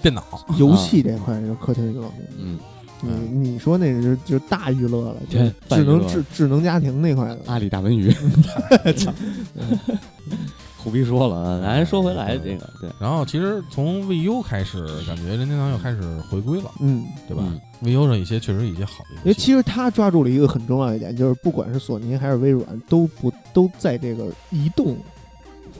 [SPEAKER 3] 电脑
[SPEAKER 1] 游戏这块就是客厅娱乐。
[SPEAKER 2] 嗯，
[SPEAKER 1] 你
[SPEAKER 3] 嗯
[SPEAKER 1] 你说那是就大娱乐了，就
[SPEAKER 2] 对大娱
[SPEAKER 1] 智
[SPEAKER 2] 乐啊
[SPEAKER 1] 能智智能家庭那块的，
[SPEAKER 2] 阿里大 文娱，虎逼说了啊，咱说回来这个对，
[SPEAKER 3] 然后其实从 VU 开始，感觉任天堂又开始回归了，
[SPEAKER 1] 嗯，
[SPEAKER 3] 对吧、
[SPEAKER 2] 嗯
[SPEAKER 3] v u 上一些确实有一些好的
[SPEAKER 1] 因
[SPEAKER 3] 游
[SPEAKER 1] 为
[SPEAKER 3] 戏，
[SPEAKER 1] 其实他抓住了一个很重要一点，就是不管是索尼还是微软，都不都在这个移动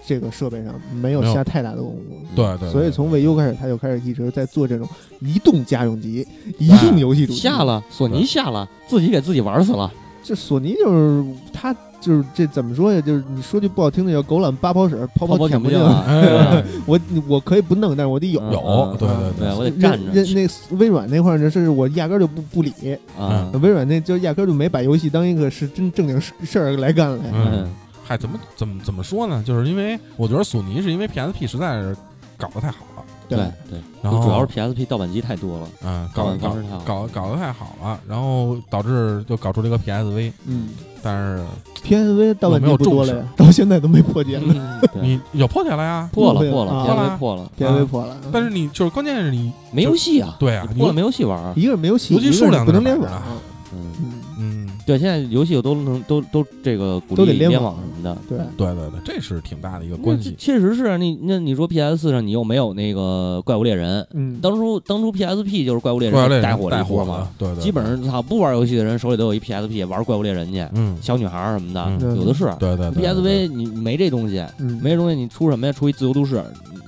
[SPEAKER 1] 这个设备上没有
[SPEAKER 3] 没有
[SPEAKER 1] 下太大的功夫。
[SPEAKER 3] 对对对，
[SPEAKER 1] 所以从 VU 开始，他就开始一直在做这种移动家用机、移动游戏主机。
[SPEAKER 2] 嗯下，了索尼下了，自己给自己玩死了，
[SPEAKER 1] 这索尼就是他就是这怎么说呀？就是你说句不好听的，叫狗揽八泡屎，泡泡
[SPEAKER 2] 泡泡
[SPEAKER 1] 舔不
[SPEAKER 2] 不啊进
[SPEAKER 1] 进。
[SPEAKER 2] 了，
[SPEAKER 3] 哎
[SPEAKER 1] 我我可以不弄，但是我得有。
[SPEAKER 2] 嗯
[SPEAKER 3] 有
[SPEAKER 2] 嗯
[SPEAKER 3] 对对
[SPEAKER 1] 嗯
[SPEAKER 2] 对，我得
[SPEAKER 1] 人
[SPEAKER 2] 站着
[SPEAKER 1] 人那微软那块儿呢，是我压根儿就不不理。
[SPEAKER 3] 嗯
[SPEAKER 2] 啊，
[SPEAKER 1] 微软那就压根儿就没把游戏当一个是真正经事事儿来干来。
[SPEAKER 3] 嗯，嗨，怎么怎么怎么说呢？就是因为我觉得索尼是因为 PSP 实在是搞得太好了，
[SPEAKER 2] 对
[SPEAKER 1] 吧
[SPEAKER 2] 对，
[SPEAKER 3] 然后
[SPEAKER 2] 主要是 PSP 盗版机太多了，
[SPEAKER 3] 嗯，
[SPEAKER 2] 盗
[SPEAKER 3] 搞
[SPEAKER 2] 版
[SPEAKER 3] 搞
[SPEAKER 2] 方式太好了，
[SPEAKER 3] 搞搞得太好了，然后导致就搞出了一个 PSV，
[SPEAKER 1] 嗯
[SPEAKER 3] 但是
[SPEAKER 1] ，PSV 盗版
[SPEAKER 3] 有没有
[SPEAKER 1] 机不多
[SPEAKER 3] 重视
[SPEAKER 1] 了呀，到现在都没破解呢。
[SPEAKER 2] 嗯对
[SPEAKER 3] 你有破解了呀，
[SPEAKER 2] 破了
[SPEAKER 1] 用不
[SPEAKER 2] 破
[SPEAKER 1] 了
[SPEAKER 2] 了
[SPEAKER 1] 啊
[SPEAKER 2] ，PSV 破
[SPEAKER 3] 嗯
[SPEAKER 2] 了，
[SPEAKER 1] PSV 破了，啊
[SPEAKER 3] 但是你就是关键是你
[SPEAKER 2] 没游戏啊，
[SPEAKER 3] 对啊，
[SPEAKER 2] 你
[SPEAKER 3] 你
[SPEAKER 2] 破了没游戏玩儿，
[SPEAKER 1] 一个是没有戏，
[SPEAKER 3] 游戏
[SPEAKER 1] 一个是
[SPEAKER 3] 数量
[SPEAKER 1] 不能
[SPEAKER 3] 在哪
[SPEAKER 1] 联
[SPEAKER 3] 儿
[SPEAKER 1] 网
[SPEAKER 3] 啊。
[SPEAKER 2] 嗯。
[SPEAKER 1] 嗯，
[SPEAKER 3] 嗯，
[SPEAKER 2] 对，现在游戏都能都都这个鼓
[SPEAKER 1] 都
[SPEAKER 2] 励
[SPEAKER 1] 得联
[SPEAKER 2] 联
[SPEAKER 1] 网
[SPEAKER 2] 网什么的。
[SPEAKER 1] 对
[SPEAKER 3] 对对对，这是挺大的一个
[SPEAKER 2] 那
[SPEAKER 3] 关
[SPEAKER 2] 这
[SPEAKER 3] 系。
[SPEAKER 2] 确实是啊你那你说 PS 上你又没有那个怪物猎人，
[SPEAKER 1] 嗯，
[SPEAKER 2] 当初当初 PSP 就是怪物猎
[SPEAKER 3] 怪物猎
[SPEAKER 2] 人
[SPEAKER 3] 人
[SPEAKER 2] 带火了
[SPEAKER 3] 带
[SPEAKER 2] 一波
[SPEAKER 3] 火
[SPEAKER 2] 嘛，
[SPEAKER 3] 了，对对，对
[SPEAKER 2] 基本上操不玩游戏的人手里都有一 PSP 玩怪物猎人去，
[SPEAKER 3] 嗯，
[SPEAKER 2] 小女孩儿什么的、
[SPEAKER 1] 嗯
[SPEAKER 2] 有的是。
[SPEAKER 3] 对对对
[SPEAKER 2] PSV 你没这东西，
[SPEAKER 1] 嗯
[SPEAKER 2] 没这东西你出什么呀？出一自由都市，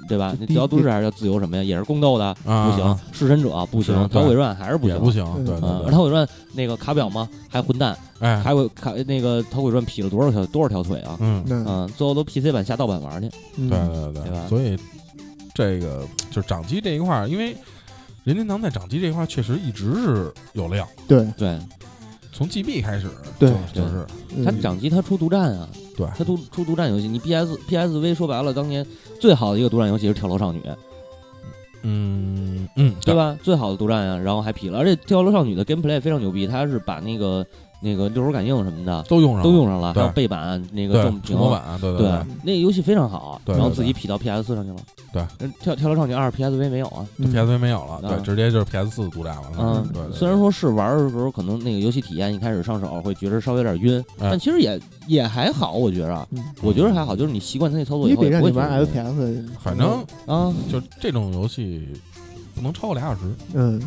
[SPEAKER 2] 对吧？你
[SPEAKER 1] 第
[SPEAKER 2] 自由都市还是叫自由什么呀？也是宫斗的，
[SPEAKER 3] 啊
[SPEAKER 2] 不行
[SPEAKER 3] 啊；
[SPEAKER 2] 弑神者不
[SPEAKER 3] 是
[SPEAKER 2] 行，
[SPEAKER 3] 对
[SPEAKER 2] 逃鬼传还是不
[SPEAKER 3] 也
[SPEAKER 2] 行。
[SPEAKER 3] 不行，
[SPEAKER 1] 嗯
[SPEAKER 3] 对对
[SPEAKER 2] 啊，
[SPEAKER 3] 对，
[SPEAKER 2] 逃鬼传那个卡表嘛，还混蛋，
[SPEAKER 3] 哎，
[SPEAKER 2] 还有卡那个逃鬼传劈了多少条多少条腿啊？
[SPEAKER 3] 嗯，
[SPEAKER 1] 那
[SPEAKER 2] 嗯，最后都 PC 版下盗版玩去。
[SPEAKER 1] 嗯
[SPEAKER 3] 对对对，
[SPEAKER 2] 对吧
[SPEAKER 3] 所以这个就是掌机这一块儿，因为任天堂在掌机这一块儿确实一直是有料，
[SPEAKER 1] 对，
[SPEAKER 2] 对，
[SPEAKER 3] 从 GB 开始，
[SPEAKER 1] 对
[SPEAKER 3] 就就是
[SPEAKER 2] 它
[SPEAKER 1] 嗯
[SPEAKER 2] 掌机它出独占啊，
[SPEAKER 3] 对
[SPEAKER 2] 它出出独占游戏。你 PS PSV 说白了，当年最好的一个独占游戏是跳楼少女，
[SPEAKER 3] 嗯嗯，
[SPEAKER 2] 对？吧？最好的独占呀、然后还劈了，而且跳楼少女的 gameplay 非常牛逼，它是把那个那个六手感应什么的
[SPEAKER 3] 都用上了
[SPEAKER 2] 都用上了，还
[SPEAKER 3] 对
[SPEAKER 2] 有背板啊那个正
[SPEAKER 3] 对，触
[SPEAKER 2] 屏
[SPEAKER 3] 摸。板，啊对
[SPEAKER 2] 对
[SPEAKER 3] 对，
[SPEAKER 2] 那个游戏非常好，啊
[SPEAKER 3] 对
[SPEAKER 2] 然后
[SPEAKER 3] 对
[SPEAKER 2] 自
[SPEAKER 3] 对
[SPEAKER 2] 己劈到 PS 上去了。
[SPEAKER 3] 对
[SPEAKER 2] 嗯，跳跳楼少女二 PSV 没有啊。
[SPEAKER 1] 嗯
[SPEAKER 3] PSV 没有了，对，
[SPEAKER 2] 嗯
[SPEAKER 3] 直接就是 PS 四独占了，
[SPEAKER 2] 嗯
[SPEAKER 3] 啊对，对对
[SPEAKER 2] 虽然说是玩的时候，可能那个游戏体验一开始上手会觉得稍微有点晕，
[SPEAKER 3] 哎
[SPEAKER 2] 但其实也也还好，我觉着，
[SPEAKER 1] 嗯
[SPEAKER 2] 我觉得还好，就是你习惯它那操作以
[SPEAKER 1] 也
[SPEAKER 2] 后
[SPEAKER 1] 得
[SPEAKER 2] 也
[SPEAKER 1] 让
[SPEAKER 2] 不
[SPEAKER 1] 你
[SPEAKER 2] 会觉
[SPEAKER 1] 玩
[SPEAKER 2] 得晕嗯
[SPEAKER 1] FPS，
[SPEAKER 3] 反正
[SPEAKER 2] 啊，
[SPEAKER 3] 就这种游戏不能超过俩小时，
[SPEAKER 1] 嗯，，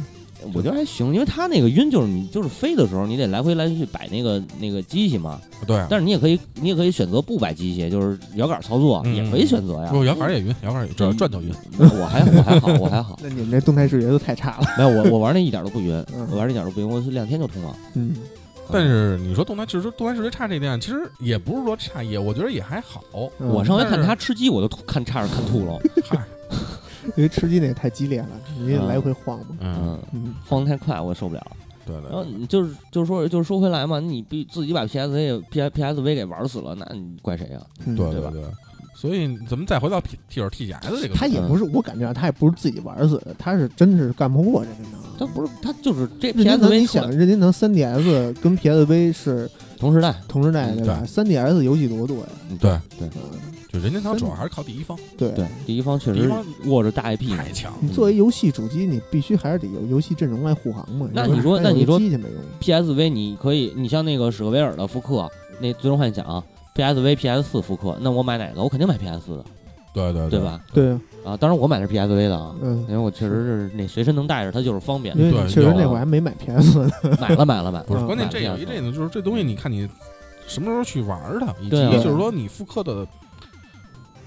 [SPEAKER 2] 我觉得还行，因为它那个晕就是你就是飞的时候，你得来回来去摆那个那个机器嘛。
[SPEAKER 3] 对，
[SPEAKER 2] 但是你也可以，你也可以选择不摆机器，就是摇杆操作、
[SPEAKER 3] 嗯
[SPEAKER 2] 也可以选择呀。
[SPEAKER 3] 不摇杆也晕，摇杆也只
[SPEAKER 2] 嗯
[SPEAKER 3] 要转就晕，
[SPEAKER 2] 我还我还好，我还好
[SPEAKER 1] 那你们这动态视觉都太差 了，
[SPEAKER 2] 没有我我玩那一点都不晕，
[SPEAKER 1] 嗯
[SPEAKER 2] 我玩那一点都不晕，我是两天就通了。
[SPEAKER 1] 嗯
[SPEAKER 3] 但是你说动态视觉动态视觉差这一点，其实也不是说差，也我觉得也还好。
[SPEAKER 1] 嗯
[SPEAKER 2] 我上回看
[SPEAKER 3] 但是
[SPEAKER 2] 他吃鸡，我都吐看差点看吐了。
[SPEAKER 3] 嗨，
[SPEAKER 1] 因为吃鸡那也太激烈了，你也来回晃嘛，
[SPEAKER 3] 嗯，
[SPEAKER 2] 嗯，
[SPEAKER 1] 嗯
[SPEAKER 2] 晃得太快，我受不了。
[SPEAKER 3] 对对
[SPEAKER 2] 然后你就是就是说就是说回来嘛，你必自己把 PSA P PSV 给玩死了，那你怪谁啊呀、
[SPEAKER 1] 嗯，
[SPEAKER 3] 对
[SPEAKER 2] 对吧
[SPEAKER 3] 对。所以咱们再回到 P T 九 T 甲的这个，
[SPEAKER 1] 他也不是，我感觉啊，他也不是自己玩死的，他是真是干不过任天堂。
[SPEAKER 2] 他不是他就是这
[SPEAKER 1] 任天堂，你
[SPEAKER 2] PSV
[SPEAKER 1] 想，任天堂 3DS 跟 PSV 是
[SPEAKER 2] 同时代，
[SPEAKER 1] 同时代
[SPEAKER 2] 嗯
[SPEAKER 1] 对吧？3DS 游戏多多呀，
[SPEAKER 3] 对，
[SPEAKER 1] 嗯
[SPEAKER 3] 就任天堂主要还是靠第一方，
[SPEAKER 1] 对
[SPEAKER 2] 对，第一方确
[SPEAKER 3] 第一
[SPEAKER 2] 实
[SPEAKER 3] 方
[SPEAKER 2] 握着大 IP 呢
[SPEAKER 3] 太强了。
[SPEAKER 1] 你作为游戏主机，你必须还是得有游戏阵容来护航嘛。
[SPEAKER 2] 那
[SPEAKER 1] 要不
[SPEAKER 2] 你说
[SPEAKER 1] 然
[SPEAKER 2] 那你说
[SPEAKER 1] 单有机器没用？
[SPEAKER 2] PSV 你可以，你像那个史克威尔的复刻，那《最终幻想》PSV、PS 四复刻，那我买哪个？我肯定买 PS 四的，
[SPEAKER 3] 对对
[SPEAKER 2] 对？吧？
[SPEAKER 1] 对啊，
[SPEAKER 2] 啊，当然我买的是 PSV 的啊，
[SPEAKER 1] 嗯
[SPEAKER 2] 因为我确实是那随身能带着，它就是方便
[SPEAKER 1] 因。为
[SPEAKER 3] 对
[SPEAKER 1] 确实
[SPEAKER 2] 啊
[SPEAKER 3] 有
[SPEAKER 1] 那会儿还没买 PS 呢。
[SPEAKER 2] 买了买了买了，
[SPEAKER 3] 不是，
[SPEAKER 1] 嗯
[SPEAKER 3] 关键
[SPEAKER 2] 买
[SPEAKER 3] 这有一
[SPEAKER 2] PS
[SPEAKER 3] 这呢，就是这东西，你看你什么时候去玩儿它，以
[SPEAKER 2] 嗯
[SPEAKER 3] 及
[SPEAKER 2] 对啊
[SPEAKER 3] 就是说你复刻的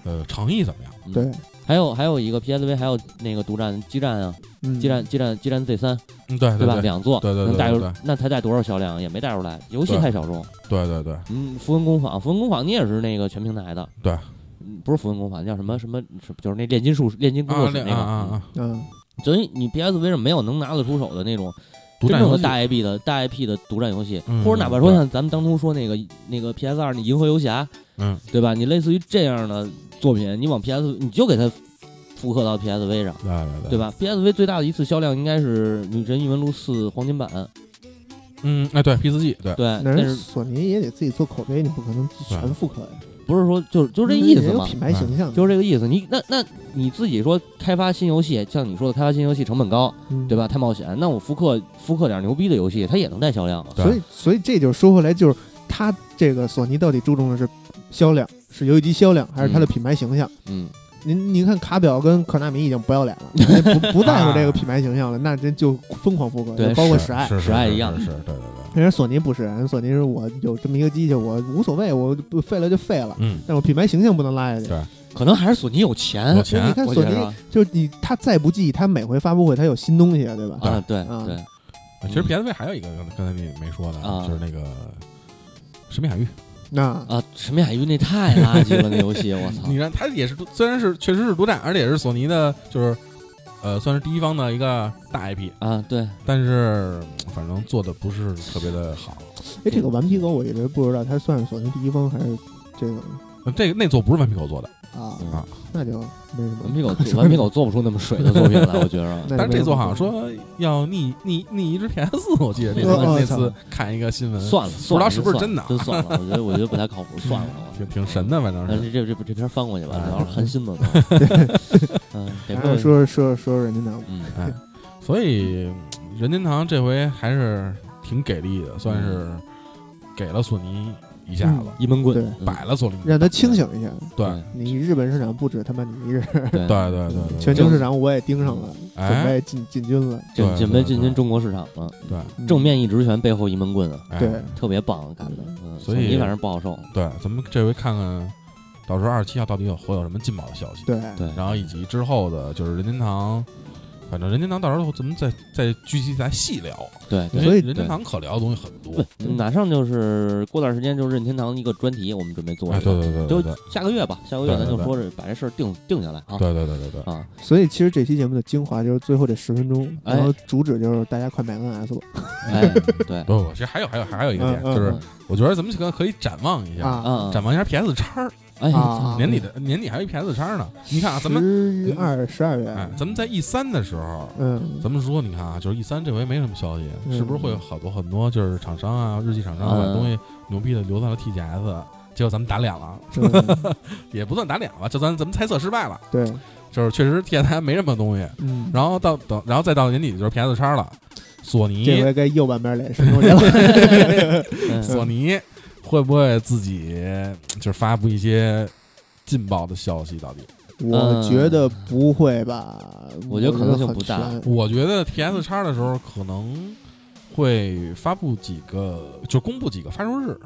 [SPEAKER 3] 呃诚意怎么样？
[SPEAKER 2] 嗯
[SPEAKER 1] 对，
[SPEAKER 2] 还有还有一个 PSV，还有那个独占基站啊，
[SPEAKER 1] 嗯，
[SPEAKER 2] 基站基站基站 Z 三，
[SPEAKER 3] 嗯，对
[SPEAKER 2] 对吧？
[SPEAKER 3] 对
[SPEAKER 2] 两座
[SPEAKER 3] 对对对
[SPEAKER 2] 能带
[SPEAKER 3] 对
[SPEAKER 2] 入
[SPEAKER 3] 对，
[SPEAKER 2] 那才带多少销量也没带出来，游戏
[SPEAKER 3] 对
[SPEAKER 2] 太小众。
[SPEAKER 3] 对对对，
[SPEAKER 2] 嗯，符文工坊，符文工坊你也是那个全平台的，
[SPEAKER 3] 对
[SPEAKER 2] 嗯，不是符文工坊，叫什么什么，是就是那炼金术士、炼金工
[SPEAKER 3] 啊
[SPEAKER 2] 作室
[SPEAKER 3] 那
[SPEAKER 2] 那
[SPEAKER 3] 啊
[SPEAKER 2] 个。
[SPEAKER 3] 啊
[SPEAKER 2] 嗯
[SPEAKER 3] 啊，
[SPEAKER 1] 嗯，
[SPEAKER 2] 所以你 PSV 上没有能拿得出手的那种
[SPEAKER 3] 独
[SPEAKER 2] 真
[SPEAKER 3] 占
[SPEAKER 2] 正
[SPEAKER 3] 游
[SPEAKER 2] 的
[SPEAKER 3] 戏
[SPEAKER 2] 大 IP 的大 IP 的独占游戏，
[SPEAKER 3] 嗯
[SPEAKER 2] 或者哪怕说
[SPEAKER 3] 对
[SPEAKER 2] 像咱们当初说那个那个 PS 二，你银河游侠，
[SPEAKER 3] 嗯，
[SPEAKER 2] 对吧？你类似于这样的作品，你往 PS 你就给它复刻到 PSV 上。
[SPEAKER 3] 对对
[SPEAKER 2] 对
[SPEAKER 3] 吧？
[SPEAKER 2] 吧？PSV 最大的一次销量应该是《女神异闻录四》黄金版，
[SPEAKER 3] 嗯，哎，对 P 四 G，对，
[SPEAKER 2] 对，
[SPEAKER 1] 那
[SPEAKER 2] 但
[SPEAKER 1] 人
[SPEAKER 2] 是
[SPEAKER 1] 索尼也得自己做口碑，你不可能全复刻呀。
[SPEAKER 2] 不是说就是就是这意
[SPEAKER 1] 人
[SPEAKER 2] 思
[SPEAKER 1] 有
[SPEAKER 2] 嘛？
[SPEAKER 1] 品牌形象，
[SPEAKER 2] 就是这个意思。你那那你自己说开发新游戏，像你说的开发新游戏成本高，
[SPEAKER 1] 嗯
[SPEAKER 2] 对？吧？太冒险。那我复刻复刻点牛逼的游戏，它也能带销量啊。
[SPEAKER 3] 对
[SPEAKER 1] 所以，所以这就说回来，就是它这个索尼到底注重的是销量，是游戏机销量，还是它的
[SPEAKER 2] 嗯
[SPEAKER 1] 品牌形象？
[SPEAKER 2] 嗯，
[SPEAKER 1] 您您看卡表跟科纳米已经不要脸了， 不不在乎这个品牌形象了，那这就疯狂复刻，
[SPEAKER 2] 对
[SPEAKER 1] 就包括
[SPEAKER 3] 是
[SPEAKER 1] 十爱。
[SPEAKER 3] 是是
[SPEAKER 2] 十爱
[SPEAKER 3] 是
[SPEAKER 2] 一样
[SPEAKER 3] 是，是对对对，
[SPEAKER 1] 人家索尼不是，人家索尼是我有这么一个机器，我无所谓，我不废了就废了，
[SPEAKER 3] 嗯，
[SPEAKER 1] 但我品牌形象不能拉下去。
[SPEAKER 3] 对
[SPEAKER 2] 可能还是索尼有钱
[SPEAKER 3] 有，
[SPEAKER 1] 所以你
[SPEAKER 3] 钱，
[SPEAKER 1] 看
[SPEAKER 2] 我
[SPEAKER 1] 索
[SPEAKER 2] 觉
[SPEAKER 1] 尼，
[SPEAKER 2] 得啊
[SPEAKER 1] 就是你他再不济，他每回发布会他有新东西啊，对吧？
[SPEAKER 2] 啊，对
[SPEAKER 3] 嗯
[SPEAKER 1] 啊
[SPEAKER 2] 对，
[SPEAKER 3] 其实 PSV 还有一个刚才刚才你没说的，
[SPEAKER 2] 啊
[SPEAKER 3] 就是那个《神秘海域》。
[SPEAKER 1] 那
[SPEAKER 2] 啊，神秘海域那太垃圾了，那游戏我操
[SPEAKER 3] 你！看，它也是虽然是确实是独占，而且也是索尼的，就是呃，算是第一方的一个大 IP，
[SPEAKER 2] 啊，对，
[SPEAKER 3] 但是嗯反正做的不是特别的好。
[SPEAKER 1] 哎，这个顽皮狗我一直不知道，它算是索尼第一方还是这个
[SPEAKER 3] 呃这个那座不是顽皮狗做的，
[SPEAKER 1] 啊？
[SPEAKER 2] 嗯
[SPEAKER 3] 啊
[SPEAKER 1] 那就没什么
[SPEAKER 2] 顽皮狗，顽皮狗做不出那么水的作品 来，我觉
[SPEAKER 1] 那
[SPEAKER 2] 着。
[SPEAKER 3] 嗯但是这座好像
[SPEAKER 1] 没
[SPEAKER 3] 说要逆逆逆一只 PS 四，我记得那次、
[SPEAKER 1] 哦哦
[SPEAKER 3] 那
[SPEAKER 1] 操
[SPEAKER 3] 次看一个新闻，
[SPEAKER 2] 算了，
[SPEAKER 3] 不
[SPEAKER 2] 算
[SPEAKER 3] 知道
[SPEAKER 2] 了，
[SPEAKER 3] 是不是
[SPEAKER 2] 真
[SPEAKER 3] 真的啊
[SPEAKER 2] 真算了，我觉得我觉得不太靠 谱，算了。我
[SPEAKER 3] 挺挺神的，反正
[SPEAKER 2] 但
[SPEAKER 3] 是。
[SPEAKER 2] 是这这这篇翻过去吧，
[SPEAKER 3] 哎
[SPEAKER 2] 主要是寒心 了都。嗯，得
[SPEAKER 1] 还是啊
[SPEAKER 2] 问
[SPEAKER 1] 说说说人家呢？
[SPEAKER 2] 嗯，
[SPEAKER 3] 哎，所以嗯任天堂这回还是挺给力的，算是给了索尼一一下子，
[SPEAKER 2] 一闷棍
[SPEAKER 1] 对，
[SPEAKER 2] 嗯
[SPEAKER 3] 摆了左邻右舍
[SPEAKER 1] 让他清醒一下。
[SPEAKER 3] 对
[SPEAKER 1] 你日本市场不止他妈你一人，
[SPEAKER 2] 对
[SPEAKER 3] 对对对对，
[SPEAKER 1] 嗯全球市场我也盯上了，
[SPEAKER 3] 哎
[SPEAKER 1] 准备进进军了。
[SPEAKER 2] 就
[SPEAKER 3] 对
[SPEAKER 2] 准备
[SPEAKER 3] 对
[SPEAKER 2] 进
[SPEAKER 3] 对
[SPEAKER 2] 军中国市场了。
[SPEAKER 3] 对
[SPEAKER 1] 嗯
[SPEAKER 2] 正面一直拳，背后一闷棍啊，
[SPEAKER 3] 哎
[SPEAKER 1] 对
[SPEAKER 2] 特别棒，感觉。嗯，
[SPEAKER 3] 所以
[SPEAKER 2] 你反正不好受。
[SPEAKER 3] 对，咱们这回看看，到时候二十七号到底有会有什么劲爆的消息，
[SPEAKER 1] 对
[SPEAKER 2] 对，
[SPEAKER 3] 然后以及之后的就是任天堂，反正任天堂到时候咱们再再具体再细聊，
[SPEAKER 2] 对
[SPEAKER 3] 因
[SPEAKER 2] 对
[SPEAKER 3] 为
[SPEAKER 1] 所以
[SPEAKER 3] 任天堂可聊的东西很多，
[SPEAKER 2] 对，嗯马上就是过段时间就是任天堂的一个专题，我们准备做
[SPEAKER 3] 哎，
[SPEAKER 2] 一
[SPEAKER 3] 对
[SPEAKER 2] 个，
[SPEAKER 3] 对对对
[SPEAKER 2] 就
[SPEAKER 3] 对
[SPEAKER 2] 下个月吧，下个月
[SPEAKER 3] 对
[SPEAKER 2] 咱
[SPEAKER 3] 对
[SPEAKER 2] 就
[SPEAKER 3] 对
[SPEAKER 2] 说是把这事儿定定下来啊
[SPEAKER 3] 对对对对对，
[SPEAKER 2] 啊，
[SPEAKER 1] 所以其实这期节目的精华就是最后这十分钟，
[SPEAKER 2] 哎
[SPEAKER 1] 然后主旨就是大家快买 NS 吧。
[SPEAKER 2] 哎，对，
[SPEAKER 3] 不不，其实还有还有还有一个点，
[SPEAKER 1] 嗯嗯
[SPEAKER 3] 就是
[SPEAKER 2] 嗯
[SPEAKER 3] 我觉得咱们可可以展望一下，
[SPEAKER 1] 啊
[SPEAKER 2] 嗯，
[SPEAKER 3] 展望一下 PS 叉，
[SPEAKER 2] 哎
[SPEAKER 1] 啊
[SPEAKER 3] 年底的年底还有一 PS 叉呢，你看啊，咱们
[SPEAKER 1] 十二十二
[SPEAKER 3] 哎
[SPEAKER 1] 月，，
[SPEAKER 3] 咱们在 E 三的时候，
[SPEAKER 1] 嗯，
[SPEAKER 3] 咱们说，你看啊，就是 E 三这回没什么消息，
[SPEAKER 1] 嗯
[SPEAKER 3] 是不是会有好多很多就是厂商啊、日系厂商把
[SPEAKER 2] 嗯
[SPEAKER 3] 东西牛逼的留在了 TGS，结果咱们打脸了，
[SPEAKER 1] 嗯
[SPEAKER 3] 也不算打脸了吧，就咱咱们猜测失败了，
[SPEAKER 1] 对，
[SPEAKER 3] 就是确实 TGS 没什么东西。
[SPEAKER 1] 嗯，
[SPEAKER 3] 然后到等，然后再到年底就是 PS 叉了，索
[SPEAKER 1] 这
[SPEAKER 3] 尼
[SPEAKER 1] 回该右半边脸伸出去了。
[SPEAKER 2] 嗯
[SPEAKER 3] 索尼会不会自己就是发布一些劲爆的消息？到底？
[SPEAKER 1] 我觉得不会吧？
[SPEAKER 2] 嗯我觉得可能性不大
[SPEAKER 1] 我觉得很悬
[SPEAKER 3] 我觉得 PS 叉的时候可能会发布几个，就公布几个发售日。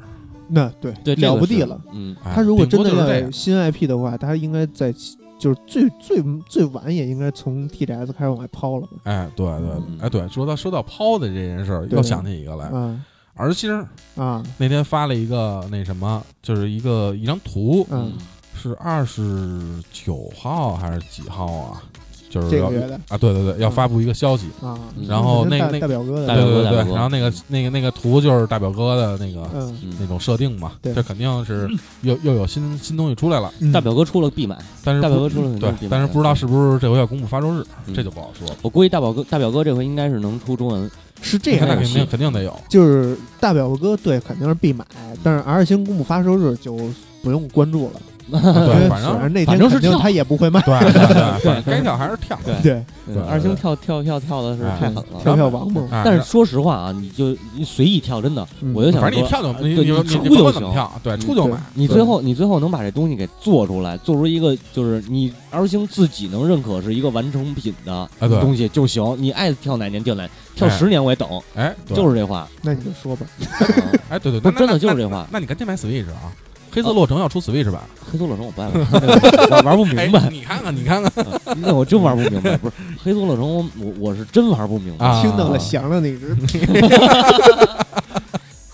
[SPEAKER 1] 那对
[SPEAKER 2] 对，这个
[SPEAKER 1] 了不地
[SPEAKER 2] 是
[SPEAKER 1] 了。，
[SPEAKER 2] 嗯，
[SPEAKER 3] 哎
[SPEAKER 1] 他如果
[SPEAKER 3] 顶
[SPEAKER 1] 真的
[SPEAKER 3] 多就是这样
[SPEAKER 1] 要。新 IP 的话，他应该在就是最最最晚也应该从 TGS 开始往外抛了。
[SPEAKER 3] 哎，对对，
[SPEAKER 2] 嗯
[SPEAKER 3] 哎对，说到说到抛的这件事儿，
[SPEAKER 1] 对
[SPEAKER 3] 又想起一个
[SPEAKER 2] 哎
[SPEAKER 3] 来，
[SPEAKER 1] 啊
[SPEAKER 3] 儿星儿
[SPEAKER 1] 啊
[SPEAKER 3] 那天发了一个那什么，就是一个一张图，
[SPEAKER 1] 嗯，
[SPEAKER 3] 是二十九号还是几号啊？就是
[SPEAKER 1] 这
[SPEAKER 3] 要
[SPEAKER 1] 个月的
[SPEAKER 3] 啊，对对对，要发布一个消息，
[SPEAKER 2] 嗯
[SPEAKER 1] 啊，
[SPEAKER 3] 然后
[SPEAKER 1] 跟
[SPEAKER 3] 那
[SPEAKER 1] 大
[SPEAKER 3] 那
[SPEAKER 1] 大表哥
[SPEAKER 2] 大
[SPEAKER 1] 的
[SPEAKER 3] 对
[SPEAKER 2] 表哥
[SPEAKER 3] 对对
[SPEAKER 2] 大表
[SPEAKER 3] 对，
[SPEAKER 2] 哥
[SPEAKER 3] 然后那个那个那个图就是大表哥的那个
[SPEAKER 1] 嗯
[SPEAKER 2] 嗯
[SPEAKER 3] 那种设定嘛，
[SPEAKER 1] 对
[SPEAKER 3] 这肯定是又又有新新东西出来了，
[SPEAKER 1] 嗯
[SPEAKER 2] 大表哥出了必买，
[SPEAKER 3] 但是
[SPEAKER 2] 大
[SPEAKER 3] 不
[SPEAKER 2] 表哥出了肯定必
[SPEAKER 3] 对，
[SPEAKER 2] 买
[SPEAKER 3] 但是不知道是不是这回要公布发售日，
[SPEAKER 2] 嗯
[SPEAKER 3] 这就不好说了。
[SPEAKER 2] 我估计大表哥大表哥这回应该是能出中文，
[SPEAKER 1] 是这
[SPEAKER 3] 那
[SPEAKER 1] 样
[SPEAKER 3] 肯
[SPEAKER 1] 的。
[SPEAKER 3] 定肯定得有，
[SPEAKER 1] 就是大表哥对肯定是必买，但是 R 星公布发售日就不用关注 了，因
[SPEAKER 3] 对，
[SPEAKER 1] 为
[SPEAKER 3] 反正
[SPEAKER 1] 那天
[SPEAKER 2] 反正是
[SPEAKER 1] 肯定
[SPEAKER 2] 跳
[SPEAKER 1] 他也不会卖。
[SPEAKER 3] 对对对，反正
[SPEAKER 2] 对
[SPEAKER 3] 该跳还是跳，
[SPEAKER 2] 对
[SPEAKER 1] 对，
[SPEAKER 3] 对
[SPEAKER 2] 二星跳跳跳跳的是
[SPEAKER 3] 哎
[SPEAKER 2] 太狠
[SPEAKER 1] 跳
[SPEAKER 2] 了。
[SPEAKER 1] 跳王嘛。
[SPEAKER 3] 哎
[SPEAKER 2] 但是说实话啊，你就你随意跳，真的，
[SPEAKER 1] 嗯
[SPEAKER 2] 我就想
[SPEAKER 3] 反正你
[SPEAKER 2] 说，
[SPEAKER 3] 跳就你
[SPEAKER 2] 对
[SPEAKER 3] 你
[SPEAKER 2] 你
[SPEAKER 3] 你
[SPEAKER 2] 出
[SPEAKER 3] 你甭
[SPEAKER 2] 就
[SPEAKER 3] 管怎么
[SPEAKER 2] 行
[SPEAKER 3] 跳，对，
[SPEAKER 2] 嗯
[SPEAKER 3] 出就
[SPEAKER 1] 对
[SPEAKER 3] 买，
[SPEAKER 2] 你最后你最后能把这东西给做出来，做出一个就是你 L 星自己能认可是一个完成品的
[SPEAKER 3] 哎对
[SPEAKER 2] 东西就行，你爱跳哪年跳哪年，跳
[SPEAKER 3] 哎
[SPEAKER 2] 十年我也等，
[SPEAKER 3] 哎，对
[SPEAKER 2] 就是这话。
[SPEAKER 1] 那你就说吧，
[SPEAKER 2] 啊
[SPEAKER 3] 哎，对对，
[SPEAKER 2] 不是
[SPEAKER 3] 那
[SPEAKER 2] 真
[SPEAKER 3] 那
[SPEAKER 2] 的就是
[SPEAKER 3] 那
[SPEAKER 2] 这话。
[SPEAKER 3] 那你赶紧买 Switch 啊！黑色洛城要出 Switch 版，
[SPEAKER 2] 黑松乐城我不爱 玩，玩玩不明白，
[SPEAKER 3] 你看看，你看看
[SPEAKER 2] 那我真玩不明白。不是黑松乐城，我我我是真玩不明白。
[SPEAKER 3] 啊
[SPEAKER 1] 听到了，想到 你是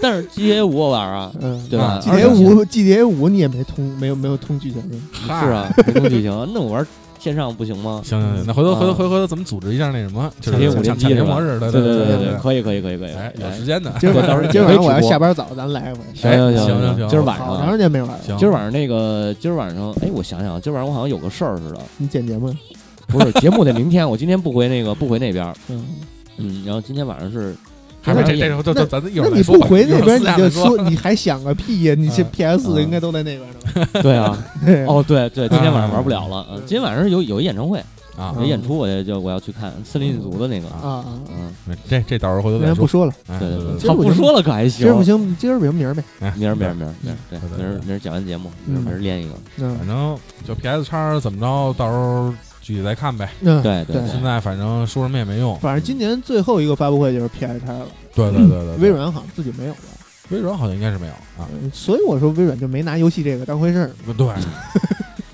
[SPEAKER 2] 但是 GTA 五我玩啊，
[SPEAKER 1] 嗯
[SPEAKER 2] 对吧
[SPEAKER 3] 啊
[SPEAKER 1] ，GTA 五 GTA 五你也没通，没有没有通剧情 是吗？
[SPEAKER 2] 是
[SPEAKER 3] 是。
[SPEAKER 2] 啊，没东西行，那我玩线上不行吗？
[SPEAKER 3] 行行行，那回头回头
[SPEAKER 2] 啊
[SPEAKER 3] 回头回头咱们组织一下那什么，就
[SPEAKER 2] 抢
[SPEAKER 3] 是
[SPEAKER 2] 劫五
[SPEAKER 3] 抢
[SPEAKER 2] 连
[SPEAKER 3] 抢
[SPEAKER 2] 击
[SPEAKER 3] 劫
[SPEAKER 2] 是吧
[SPEAKER 3] 模式，对
[SPEAKER 2] 对
[SPEAKER 3] 对
[SPEAKER 2] 对
[SPEAKER 3] 对
[SPEAKER 2] 对，。可以可以可以可以。
[SPEAKER 3] 哎，有
[SPEAKER 2] 哎
[SPEAKER 3] 时间的，
[SPEAKER 1] 今儿晚上
[SPEAKER 2] 对
[SPEAKER 1] 今儿晚上
[SPEAKER 2] 可以
[SPEAKER 1] 我要
[SPEAKER 2] 直播
[SPEAKER 1] 下班早，咱来一回。
[SPEAKER 2] 行
[SPEAKER 3] 哎
[SPEAKER 2] 行
[SPEAKER 3] 行行
[SPEAKER 2] 行
[SPEAKER 3] 行
[SPEAKER 2] 今儿晚
[SPEAKER 1] 好长
[SPEAKER 2] 上，啊
[SPEAKER 1] 时间没玩了，
[SPEAKER 3] 行，
[SPEAKER 2] 今儿晚上那个，今儿晚上，哎，我想想，今儿晚上我好像有个事儿似的，
[SPEAKER 1] 你剪节目啊呀？
[SPEAKER 2] 不是节目得明天，我今天不回那个不回那边儿，
[SPEAKER 1] 嗯，
[SPEAKER 2] 嗯，然后今天晚上是
[SPEAKER 3] 还是这这
[SPEAKER 2] 这
[SPEAKER 3] 时候就就咱一会
[SPEAKER 1] 那
[SPEAKER 3] 儿再
[SPEAKER 1] 你
[SPEAKER 3] 说
[SPEAKER 1] 不
[SPEAKER 3] 吧
[SPEAKER 1] 回那边你
[SPEAKER 3] 一会儿私下
[SPEAKER 1] 就
[SPEAKER 3] 再说，
[SPEAKER 1] 说，你还想个屁呀？你 这
[SPEAKER 3] 嗯
[SPEAKER 1] PS
[SPEAKER 2] 嗯
[SPEAKER 1] 应该都在那边呢吧？
[SPEAKER 2] 对啊，哦 对对，今天晚上玩不了了，
[SPEAKER 1] 嗯
[SPEAKER 2] 嗯，今天晚上有有一演唱会，
[SPEAKER 3] 啊
[SPEAKER 2] 有演出，我也就我要去看《森林组的那个，
[SPEAKER 1] 啊啊，啊
[SPEAKER 2] 嗯，
[SPEAKER 3] 这这到时候回头
[SPEAKER 1] 那
[SPEAKER 3] 再
[SPEAKER 1] 咱不
[SPEAKER 3] 说。
[SPEAKER 1] 说了，
[SPEAKER 3] 哎
[SPEAKER 2] 对
[SPEAKER 3] 对
[SPEAKER 2] 对，
[SPEAKER 1] 今
[SPEAKER 2] 对，
[SPEAKER 1] 儿
[SPEAKER 2] 他
[SPEAKER 1] 不
[SPEAKER 2] 不
[SPEAKER 1] 行
[SPEAKER 2] 说了可还
[SPEAKER 1] 今
[SPEAKER 2] 行
[SPEAKER 1] 儿，不行，今儿不行，明儿呗。
[SPEAKER 3] 哎
[SPEAKER 2] 明儿明儿明儿明儿，嗯对，
[SPEAKER 3] 对对
[SPEAKER 2] 明儿
[SPEAKER 3] 对
[SPEAKER 2] 明儿讲完节目，明儿
[SPEAKER 1] 嗯
[SPEAKER 2] 明儿练一个，
[SPEAKER 1] 嗯
[SPEAKER 3] 反正就 PS 叉怎么着，到时候具体再看呗。
[SPEAKER 1] 嗯，
[SPEAKER 2] 对对
[SPEAKER 1] 对
[SPEAKER 3] 现在反正说什么也没用。
[SPEAKER 1] 反正今年最后一个发布会就是 PS 叉了，
[SPEAKER 3] 对对对对，对
[SPEAKER 1] 微软好像自己没有了，
[SPEAKER 3] 微软好像应该是没有啊。
[SPEAKER 1] 嗯所以我说微软就没拿游戏这个当回事儿。
[SPEAKER 3] 不对，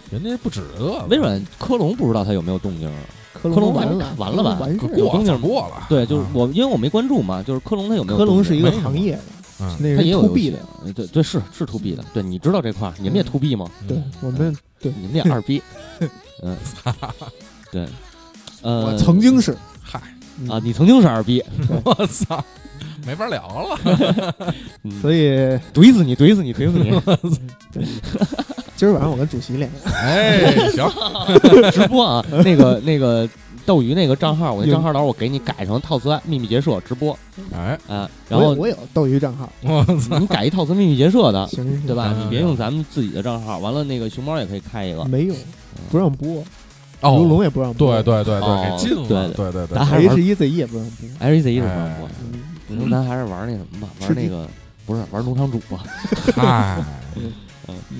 [SPEAKER 3] 人家不止这个，
[SPEAKER 2] 微软科隆不知道他有没有动静啊？
[SPEAKER 1] 科
[SPEAKER 2] 科隆
[SPEAKER 1] 完
[SPEAKER 2] 完
[SPEAKER 1] 了，
[SPEAKER 2] 完了吧
[SPEAKER 1] 完事
[SPEAKER 3] 可
[SPEAKER 1] 儿
[SPEAKER 2] 有
[SPEAKER 3] 过
[SPEAKER 2] 动静
[SPEAKER 3] 了
[SPEAKER 2] 儿
[SPEAKER 3] 过了。
[SPEAKER 2] 对，就是
[SPEAKER 3] 啊
[SPEAKER 2] 我，因为我没关注嘛，就是科隆他有没有
[SPEAKER 1] 科
[SPEAKER 2] 动
[SPEAKER 1] 隆
[SPEAKER 2] 静
[SPEAKER 1] 是一个
[SPEAKER 3] 没什么
[SPEAKER 1] 行业的，
[SPEAKER 3] 嗯，
[SPEAKER 1] 那
[SPEAKER 2] 它
[SPEAKER 1] 是
[SPEAKER 2] 也有
[SPEAKER 1] to B
[SPEAKER 2] 游戏
[SPEAKER 1] 的。
[SPEAKER 2] 呃对对是是 to B 的，对，你知道这块儿，你们也 to B 吗？
[SPEAKER 3] 嗯
[SPEAKER 1] 对，我们
[SPEAKER 2] 你们俩二逼，嗯，对，呃，
[SPEAKER 1] 我曾经是
[SPEAKER 3] 嗨，
[SPEAKER 1] 嗯
[SPEAKER 2] 啊，你曾经是二逼，
[SPEAKER 3] 我操，没法聊了。
[SPEAKER 2] 嗯
[SPEAKER 1] 所以
[SPEAKER 2] 怼死你，怼死你，怼死你，
[SPEAKER 1] 今儿晚上我跟主席连，
[SPEAKER 3] 哎， 行，
[SPEAKER 2] 直播啊，那个那个斗鱼那个账号，我那
[SPEAKER 1] 有
[SPEAKER 2] 账号到时候我给你改成套词秘密结社直播
[SPEAKER 3] 哎，
[SPEAKER 2] 啊，然
[SPEAKER 1] 我有
[SPEAKER 2] 后
[SPEAKER 1] 我有斗鱼账号，
[SPEAKER 3] 我操，
[SPEAKER 2] 你改一套词秘密结社 的，
[SPEAKER 1] 行行
[SPEAKER 2] 对吧？
[SPEAKER 3] 嗯
[SPEAKER 2] 你别用咱们自己的账号，完了那个熊猫也可以开一个
[SPEAKER 1] 行，，没用，不让播，如
[SPEAKER 3] 哦，
[SPEAKER 1] 龙也不让播，
[SPEAKER 3] 对对对对，
[SPEAKER 2] 哦
[SPEAKER 3] 给禁了，对对对
[SPEAKER 2] 咱还是玩
[SPEAKER 1] ，H 一 Z E 一也不让播，嗯
[SPEAKER 2] H E Z 是什么
[SPEAKER 3] 哎
[SPEAKER 2] 播？咱还是玩那什么吧，玩那个不是玩农场主吧？
[SPEAKER 3] 嗨，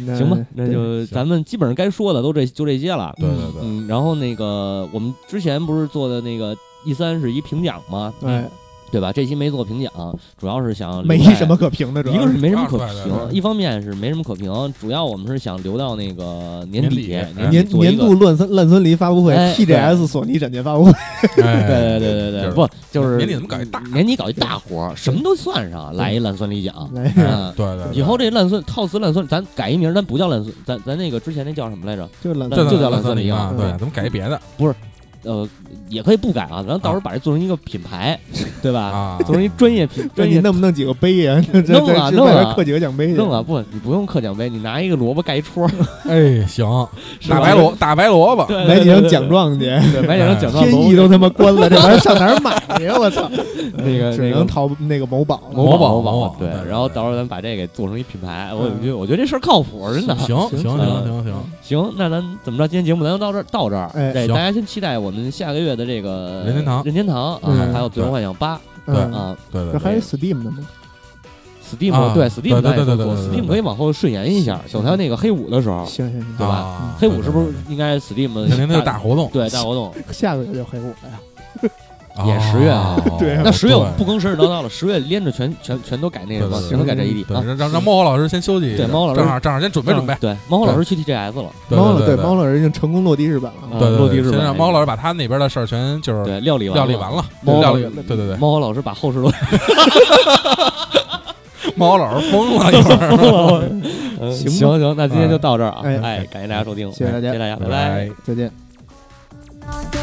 [SPEAKER 1] 那
[SPEAKER 2] 行吧，那
[SPEAKER 1] 嗯对
[SPEAKER 2] 就
[SPEAKER 3] 行
[SPEAKER 2] 咱们基本上该说的都这就这些了。
[SPEAKER 3] 对对对，
[SPEAKER 2] 嗯，然后那个我们之前不是做的那个 E 三是一评奖嘛，
[SPEAKER 1] 哎，
[SPEAKER 2] 对吧？这期没做评奖，主要是想
[SPEAKER 1] 没
[SPEAKER 2] 留在
[SPEAKER 1] 什么，可评的，主
[SPEAKER 2] 一
[SPEAKER 1] 要
[SPEAKER 2] 个是没什么可
[SPEAKER 3] 对对对
[SPEAKER 2] 评，一方面是没什么可评，主要我们是想留到那个年底
[SPEAKER 3] 年底
[SPEAKER 2] 底
[SPEAKER 1] 年
[SPEAKER 2] 做一
[SPEAKER 1] 年
[SPEAKER 2] 个
[SPEAKER 1] 度乱森烂森林发布会
[SPEAKER 2] 哎
[SPEAKER 1] ，TGS 索尼展前发布会，
[SPEAKER 2] 嗯
[SPEAKER 3] 哎
[SPEAKER 2] 对对对对
[SPEAKER 3] 就
[SPEAKER 2] 对，
[SPEAKER 3] 是
[SPEAKER 2] 不就是
[SPEAKER 3] 年底怎么搞一大
[SPEAKER 2] 年底搞一大活儿，什么都算上，来一烂酸梨奖。
[SPEAKER 1] 来
[SPEAKER 2] 嗯，
[SPEAKER 3] 对对，对
[SPEAKER 2] 以后这烂酸套词烂酸，咱改一名，咱不叫烂酸，咱咱那个之前那叫什么来着？
[SPEAKER 1] 就是烂
[SPEAKER 2] 这就叫
[SPEAKER 3] 蓝
[SPEAKER 2] 蓝
[SPEAKER 3] 森
[SPEAKER 2] 森林
[SPEAKER 1] 啊
[SPEAKER 3] 啊，对，
[SPEAKER 1] 嗯
[SPEAKER 3] 咱们改一别的
[SPEAKER 2] 呃，也可以不改啊，咱到时候把这做成一个品 牌，对吧？
[SPEAKER 3] 啊，
[SPEAKER 2] 做成一专业品，
[SPEAKER 1] 那
[SPEAKER 2] 专
[SPEAKER 1] 你
[SPEAKER 2] 业
[SPEAKER 1] 弄不弄几个杯呀？这这
[SPEAKER 2] 弄 啊
[SPEAKER 1] 这
[SPEAKER 2] 弄啊
[SPEAKER 1] 外边刻几个奖杯去？
[SPEAKER 2] 弄啊，不，你不用刻奖杯，你拿一个萝卜盖一 戳，
[SPEAKER 3] 哎，行，
[SPEAKER 2] 是吧
[SPEAKER 3] 大白萝大白萝卜，
[SPEAKER 2] 对
[SPEAKER 1] 买
[SPEAKER 2] 对
[SPEAKER 1] 几张
[SPEAKER 2] 对
[SPEAKER 1] 奖状去？
[SPEAKER 2] 对，买几张奖状，
[SPEAKER 1] 天意都他妈关了，这玩意儿上哪儿买呀？我 操！
[SPEAKER 2] 那个
[SPEAKER 1] 只
[SPEAKER 2] 那
[SPEAKER 1] 能
[SPEAKER 2] 个
[SPEAKER 1] 淘那个某宝了。
[SPEAKER 2] 某宝
[SPEAKER 3] 某宝
[SPEAKER 2] 对
[SPEAKER 3] 对对，对嗯
[SPEAKER 2] 然后到时候咱把这给做成一品牌，我觉得我觉得这事儿靠谱，真的。
[SPEAKER 3] 行行
[SPEAKER 1] 行
[SPEAKER 3] 行
[SPEAKER 2] 嗯
[SPEAKER 3] 行行，
[SPEAKER 2] 行，那咱怎么着？今天节目咱就到这儿，到这儿。
[SPEAKER 1] 哎
[SPEAKER 2] 对，
[SPEAKER 3] 行
[SPEAKER 2] 大家先期待我们下个月的这个
[SPEAKER 3] 任天堂
[SPEAKER 2] 任天堂啊
[SPEAKER 1] 嗯，
[SPEAKER 2] 还有最终幻想八
[SPEAKER 1] 嗯，
[SPEAKER 2] 啊
[SPEAKER 3] 对对
[SPEAKER 1] 这
[SPEAKER 3] 对，
[SPEAKER 1] 还有 Steam 的吗？
[SPEAKER 2] ，Steam
[SPEAKER 3] 啊
[SPEAKER 2] 对
[SPEAKER 3] 对
[SPEAKER 2] Steam
[SPEAKER 3] 对
[SPEAKER 2] 咱也会
[SPEAKER 3] 对对
[SPEAKER 2] 做
[SPEAKER 3] 对对对
[SPEAKER 2] ，Steam 可以往后顺延一下，
[SPEAKER 1] 行
[SPEAKER 2] 等它那个黑五的时候，
[SPEAKER 1] 行行行，
[SPEAKER 2] 对吧
[SPEAKER 3] 啊
[SPEAKER 2] 黑五是不是应该 Steam
[SPEAKER 3] 肯定那是
[SPEAKER 2] 大
[SPEAKER 3] 大活动，
[SPEAKER 2] 对大活 动？
[SPEAKER 1] 下个月就黑五了呀。
[SPEAKER 2] 也十月啊
[SPEAKER 3] 啊，
[SPEAKER 1] 对
[SPEAKER 2] 那十月我
[SPEAKER 3] 对
[SPEAKER 2] 们不更十月叨叨了，十月连着全全全都改那
[SPEAKER 3] 对
[SPEAKER 2] 什
[SPEAKER 3] 对
[SPEAKER 2] 么，
[SPEAKER 3] 对
[SPEAKER 2] 全都改这 AD
[SPEAKER 3] 对
[SPEAKER 2] 啊。
[SPEAKER 3] 让让让猫火老师先休息一下，
[SPEAKER 2] 对猫火老师
[SPEAKER 3] 正好正好先准备准备，
[SPEAKER 2] 对，猫火老师去 TGS 了，
[SPEAKER 3] 对
[SPEAKER 1] 猫了，
[SPEAKER 3] 对
[SPEAKER 1] 猫了，已经成功落地日版了。
[SPEAKER 2] 嗯
[SPEAKER 3] 对对
[SPEAKER 2] 落
[SPEAKER 3] 对
[SPEAKER 2] 地日
[SPEAKER 3] 先
[SPEAKER 2] 本
[SPEAKER 3] 让
[SPEAKER 2] 那
[SPEAKER 3] 猫
[SPEAKER 2] 个
[SPEAKER 3] 老师把他那边的事儿全就是
[SPEAKER 2] 对，料理完
[SPEAKER 3] 料理完了，
[SPEAKER 2] 猫
[SPEAKER 3] 对
[SPEAKER 2] 火
[SPEAKER 3] 料
[SPEAKER 2] 老
[SPEAKER 3] 理
[SPEAKER 2] 师
[SPEAKER 3] 对对对，
[SPEAKER 2] 猫火老师把后事都
[SPEAKER 3] 猫老师疯 了一会儿，
[SPEAKER 1] 啊
[SPEAKER 2] 嗯
[SPEAKER 1] 行吧
[SPEAKER 2] 行行，那今天就到这儿啊！
[SPEAKER 1] 哎
[SPEAKER 2] 哎，感谢大家收听，
[SPEAKER 1] 谢谢大家
[SPEAKER 2] 谢谢大家，拜
[SPEAKER 3] 嗯拜。
[SPEAKER 1] 再见。
[SPEAKER 4] Awesome.